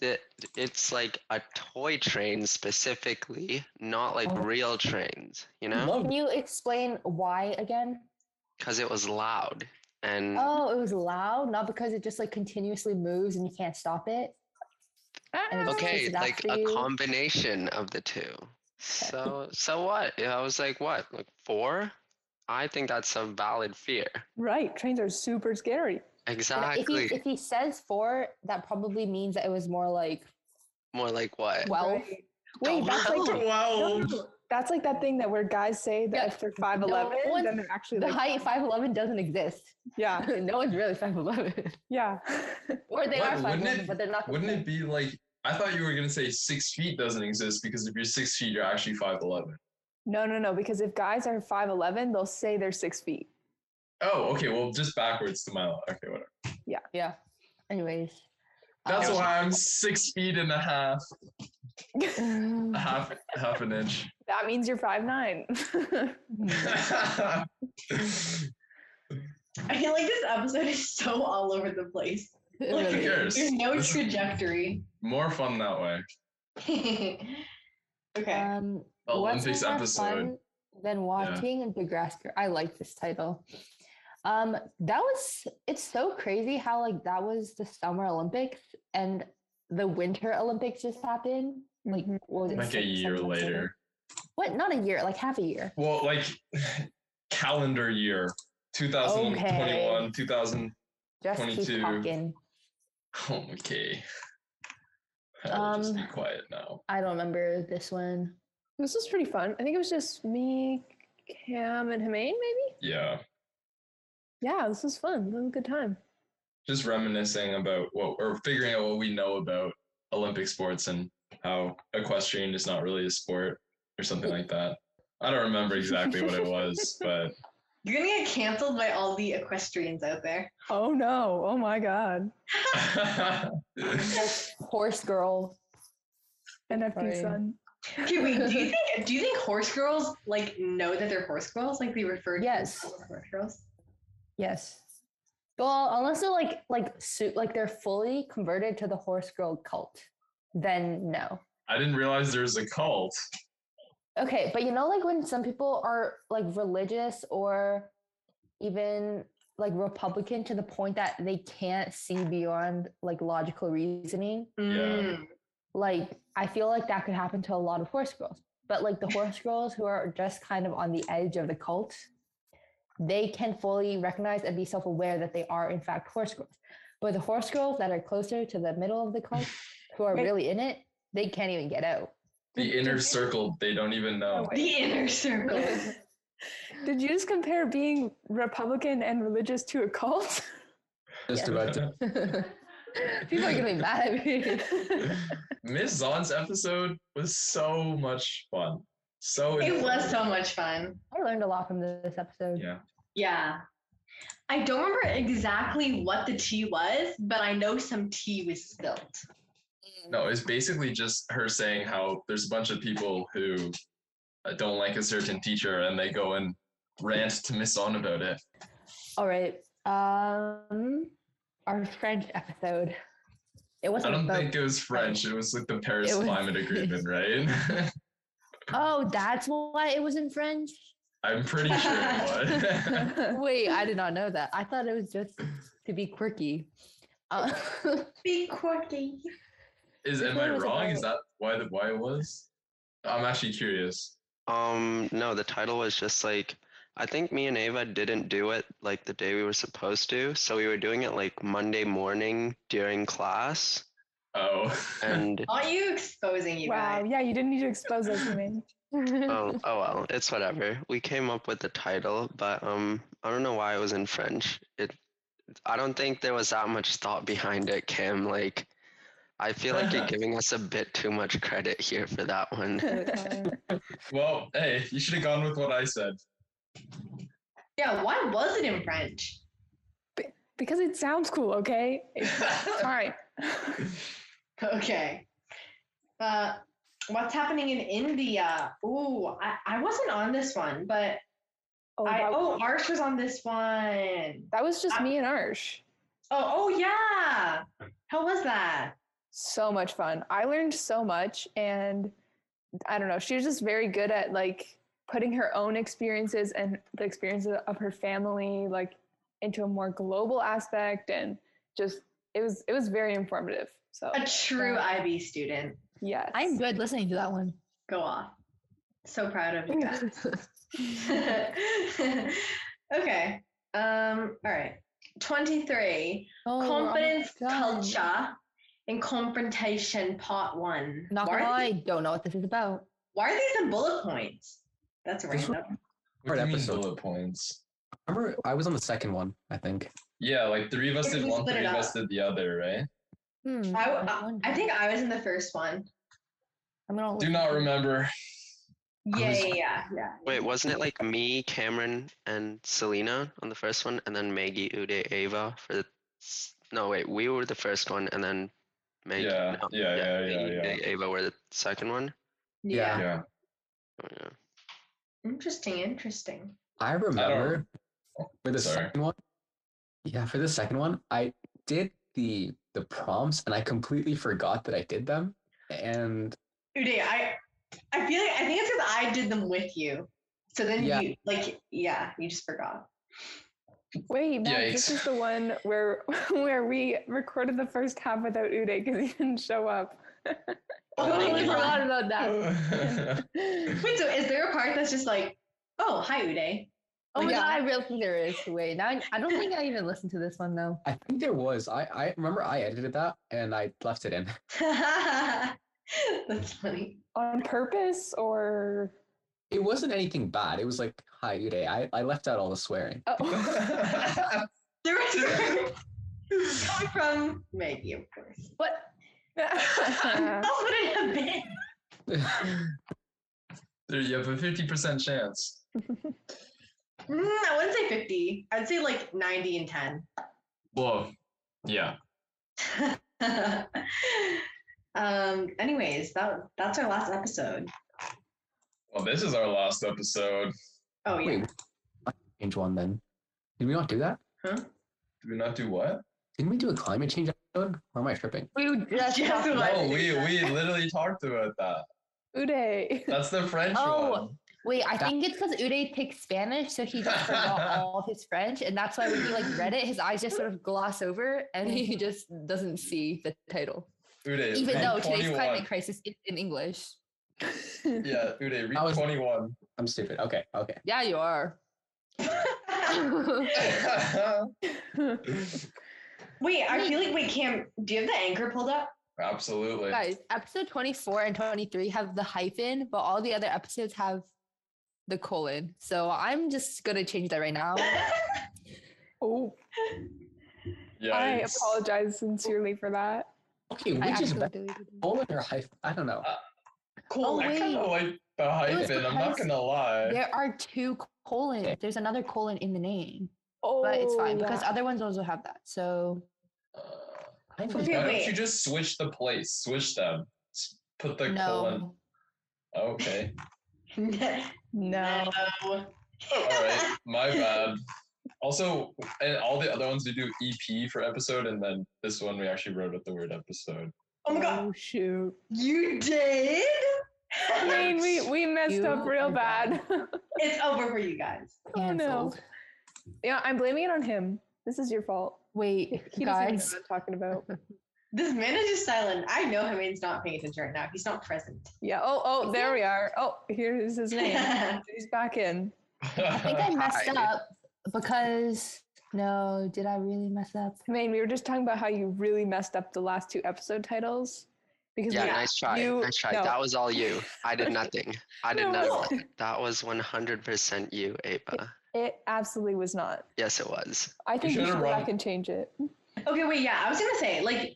[SPEAKER 5] That it's like a toy train specifically, not like
[SPEAKER 8] Oh.
[SPEAKER 5] real trains. You
[SPEAKER 8] I
[SPEAKER 5] know,
[SPEAKER 8] love
[SPEAKER 1] Can you explain why again?
[SPEAKER 5] because it was loud
[SPEAKER 3] Mm.
[SPEAKER 5] and
[SPEAKER 1] Oh, it was loud, not because it just like continuously moves and you can't stop it.
[SPEAKER 4] Ah!
[SPEAKER 1] And it's
[SPEAKER 5] okay,
[SPEAKER 1] chasing
[SPEAKER 5] like
[SPEAKER 1] after
[SPEAKER 5] a
[SPEAKER 1] you.
[SPEAKER 5] combination of the two. So so what? Yeah, I was like, what? Like four? I think that's a valid fear.
[SPEAKER 4] Right, trains are super scary.
[SPEAKER 1] And if,
[SPEAKER 5] Exactly.
[SPEAKER 1] he, if he says four, that probably means that it was more like
[SPEAKER 5] More like what?
[SPEAKER 1] twelve.
[SPEAKER 4] Wait, that's like
[SPEAKER 5] Wow.
[SPEAKER 4] no,
[SPEAKER 3] Twelve.
[SPEAKER 4] no, That's like that thing that where guys say that
[SPEAKER 1] Yeah.
[SPEAKER 4] if they're five eleven,
[SPEAKER 1] one-
[SPEAKER 4] then they're actually
[SPEAKER 1] The
[SPEAKER 4] like,
[SPEAKER 1] height five eleven doesn't exist.
[SPEAKER 3] Ah.
[SPEAKER 4] yeah,
[SPEAKER 1] no one's really five eleven,
[SPEAKER 4] yeah.
[SPEAKER 1] or they are
[SPEAKER 3] What? Wouldn't
[SPEAKER 1] five eleven,
[SPEAKER 3] it-
[SPEAKER 1] but they're not. the
[SPEAKER 3] Wouldn't
[SPEAKER 1] same.
[SPEAKER 3] it be like I thought you were gonna say six feet doesn't exist because if you're six feet, you're actually five eleven.
[SPEAKER 4] no, no, no. Because if guys are five eleven, they'll say they're six feet.
[SPEAKER 3] Oh, okay. Well, just backwards to my law. Okay, whatever.
[SPEAKER 1] Yeah. Anyways.
[SPEAKER 3] That's
[SPEAKER 1] um,
[SPEAKER 3] why I'm six feet and a half, a
[SPEAKER 1] Mhm.
[SPEAKER 3] half, half an inch.
[SPEAKER 4] That means you're five nine.
[SPEAKER 6] I feel like this episode is so all over the place.
[SPEAKER 1] It
[SPEAKER 6] Like,
[SPEAKER 1] really is.
[SPEAKER 3] cares?
[SPEAKER 6] There's no
[SPEAKER 3] This is-
[SPEAKER 6] trajectory.
[SPEAKER 3] More fun that way.
[SPEAKER 6] okay.
[SPEAKER 1] Um,
[SPEAKER 3] The
[SPEAKER 1] what's
[SPEAKER 3] Olympics
[SPEAKER 1] more
[SPEAKER 3] episode.
[SPEAKER 1] fun than watching the grass grow? I like this title. Um, that was it's so crazy how like that was the Summer Olympics and the Winter Olympics just happened. Like
[SPEAKER 4] Mhm.
[SPEAKER 1] what was it?
[SPEAKER 3] Like a
[SPEAKER 1] six-
[SPEAKER 3] year
[SPEAKER 1] seven months
[SPEAKER 3] later.
[SPEAKER 1] What? Not a year, like half a year.
[SPEAKER 3] Well, like calendar year 2021,
[SPEAKER 1] Okay.
[SPEAKER 3] 2000.
[SPEAKER 1] Just keep
[SPEAKER 3] 22.
[SPEAKER 1] talking.
[SPEAKER 3] Oh, okay. I'll just be
[SPEAKER 1] Um,
[SPEAKER 3] quiet now.
[SPEAKER 1] I don't remember this one.
[SPEAKER 4] this was pretty fun. I think it was just me, Cam, and Humane, maybe.
[SPEAKER 3] Yeah.
[SPEAKER 4] Yeah, this was fun. This was a good time.
[SPEAKER 3] Just reminiscing about what or figuring out what we know about Olympic sports and how equestrian is not really a sport or something like that. I don't remember exactly what it was, but
[SPEAKER 6] You're gonna get canceled by all the equestrians out there.
[SPEAKER 4] Oh no! Oh my god!
[SPEAKER 1] Horse girl.
[SPEAKER 4] NFP
[SPEAKER 1] Sorry.
[SPEAKER 4] son.
[SPEAKER 6] Okay, wait. Do you think do you think horse girls like know that they're horse girls? Like they refer to
[SPEAKER 1] Yes.
[SPEAKER 6] themselves as horse girls.
[SPEAKER 1] Yes. Well, unless they're like like suit like they're fully converted to the horse girl cult, then no.
[SPEAKER 3] I didn't realize there was a cult.
[SPEAKER 1] Okay, but you know, like when some people are like religious or even like Republican to the point that they can't see beyond like logical reasoning,
[SPEAKER 6] Mm.
[SPEAKER 1] like I feel like that could happen to a lot of horse girls. But like the horse girls who are just kind of on the edge of the cult, they can fully recognize and be self aware that they are in fact horse girls. But the horse girls that are closer to the middle of the cult, who are
[SPEAKER 4] Wait.
[SPEAKER 1] really in it, they can't even get out.
[SPEAKER 3] The inner circle, they don't even know.
[SPEAKER 6] The inner circle.
[SPEAKER 4] Did you just compare being Republican and religious to a cult?
[SPEAKER 8] Just
[SPEAKER 6] Oh,
[SPEAKER 1] Yes.
[SPEAKER 8] about to.
[SPEAKER 1] People are gonna be mad at me.
[SPEAKER 3] Miss Zahn's episode was so much fun. So
[SPEAKER 6] it was
[SPEAKER 3] informative.
[SPEAKER 6] so much fun.
[SPEAKER 1] I learned a lot from this episode.
[SPEAKER 3] Yeah.
[SPEAKER 6] Yeah. I don't remember exactly what the tea was, but I know some tea was spilled.
[SPEAKER 3] No, it's basically just her saying how there's a bunch of people who uh, don't like a certain teacher and they go and rant to Miss On about it.
[SPEAKER 1] All right. Um, our French episode. It
[SPEAKER 3] I
[SPEAKER 1] wasn't.
[SPEAKER 3] don't
[SPEAKER 1] about-
[SPEAKER 3] think it was French. It was like the Paris
[SPEAKER 1] It was-
[SPEAKER 3] Climate Agreement, right?
[SPEAKER 1] Oh, that's why it was in French.
[SPEAKER 3] I'm pretty sure it was.
[SPEAKER 1] Wait, I did not know that. I thought it was just to be quirky. Uh,
[SPEAKER 6] Be quirky.
[SPEAKER 3] Is am
[SPEAKER 1] thought
[SPEAKER 3] I
[SPEAKER 1] it was
[SPEAKER 3] wrong? Is
[SPEAKER 1] about-
[SPEAKER 3] that why the why it was? I'm actually curious.
[SPEAKER 5] Um, no, the title was just like I think me and Ava didn't do it like the day we were supposed to, so we were doing it like Monday morning during class,
[SPEAKER 3] Oh,
[SPEAKER 5] and
[SPEAKER 6] Aren't you exposing you
[SPEAKER 4] wow.
[SPEAKER 6] guys?
[SPEAKER 4] Yeah, you didn't need to expose us, Humane.
[SPEAKER 5] oh, oh well, it's whatever. We came up with the title, but um, I don't know why it was in French. It, I don't think there was that much thought behind it, Kim. Like, I feel like you're giving us a bit too much credit here for that one.
[SPEAKER 3] well, hey, you should have gone with what I said.
[SPEAKER 6] Yeah, why was it in French?
[SPEAKER 4] because it sounds cool, okay? It's all right.
[SPEAKER 6] Okay. Uh, what's happening in India? Ooh, I, I wasn't on this one, but
[SPEAKER 4] Oh,
[SPEAKER 6] I
[SPEAKER 4] that,
[SPEAKER 6] oh Arsh was on this one.
[SPEAKER 4] that was just me and Arsh.
[SPEAKER 6] Oh oh yeah. How was that?
[SPEAKER 4] So much fun. I learned so much, and I don't know. She was just very good at like putting her own experiences and the experiences of her family like into a more global aspect, and just it was it was very informative. So
[SPEAKER 6] A true IB student.
[SPEAKER 4] yes,
[SPEAKER 1] I enjoyed listening to that one.
[SPEAKER 6] Go off. So proud of you guys. okay. Um, all right. 23.
[SPEAKER 1] Oh, we're almost
[SPEAKER 6] Confidence,
[SPEAKER 1] done.
[SPEAKER 6] culture, and confrontation part one.
[SPEAKER 1] Not gonna
[SPEAKER 6] Martin?
[SPEAKER 1] lie, I don't know what this is about.
[SPEAKER 6] Why are these in bullet points? That's
[SPEAKER 8] This
[SPEAKER 6] random.
[SPEAKER 3] What
[SPEAKER 8] Right
[SPEAKER 3] do you mean
[SPEAKER 8] episode.
[SPEAKER 3] bullet points?
[SPEAKER 8] I remember I was on the second one, I think.
[SPEAKER 3] Yeah, like three of us
[SPEAKER 6] Maybe
[SPEAKER 3] did
[SPEAKER 6] we
[SPEAKER 3] one,
[SPEAKER 6] split
[SPEAKER 3] three
[SPEAKER 6] it
[SPEAKER 3] of
[SPEAKER 6] up.
[SPEAKER 3] us did the other, right?
[SPEAKER 1] Hmm,
[SPEAKER 6] I, w- I-
[SPEAKER 1] wonder.
[SPEAKER 6] I think I was in the first one.
[SPEAKER 1] I'm gonna
[SPEAKER 3] Do not remember.
[SPEAKER 6] Yeah,
[SPEAKER 8] was-
[SPEAKER 6] yeah, yeah, yeah.
[SPEAKER 5] Wait, wasn't it like me, Cameron, and Selena on the first one, and then Maggie, Uday, Ava for the? s- No, wait, we were the first one, and then Maggie.
[SPEAKER 3] Yeah,
[SPEAKER 5] no,
[SPEAKER 3] yeah, yeah, yeah,
[SPEAKER 5] Maggie,
[SPEAKER 3] yeah.
[SPEAKER 5] Uday, Ava were the second one.
[SPEAKER 8] Yeah.
[SPEAKER 3] Yeah.
[SPEAKER 5] Oh, yeah.
[SPEAKER 6] Interesting, interesting.
[SPEAKER 8] I remember for the
[SPEAKER 3] Sorry.
[SPEAKER 8] second one. Yeah, for the second one, I did the the prompts and I completely forgot that I did them. And
[SPEAKER 6] Uday, I I feel like I think it's because I did them with you. So then
[SPEAKER 8] Yeah.
[SPEAKER 6] you like yeah, you just forgot.
[SPEAKER 4] Wait, Max, this
[SPEAKER 3] Yikes.
[SPEAKER 4] is the one where where we recorded the first half without Uday because he didn't show up.
[SPEAKER 6] Oh,
[SPEAKER 4] totally
[SPEAKER 6] yeah.
[SPEAKER 4] forgot about that.
[SPEAKER 3] yeah,
[SPEAKER 6] Wait, so is there a part that's just like, oh hi Uday?
[SPEAKER 1] Oh my
[SPEAKER 6] Yeah.
[SPEAKER 1] god, I really think there is. Wait, now I, I don't think I even listened to this one though.
[SPEAKER 8] I think there was. I, I remember I edited that and I left it in.
[SPEAKER 6] that's funny.
[SPEAKER 4] On purpose or
[SPEAKER 8] It wasn't anything bad. It was like, hi Uday. I, I left out all the swearing.
[SPEAKER 4] oh
[SPEAKER 6] There was coming from Maggie, of course.
[SPEAKER 1] What?
[SPEAKER 6] That's what it have been.
[SPEAKER 3] there you have a fifty percent chance.
[SPEAKER 6] Mm, I wouldn't say 50. I'd say like 90 and 10.
[SPEAKER 3] Whoa. Yeah.
[SPEAKER 6] um anyways that that's our last episode
[SPEAKER 3] Well, this is our last episode.
[SPEAKER 6] oh yeah
[SPEAKER 8] Wait. Change one then. Did we not do that?
[SPEAKER 3] Did we not do what?
[SPEAKER 8] Didn't we do a climate change episode? Or am I tripping?
[SPEAKER 1] We just
[SPEAKER 6] Yes,
[SPEAKER 1] talked
[SPEAKER 6] it
[SPEAKER 1] about
[SPEAKER 3] No,
[SPEAKER 6] was.
[SPEAKER 1] it.
[SPEAKER 3] Oh, we we literally talked about that.
[SPEAKER 4] Uday.
[SPEAKER 3] That's the French
[SPEAKER 1] Oh,
[SPEAKER 3] one.
[SPEAKER 1] Wait, I
[SPEAKER 8] That-
[SPEAKER 1] think it's because Uday picked Spanish, so he just forgot all of his French, and that's why when he like read it, his eyes just sort of gloss over, and he just doesn't see the title,
[SPEAKER 3] Uday,
[SPEAKER 1] even
[SPEAKER 3] read
[SPEAKER 1] though today's
[SPEAKER 3] 21.
[SPEAKER 1] climate crisis is in English.
[SPEAKER 3] Yeah, Uday, read
[SPEAKER 8] I was-
[SPEAKER 3] 21.
[SPEAKER 8] I'm stupid. Okay, okay.
[SPEAKER 1] Yeah, you are.
[SPEAKER 6] wait i feel like wait cam do you have the anchor pulled up
[SPEAKER 3] Absolutely.
[SPEAKER 1] Guys, episode 24 and 23 have the hyphen, but all the other episodes have the colon. So I'm just going to change that right now.
[SPEAKER 4] Oh,
[SPEAKER 3] Yikes.
[SPEAKER 4] I apologize sincerely for that.
[SPEAKER 8] Okay,
[SPEAKER 1] I
[SPEAKER 8] we just
[SPEAKER 1] actually
[SPEAKER 8] met
[SPEAKER 1] deleted it.
[SPEAKER 8] Poland or hyphen. I don't know.
[SPEAKER 1] Oh,
[SPEAKER 3] I kind of
[SPEAKER 1] wait.
[SPEAKER 3] like the
[SPEAKER 1] was
[SPEAKER 3] hyphen. I'm not
[SPEAKER 1] because-
[SPEAKER 3] gonna lie.
[SPEAKER 1] There are two colons. There's another colon in the name,
[SPEAKER 4] Oh,
[SPEAKER 1] but it's fine because
[SPEAKER 4] yeah.
[SPEAKER 1] other ones also have that. So
[SPEAKER 3] Uh,
[SPEAKER 8] Hyphen is
[SPEAKER 6] Okay,
[SPEAKER 3] Why
[SPEAKER 8] better.
[SPEAKER 6] wait.
[SPEAKER 3] don't you just switch the place? Switch them. S- Put the colon. Oh,
[SPEAKER 1] no.
[SPEAKER 3] Okay.
[SPEAKER 4] no.
[SPEAKER 6] no
[SPEAKER 3] All right. My bad. Also, and all the other ones we do EP for episode, and then this one we actually wrote out the word episode.
[SPEAKER 6] oh my god
[SPEAKER 4] Oh shoot.
[SPEAKER 6] you did
[SPEAKER 4] I mean, we we messed
[SPEAKER 1] You
[SPEAKER 4] up real
[SPEAKER 1] are
[SPEAKER 4] bad.
[SPEAKER 1] bad.
[SPEAKER 6] it's over for you guys
[SPEAKER 4] oh no.
[SPEAKER 1] Canceled.
[SPEAKER 4] Yeah, I'm blaming it on him. This is your fault. He
[SPEAKER 1] Wait,
[SPEAKER 4] he doesn't even know
[SPEAKER 1] guys.
[SPEAKER 4] what I'm talking about.
[SPEAKER 6] this man is just silent i know him and he's not paying attention right now he's not present
[SPEAKER 4] Yeah. Oh, oh, there we are. Oh, here's his name. He's back in.
[SPEAKER 1] I think I messed
[SPEAKER 5] Hi.
[SPEAKER 1] up because no, did I really mess up?
[SPEAKER 4] I mean, we were just talking about how you really messed up the last two episode titles because
[SPEAKER 5] Yeah,
[SPEAKER 4] we,
[SPEAKER 6] Yeah,
[SPEAKER 5] nice try.
[SPEAKER 4] you-
[SPEAKER 5] nice try.
[SPEAKER 4] no.
[SPEAKER 5] That was all you. I did nothing. I did
[SPEAKER 4] No.
[SPEAKER 5] nothing. That was 100% you, Ava.
[SPEAKER 4] it absolutely was not.
[SPEAKER 5] Yes, it was.
[SPEAKER 4] I think you
[SPEAKER 3] should've
[SPEAKER 4] should go back
[SPEAKER 3] run-
[SPEAKER 4] and change it.
[SPEAKER 6] Okay, wait, yeah, I was gonna say, like,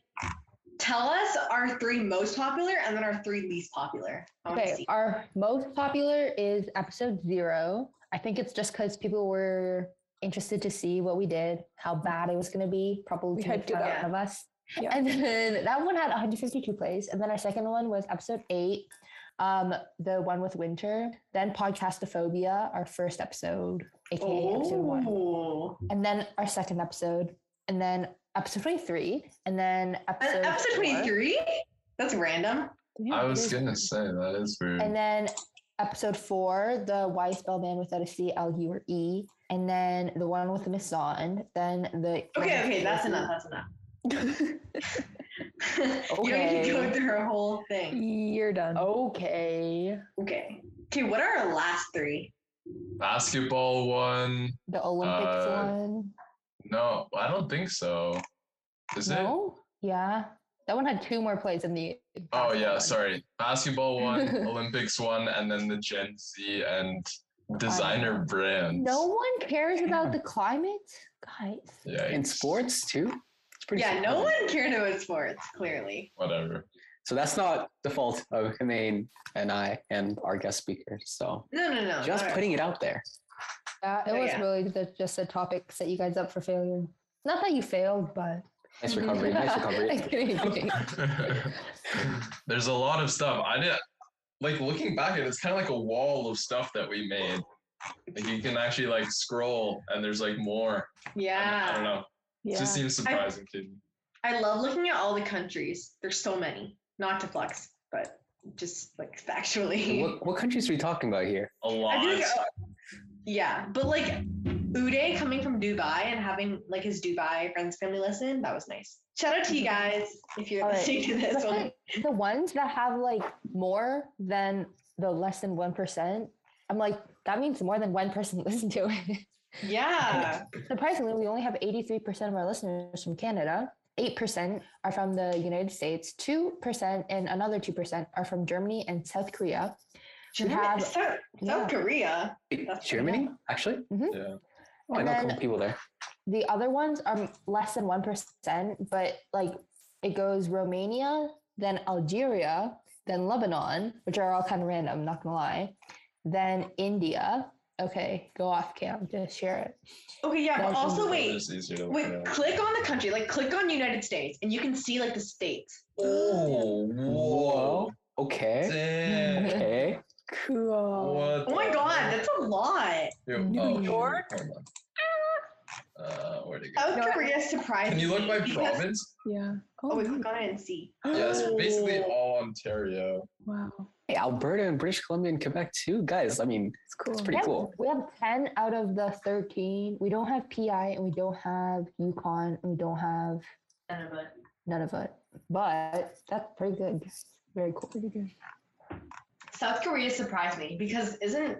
[SPEAKER 6] tell us our three most popular and then our three least popular. I wanna
[SPEAKER 1] Okay,
[SPEAKER 6] see.
[SPEAKER 1] our most popular is episode zero. I think it's just because people were interested to see what we did, how bad it was going to be, probably
[SPEAKER 4] We
[SPEAKER 1] to
[SPEAKER 4] had
[SPEAKER 1] make
[SPEAKER 4] to
[SPEAKER 1] fun
[SPEAKER 6] that.
[SPEAKER 1] of us.
[SPEAKER 4] Yeah.
[SPEAKER 1] And then that one had 152 plays. And then our second one was episode eight, um, the one with Winter. Then Podcastophobia, our first episode, aka episode one.
[SPEAKER 6] Oh,
[SPEAKER 1] And then our second episode. And then episode 23. And then episode,
[SPEAKER 6] An episode
[SPEAKER 1] four.
[SPEAKER 6] 23? That's random.
[SPEAKER 4] Yeah,
[SPEAKER 3] I
[SPEAKER 4] it
[SPEAKER 3] was
[SPEAKER 4] is.
[SPEAKER 3] gonna say that is weird.
[SPEAKER 1] And then episode four, the why spell man without a C, L U or E. And then the one with the Miss Zahn. Then the
[SPEAKER 6] Okay, okay, that's enough, that's enough. You don't need to go
[SPEAKER 1] Okay.
[SPEAKER 6] through a whole thing.
[SPEAKER 4] You're done.
[SPEAKER 1] Okay.
[SPEAKER 6] Okay. Okay, what are our last three?
[SPEAKER 3] Basketball one.
[SPEAKER 1] The Olympics
[SPEAKER 3] Uh,
[SPEAKER 1] one.
[SPEAKER 3] No, I don't think so. Is it?
[SPEAKER 1] no? Yeah. That one had two more plays than the.
[SPEAKER 3] Oh
[SPEAKER 1] basketball
[SPEAKER 3] yeah,
[SPEAKER 1] one.
[SPEAKER 3] sorry. Basketball one, Olympics one, and then the Gen Z and designer brands.
[SPEAKER 1] No one cares about the climate, guys.
[SPEAKER 3] Yeah.
[SPEAKER 8] in sports too. It's pretty.
[SPEAKER 6] Yeah,
[SPEAKER 8] surprising.
[SPEAKER 6] no one cared about sports, clearly.
[SPEAKER 3] Whatever.
[SPEAKER 8] So that's not the fault of Himane and I and our guest speaker. So
[SPEAKER 6] No, no, no.
[SPEAKER 8] just
[SPEAKER 6] not
[SPEAKER 8] putting it out there.
[SPEAKER 1] Yeah, it
[SPEAKER 6] Oh,
[SPEAKER 1] was
[SPEAKER 6] yeah.
[SPEAKER 1] really the, just the topic set you guys up for failure. Not that you failed, but
[SPEAKER 8] Nice recovery. nice
[SPEAKER 1] I'm
[SPEAKER 8] recovery.
[SPEAKER 1] kidding, I'm kidding.
[SPEAKER 3] There's a lot of stuff. I didn't like looking back at it, it's kind of like a wall of stuff that we made. Like you can actually like scroll and there's like more. I don't- I don't
[SPEAKER 6] Yeah.
[SPEAKER 3] know. It just seems surprising to me.
[SPEAKER 6] I love looking at all the countries. There's so many. Not to flex, but just like factually.
[SPEAKER 8] what, what countries are we talking about here?
[SPEAKER 3] A
[SPEAKER 6] I
[SPEAKER 3] lot.
[SPEAKER 6] feel like, uh, yeah, but like Uday coming from Dubai and having like his Dubai friends family listen, that was nice. Shout out to you guys if you're
[SPEAKER 1] All right.
[SPEAKER 6] listening to this
[SPEAKER 1] But
[SPEAKER 6] one.
[SPEAKER 1] the- the ones that have like more than the less than 1%, I'm like, that means more than one person listened to it.
[SPEAKER 6] Yeah.
[SPEAKER 1] Surprisingly, we only have 83% of our listeners from Canada. 8% are from the United States, 2% and another 2% are from Germany and South Korea.
[SPEAKER 6] Germany,
[SPEAKER 1] have-
[SPEAKER 6] South, South Korea.
[SPEAKER 8] Wait,
[SPEAKER 6] That's-
[SPEAKER 8] Germany, actually.
[SPEAKER 1] Mhm.
[SPEAKER 3] Yeah.
[SPEAKER 8] Oh, I
[SPEAKER 1] And
[SPEAKER 8] know a
[SPEAKER 1] then-
[SPEAKER 8] couple people there.
[SPEAKER 1] The other ones are m- less than 1%, but like it goes Romania, then Algeria, then Lebanon, which are all kind of random, not gonna lie, then India. Okay, go off cam, just share it.
[SPEAKER 6] Okay, yeah, but
[SPEAKER 1] That's
[SPEAKER 6] also
[SPEAKER 1] in-
[SPEAKER 6] wait.
[SPEAKER 3] It's easier to look
[SPEAKER 6] Wait,
[SPEAKER 3] at.
[SPEAKER 6] click on the country, like click on United States, and you can see like the states.
[SPEAKER 3] Oh, whoa.
[SPEAKER 8] Okay.
[SPEAKER 3] Damn.
[SPEAKER 8] Okay.
[SPEAKER 4] Cool.
[SPEAKER 3] What
[SPEAKER 6] Oh my
[SPEAKER 3] the-
[SPEAKER 6] god, that's a lot.
[SPEAKER 3] Yo,
[SPEAKER 1] New
[SPEAKER 3] oh, shoot,
[SPEAKER 7] York?
[SPEAKER 3] hold on. Uh, where'd it go?
[SPEAKER 6] South Korea surprised
[SPEAKER 3] Can you look
[SPEAKER 6] me
[SPEAKER 3] by
[SPEAKER 6] Ah. because-
[SPEAKER 3] province?
[SPEAKER 4] Yeah.
[SPEAKER 6] Oh, wait, click on it and see.
[SPEAKER 3] Yeah, it's basically
[SPEAKER 6] Oh.
[SPEAKER 3] all Ontario.
[SPEAKER 4] Wow.
[SPEAKER 8] Hey, Alberta and British Columbia and Quebec too, guys. I mean,
[SPEAKER 4] It's cool.
[SPEAKER 8] it's pretty
[SPEAKER 1] Yeah,
[SPEAKER 8] cool.
[SPEAKER 1] We have 10 out of the 13. We don't have PI and we don't have UConn and we don't have none of it. But that's pretty good. Very cool.
[SPEAKER 4] Pretty good.
[SPEAKER 6] South Korea surprised me because isn't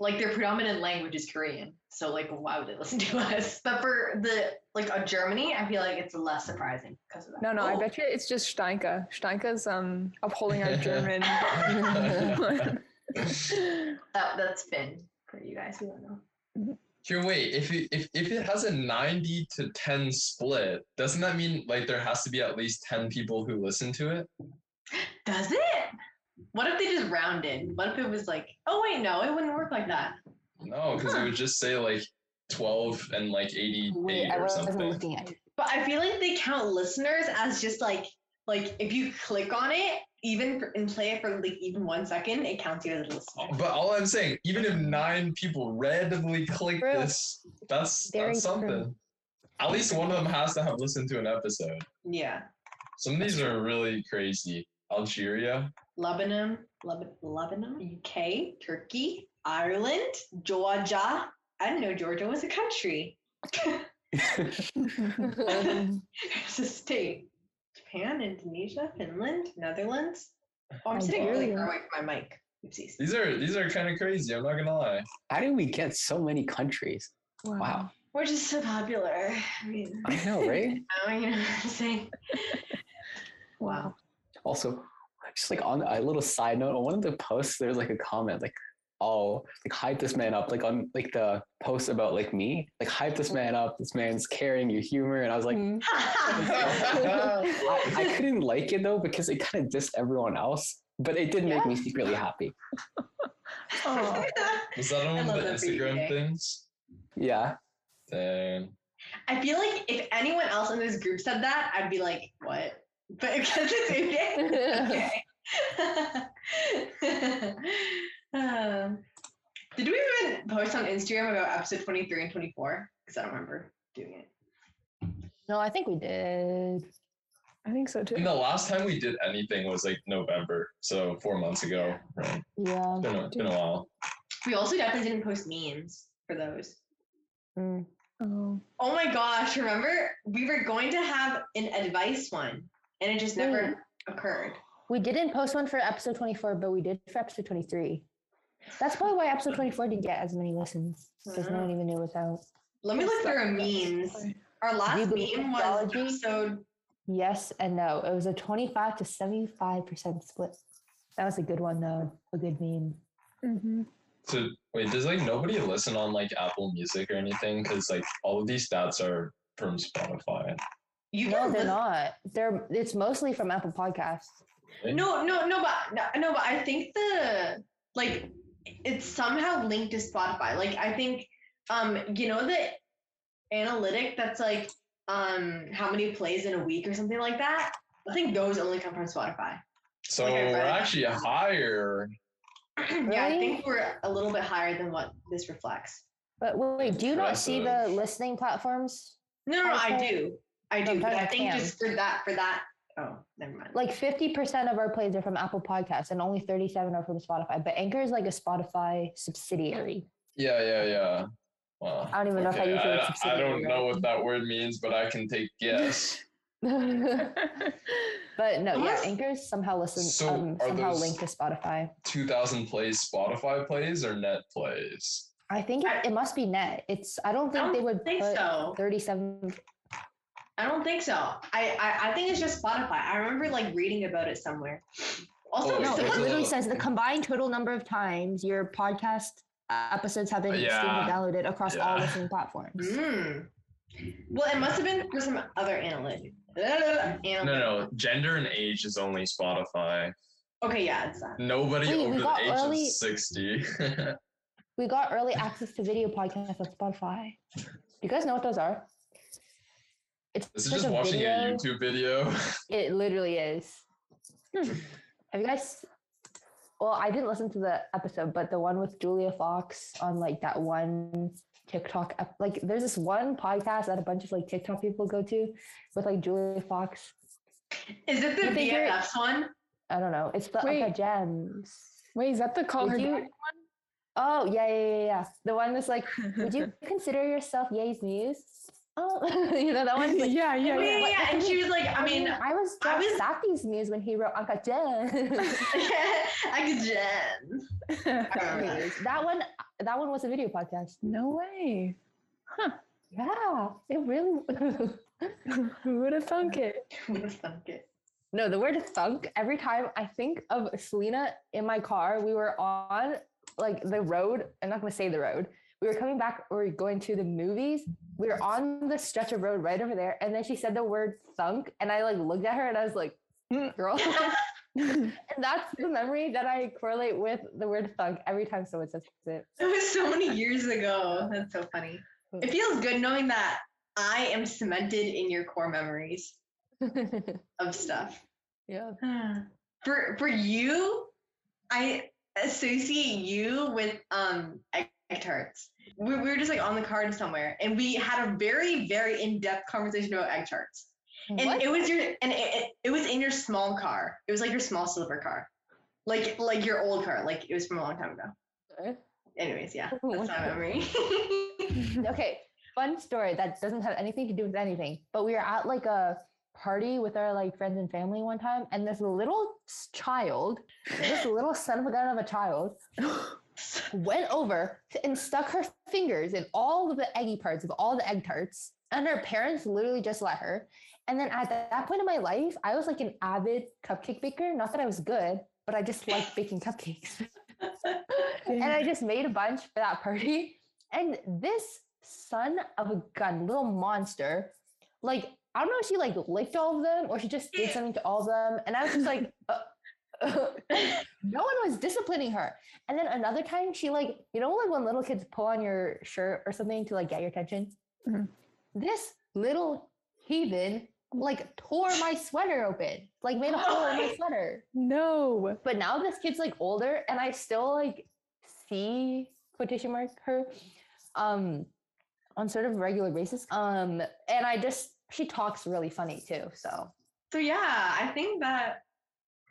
[SPEAKER 6] like their predominant language is Korean. So like why would they listen to us? But for the like uh, Germany, I feel like it's less surprising because of that.
[SPEAKER 4] No, no, I
[SPEAKER 6] Oh,
[SPEAKER 4] bet you it's just Steinke. Steinke's um upholding our German.
[SPEAKER 6] that that's Finn for you guys who don't know.
[SPEAKER 3] Here, wait. If it, if if it has a ninety to ten split, doesn't that mean like there has to be at least ten people who listen to it?
[SPEAKER 6] Does it? What if they just rounded? What if it was like, oh wait, no, it wouldn't work like that.
[SPEAKER 3] No, because it would just say like twelve and like eighty-eight
[SPEAKER 1] Wait, I
[SPEAKER 3] or
[SPEAKER 1] wasn't
[SPEAKER 3] something.
[SPEAKER 1] looking at it.
[SPEAKER 6] But I feel like they count listeners as just like like if you click on it, even for, and play it for like even one second, it counts you as a listener.
[SPEAKER 3] But all I'm saying, even if nine people randomly click
[SPEAKER 1] True.
[SPEAKER 3] this, that's
[SPEAKER 1] Very
[SPEAKER 3] that's something.
[SPEAKER 1] true.
[SPEAKER 3] At least one of them has to have listened to an episode.
[SPEAKER 6] Yeah.
[SPEAKER 3] Some of these are really crazy. Algeria.
[SPEAKER 6] Lebanon, Leb- Lebanon, UK, Turkey, Ireland, Georgia. I didn't know Georgia was a country. it's a state. Japan, Indonesia, Finland, Netherlands. Oh, I'm sitting really far away from my mic. Oopsies.
[SPEAKER 3] These are these are kind of crazy. I'm not gonna lie.
[SPEAKER 8] How did we get so many countries? Wow.
[SPEAKER 6] We're just so popular. I mean,
[SPEAKER 8] I know, right?
[SPEAKER 6] I don't even know what to say. Wow.
[SPEAKER 8] also, just like on a little side note, on one of the posts, there's like a comment like, "Oh, like hype this man up!" Like on like the post about like me, like hype this man up. This man's carrying your humor, and I was like, I, I couldn't like it though because it kind of dissed everyone else, but it did make me secretly happy.
[SPEAKER 4] Aw.
[SPEAKER 3] Was that
[SPEAKER 6] I
[SPEAKER 3] on
[SPEAKER 6] love
[SPEAKER 3] the
[SPEAKER 6] that for you,
[SPEAKER 3] Instagram
[SPEAKER 6] Jay.
[SPEAKER 3] things?
[SPEAKER 8] Yeah,
[SPEAKER 3] Dang.
[SPEAKER 6] I feel like if anyone else in this group said that, I'd be like, what? But because it's Uday, okay. um, did we even post on Instagram about episode 23 and 24? Because I don't remember doing it.
[SPEAKER 1] No, I think we did.
[SPEAKER 4] I think so
[SPEAKER 3] And
[SPEAKER 4] too.
[SPEAKER 3] the last time we did anything was like November, so four months ago. Right?
[SPEAKER 1] Yeah.
[SPEAKER 3] Been a, been a while.
[SPEAKER 6] We also definitely didn't post memes for those.
[SPEAKER 1] Mm.
[SPEAKER 4] Oh.
[SPEAKER 6] Oh my gosh, remember? We were going to have an advice one, and it just never occurred.
[SPEAKER 1] We didn't post one for episode 24, but we did for episode 23. That's probably why episode 24 didn't get as many listens because no one even knew it was out.
[SPEAKER 6] Let me look through our
[SPEAKER 4] Sorry.
[SPEAKER 6] memes.
[SPEAKER 4] Sorry.
[SPEAKER 6] Our last
[SPEAKER 1] Google
[SPEAKER 6] meme was
[SPEAKER 1] Doxology?
[SPEAKER 6] episode
[SPEAKER 1] Yes and no. It was a 25 to 75% split. That was a good one, though. A good meme.
[SPEAKER 4] Mm-hmm.
[SPEAKER 3] So wait, does like nobody listen on like Apple Music or anything? Because like all of these stats are from Spotify.
[SPEAKER 6] You
[SPEAKER 1] No,
[SPEAKER 6] can
[SPEAKER 1] they're
[SPEAKER 6] listen-
[SPEAKER 1] not. They're it's mostly from Apple Podcasts.
[SPEAKER 6] No, no, no, but no, no, but I think the like it's somehow linked to Spotify. Like I think um you know the analytic that's like um how many plays in a week or something like that. I think those only come from Spotify.
[SPEAKER 3] So
[SPEAKER 6] Okay,
[SPEAKER 3] we're
[SPEAKER 6] right.
[SPEAKER 3] actually higher.
[SPEAKER 6] yeah, I
[SPEAKER 1] Really?
[SPEAKER 6] think we're a little bit higher than what this reflects.
[SPEAKER 1] But wait, do you not see the
[SPEAKER 3] Impressive.
[SPEAKER 1] listening platforms?
[SPEAKER 6] No, no, no, I
[SPEAKER 1] Okay.
[SPEAKER 6] do. I do,
[SPEAKER 1] No,
[SPEAKER 6] but
[SPEAKER 1] I
[SPEAKER 6] I think
[SPEAKER 1] can.
[SPEAKER 6] just for that for that oh, never mind.
[SPEAKER 1] Like 50% of our plays are from Apple Podcasts and only 37 are from Spotify. But Anchor is like a Spotify subsidiary.
[SPEAKER 3] Yeah, yeah, yeah. Wow.
[SPEAKER 1] I don't even know if I
[SPEAKER 3] Okay,
[SPEAKER 1] use the word
[SPEAKER 3] I, I
[SPEAKER 1] subsidiary.
[SPEAKER 3] don't know
[SPEAKER 1] right.
[SPEAKER 3] what that word means, but I can take guess.
[SPEAKER 1] But no, yeah,
[SPEAKER 6] Yes.
[SPEAKER 1] Anchor is somehow listen
[SPEAKER 3] So
[SPEAKER 1] um,
[SPEAKER 3] are
[SPEAKER 1] somehow
[SPEAKER 3] those-
[SPEAKER 1] linked to Spotify.
[SPEAKER 3] Two thousand plays, Spotify plays or net plays?
[SPEAKER 1] I think it,
[SPEAKER 6] I-
[SPEAKER 1] it must be net. It's I don't think
[SPEAKER 6] I
[SPEAKER 1] they
[SPEAKER 6] don't
[SPEAKER 1] would
[SPEAKER 6] think
[SPEAKER 1] put
[SPEAKER 6] so.
[SPEAKER 1] 37
[SPEAKER 6] I don't think so. I, I I think it's just Spotify. I remember like reading about it somewhere. Also,
[SPEAKER 3] Oh,
[SPEAKER 1] No, it
[SPEAKER 3] There's a
[SPEAKER 6] someone-
[SPEAKER 1] literally
[SPEAKER 3] little-
[SPEAKER 1] says the combined total number of times your podcast uh, episodes have been streamed
[SPEAKER 3] Yeah.
[SPEAKER 1] and downloaded across all
[SPEAKER 3] Yeah.
[SPEAKER 1] listening platforms.
[SPEAKER 6] Mm. Well, it must have been for some other uh, analytic.
[SPEAKER 3] No, no. Gender and age is only Spotify.
[SPEAKER 6] Okay, yeah, it's that.
[SPEAKER 3] Nobody
[SPEAKER 1] Wait, we
[SPEAKER 3] over the
[SPEAKER 1] got
[SPEAKER 3] age
[SPEAKER 1] early-
[SPEAKER 3] of sixty.
[SPEAKER 1] We got early access to video podcasts on Spotify. You guys know what those are? It's
[SPEAKER 3] this is
[SPEAKER 1] like
[SPEAKER 3] just
[SPEAKER 1] a
[SPEAKER 3] watching
[SPEAKER 1] video.
[SPEAKER 3] a YouTube video.
[SPEAKER 1] It literally is. Hmm. Have you guys? Well, I didn't listen to the episode, but the one with Julia Fox on like that one TikTok, ep- like there's this one podcast that a bunch of like TikTok people go to with like Julia Fox.
[SPEAKER 6] Is it the
[SPEAKER 1] You think you're-
[SPEAKER 6] BFFs one?
[SPEAKER 1] I don't know. It's the Uncut
[SPEAKER 4] Wait.
[SPEAKER 1] Gems.
[SPEAKER 4] Wait, is that the call
[SPEAKER 1] Would
[SPEAKER 4] her?
[SPEAKER 1] you-
[SPEAKER 4] Daddy?
[SPEAKER 1] Oh yeah, yeah, yeah, yeah. The one that's like, would you consider yourself Yay's muse? Oh, you know that one. Like,
[SPEAKER 4] yeah, yeah, yeah.
[SPEAKER 6] Yeah, yeah,
[SPEAKER 1] What-
[SPEAKER 6] yeah. And she was like, I mean,
[SPEAKER 1] I was
[SPEAKER 6] I
[SPEAKER 1] Josh
[SPEAKER 6] was-
[SPEAKER 1] Safi's muse when he wrote Uncut Gems.
[SPEAKER 6] I could Jen. I remember that.
[SPEAKER 1] Anyways, that one that one was a video podcast
[SPEAKER 4] no way.
[SPEAKER 1] yeah it really
[SPEAKER 4] Who would have thunk it?
[SPEAKER 6] Would have thunk it.
[SPEAKER 1] no the word thunk every time i think of selena in my car we were on like the road i'm not going to say the road we were coming back we were going to the movies we were on the stretch of road right over there and then she said the word thunk and i like looked at her and i was like "Hmm, girl and that's the memory that i correlate with the word thunk every time someone says it
[SPEAKER 6] It was so many years ago. That's so funny. It feels good knowing that I am cemented in your core memories of stuff.
[SPEAKER 1] yeah
[SPEAKER 6] for for you, I associate you with um egg egg tarts. We, we were just like on the card somewhere, and we had a very very in depth conversation about egg tarts. And
[SPEAKER 1] What?
[SPEAKER 6] it was your and it, it, it was in your small car. It was like your small silver car, like like your old car. Like it was from a long time ago. Anyways, yeah,
[SPEAKER 1] Oh,
[SPEAKER 6] that's my
[SPEAKER 1] wonderful.
[SPEAKER 6] memory.
[SPEAKER 1] okay fun story that doesn't have anything to do with anything but we were at like a party with our like friends and family one time and this little s- child this little son of a gun of a child went over and stuck her fingers in all of the eggy parts of all the egg tarts and her parents literally just let her and then at that point in my life i was like an avid cupcake baker not that i was good but i just liked baking cupcakes and I just made a bunch for that party. And this son of a gun, little monster, like I don't know if she like licked all of them or she just did something to all of them. And I was just like, uh, no one was disciplining her. And then another time, she like you know like when little kids pull on your shirt or something to like get your attention.
[SPEAKER 4] Mhm.
[SPEAKER 1] This little heathen like tore my sweater open, like made a hole in my sweater
[SPEAKER 4] No.
[SPEAKER 1] but now this kid's like older and i still like see quotation mark her um on sort of a regular basis um and i just she talks really funny too so
[SPEAKER 6] so yeah, I think that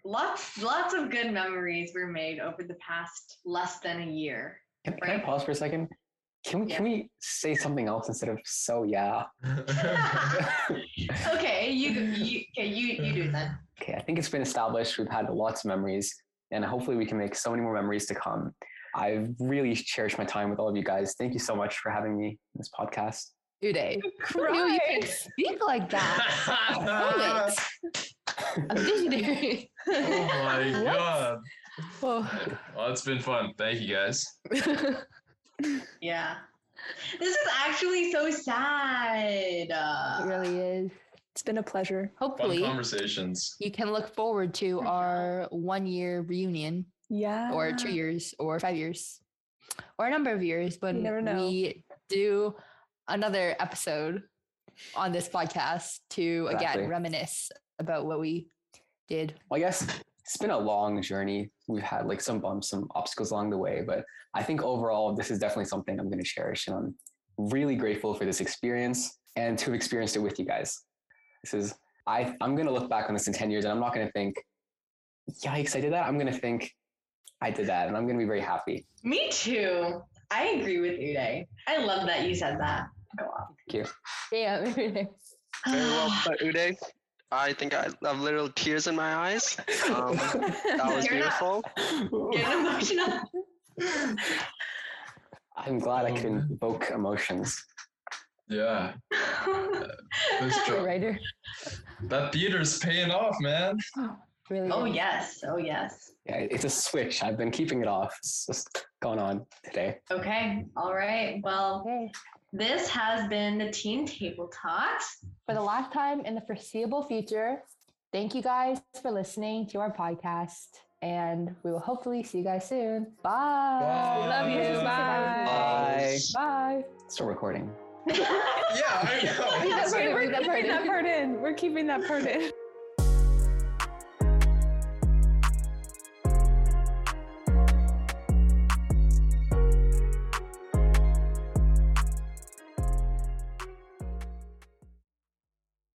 [SPEAKER 6] lots lots of good memories were made over the past less than a year.
[SPEAKER 2] Can, can I
[SPEAKER 6] Right.
[SPEAKER 2] pause for a second? Can we can we say something else instead of so yeah?
[SPEAKER 6] okay, you, you okay, you you do it then.
[SPEAKER 2] Okay, I think it's been established. We've had lots of memories, and hopefully, we can make so many more memories to come. I've really cherished my time with all of you guys. Thank you so much for having me in this podcast.
[SPEAKER 1] Uday. Ew, you
[SPEAKER 4] Cry.
[SPEAKER 1] can speak like that. Own it. A visionary.
[SPEAKER 3] oh my
[SPEAKER 1] What?
[SPEAKER 3] god.
[SPEAKER 1] Oh.
[SPEAKER 3] Well, it's been fun. Thank you guys.
[SPEAKER 6] Yeah. This is actually so sad.
[SPEAKER 1] It really is.
[SPEAKER 4] It's been a pleasure.
[SPEAKER 3] Fun
[SPEAKER 1] Hopefully,
[SPEAKER 3] conversations.
[SPEAKER 1] you can look forward to our one year reunion
[SPEAKER 4] Yeah.
[SPEAKER 1] or two years or five years or a number of years when
[SPEAKER 4] never know.
[SPEAKER 1] we do another episode on this podcast to
[SPEAKER 2] Exactly.
[SPEAKER 1] again reminisce about what we did.
[SPEAKER 2] Well, I guess it's been a long journey. We've had like some bumps, some obstacles along the way, but I think overall, this is definitely something I'm going to cherish. And I'm really grateful for this experience and to have experienced it with you guys. This is, I, I'm going to look back on this in 10 years and I'm not going to think, yikes, I did that. I'm going to think, I did that. And I'm going to be very happy.
[SPEAKER 6] Me too. I agree with Uday. I love that you said that.
[SPEAKER 1] Damn.
[SPEAKER 5] Very well put, Uday. I think I have little tears in my eyes. Um, that was
[SPEAKER 6] You're not-
[SPEAKER 5] beautiful.
[SPEAKER 6] Getting emotional.
[SPEAKER 2] I'm glad I can evoke emotions.
[SPEAKER 3] Yeah. This
[SPEAKER 1] Good
[SPEAKER 3] job.
[SPEAKER 1] writer.
[SPEAKER 3] That theater's paying off, man.
[SPEAKER 1] Really.
[SPEAKER 6] oh
[SPEAKER 1] good.
[SPEAKER 6] yes. Oh yes.
[SPEAKER 2] Yeah, it's a switch. I've been keeping it off. It's just gone on today.
[SPEAKER 6] Okay. All right. Well,
[SPEAKER 1] Okay.
[SPEAKER 6] this has been the Teen Table Talks.
[SPEAKER 1] For the last time in the foreseeable future, thank you guys for listening to our podcast. And we will hopefully see you guys soon. Bye.
[SPEAKER 3] Bye. Love you.
[SPEAKER 4] Bye.
[SPEAKER 5] Um,
[SPEAKER 2] Bye.
[SPEAKER 1] Bye.
[SPEAKER 2] Still recording.
[SPEAKER 3] Yeah, I know.
[SPEAKER 4] We're
[SPEAKER 1] Leave that part in, leave that part in.
[SPEAKER 4] keeping that part in. We're keeping that part in.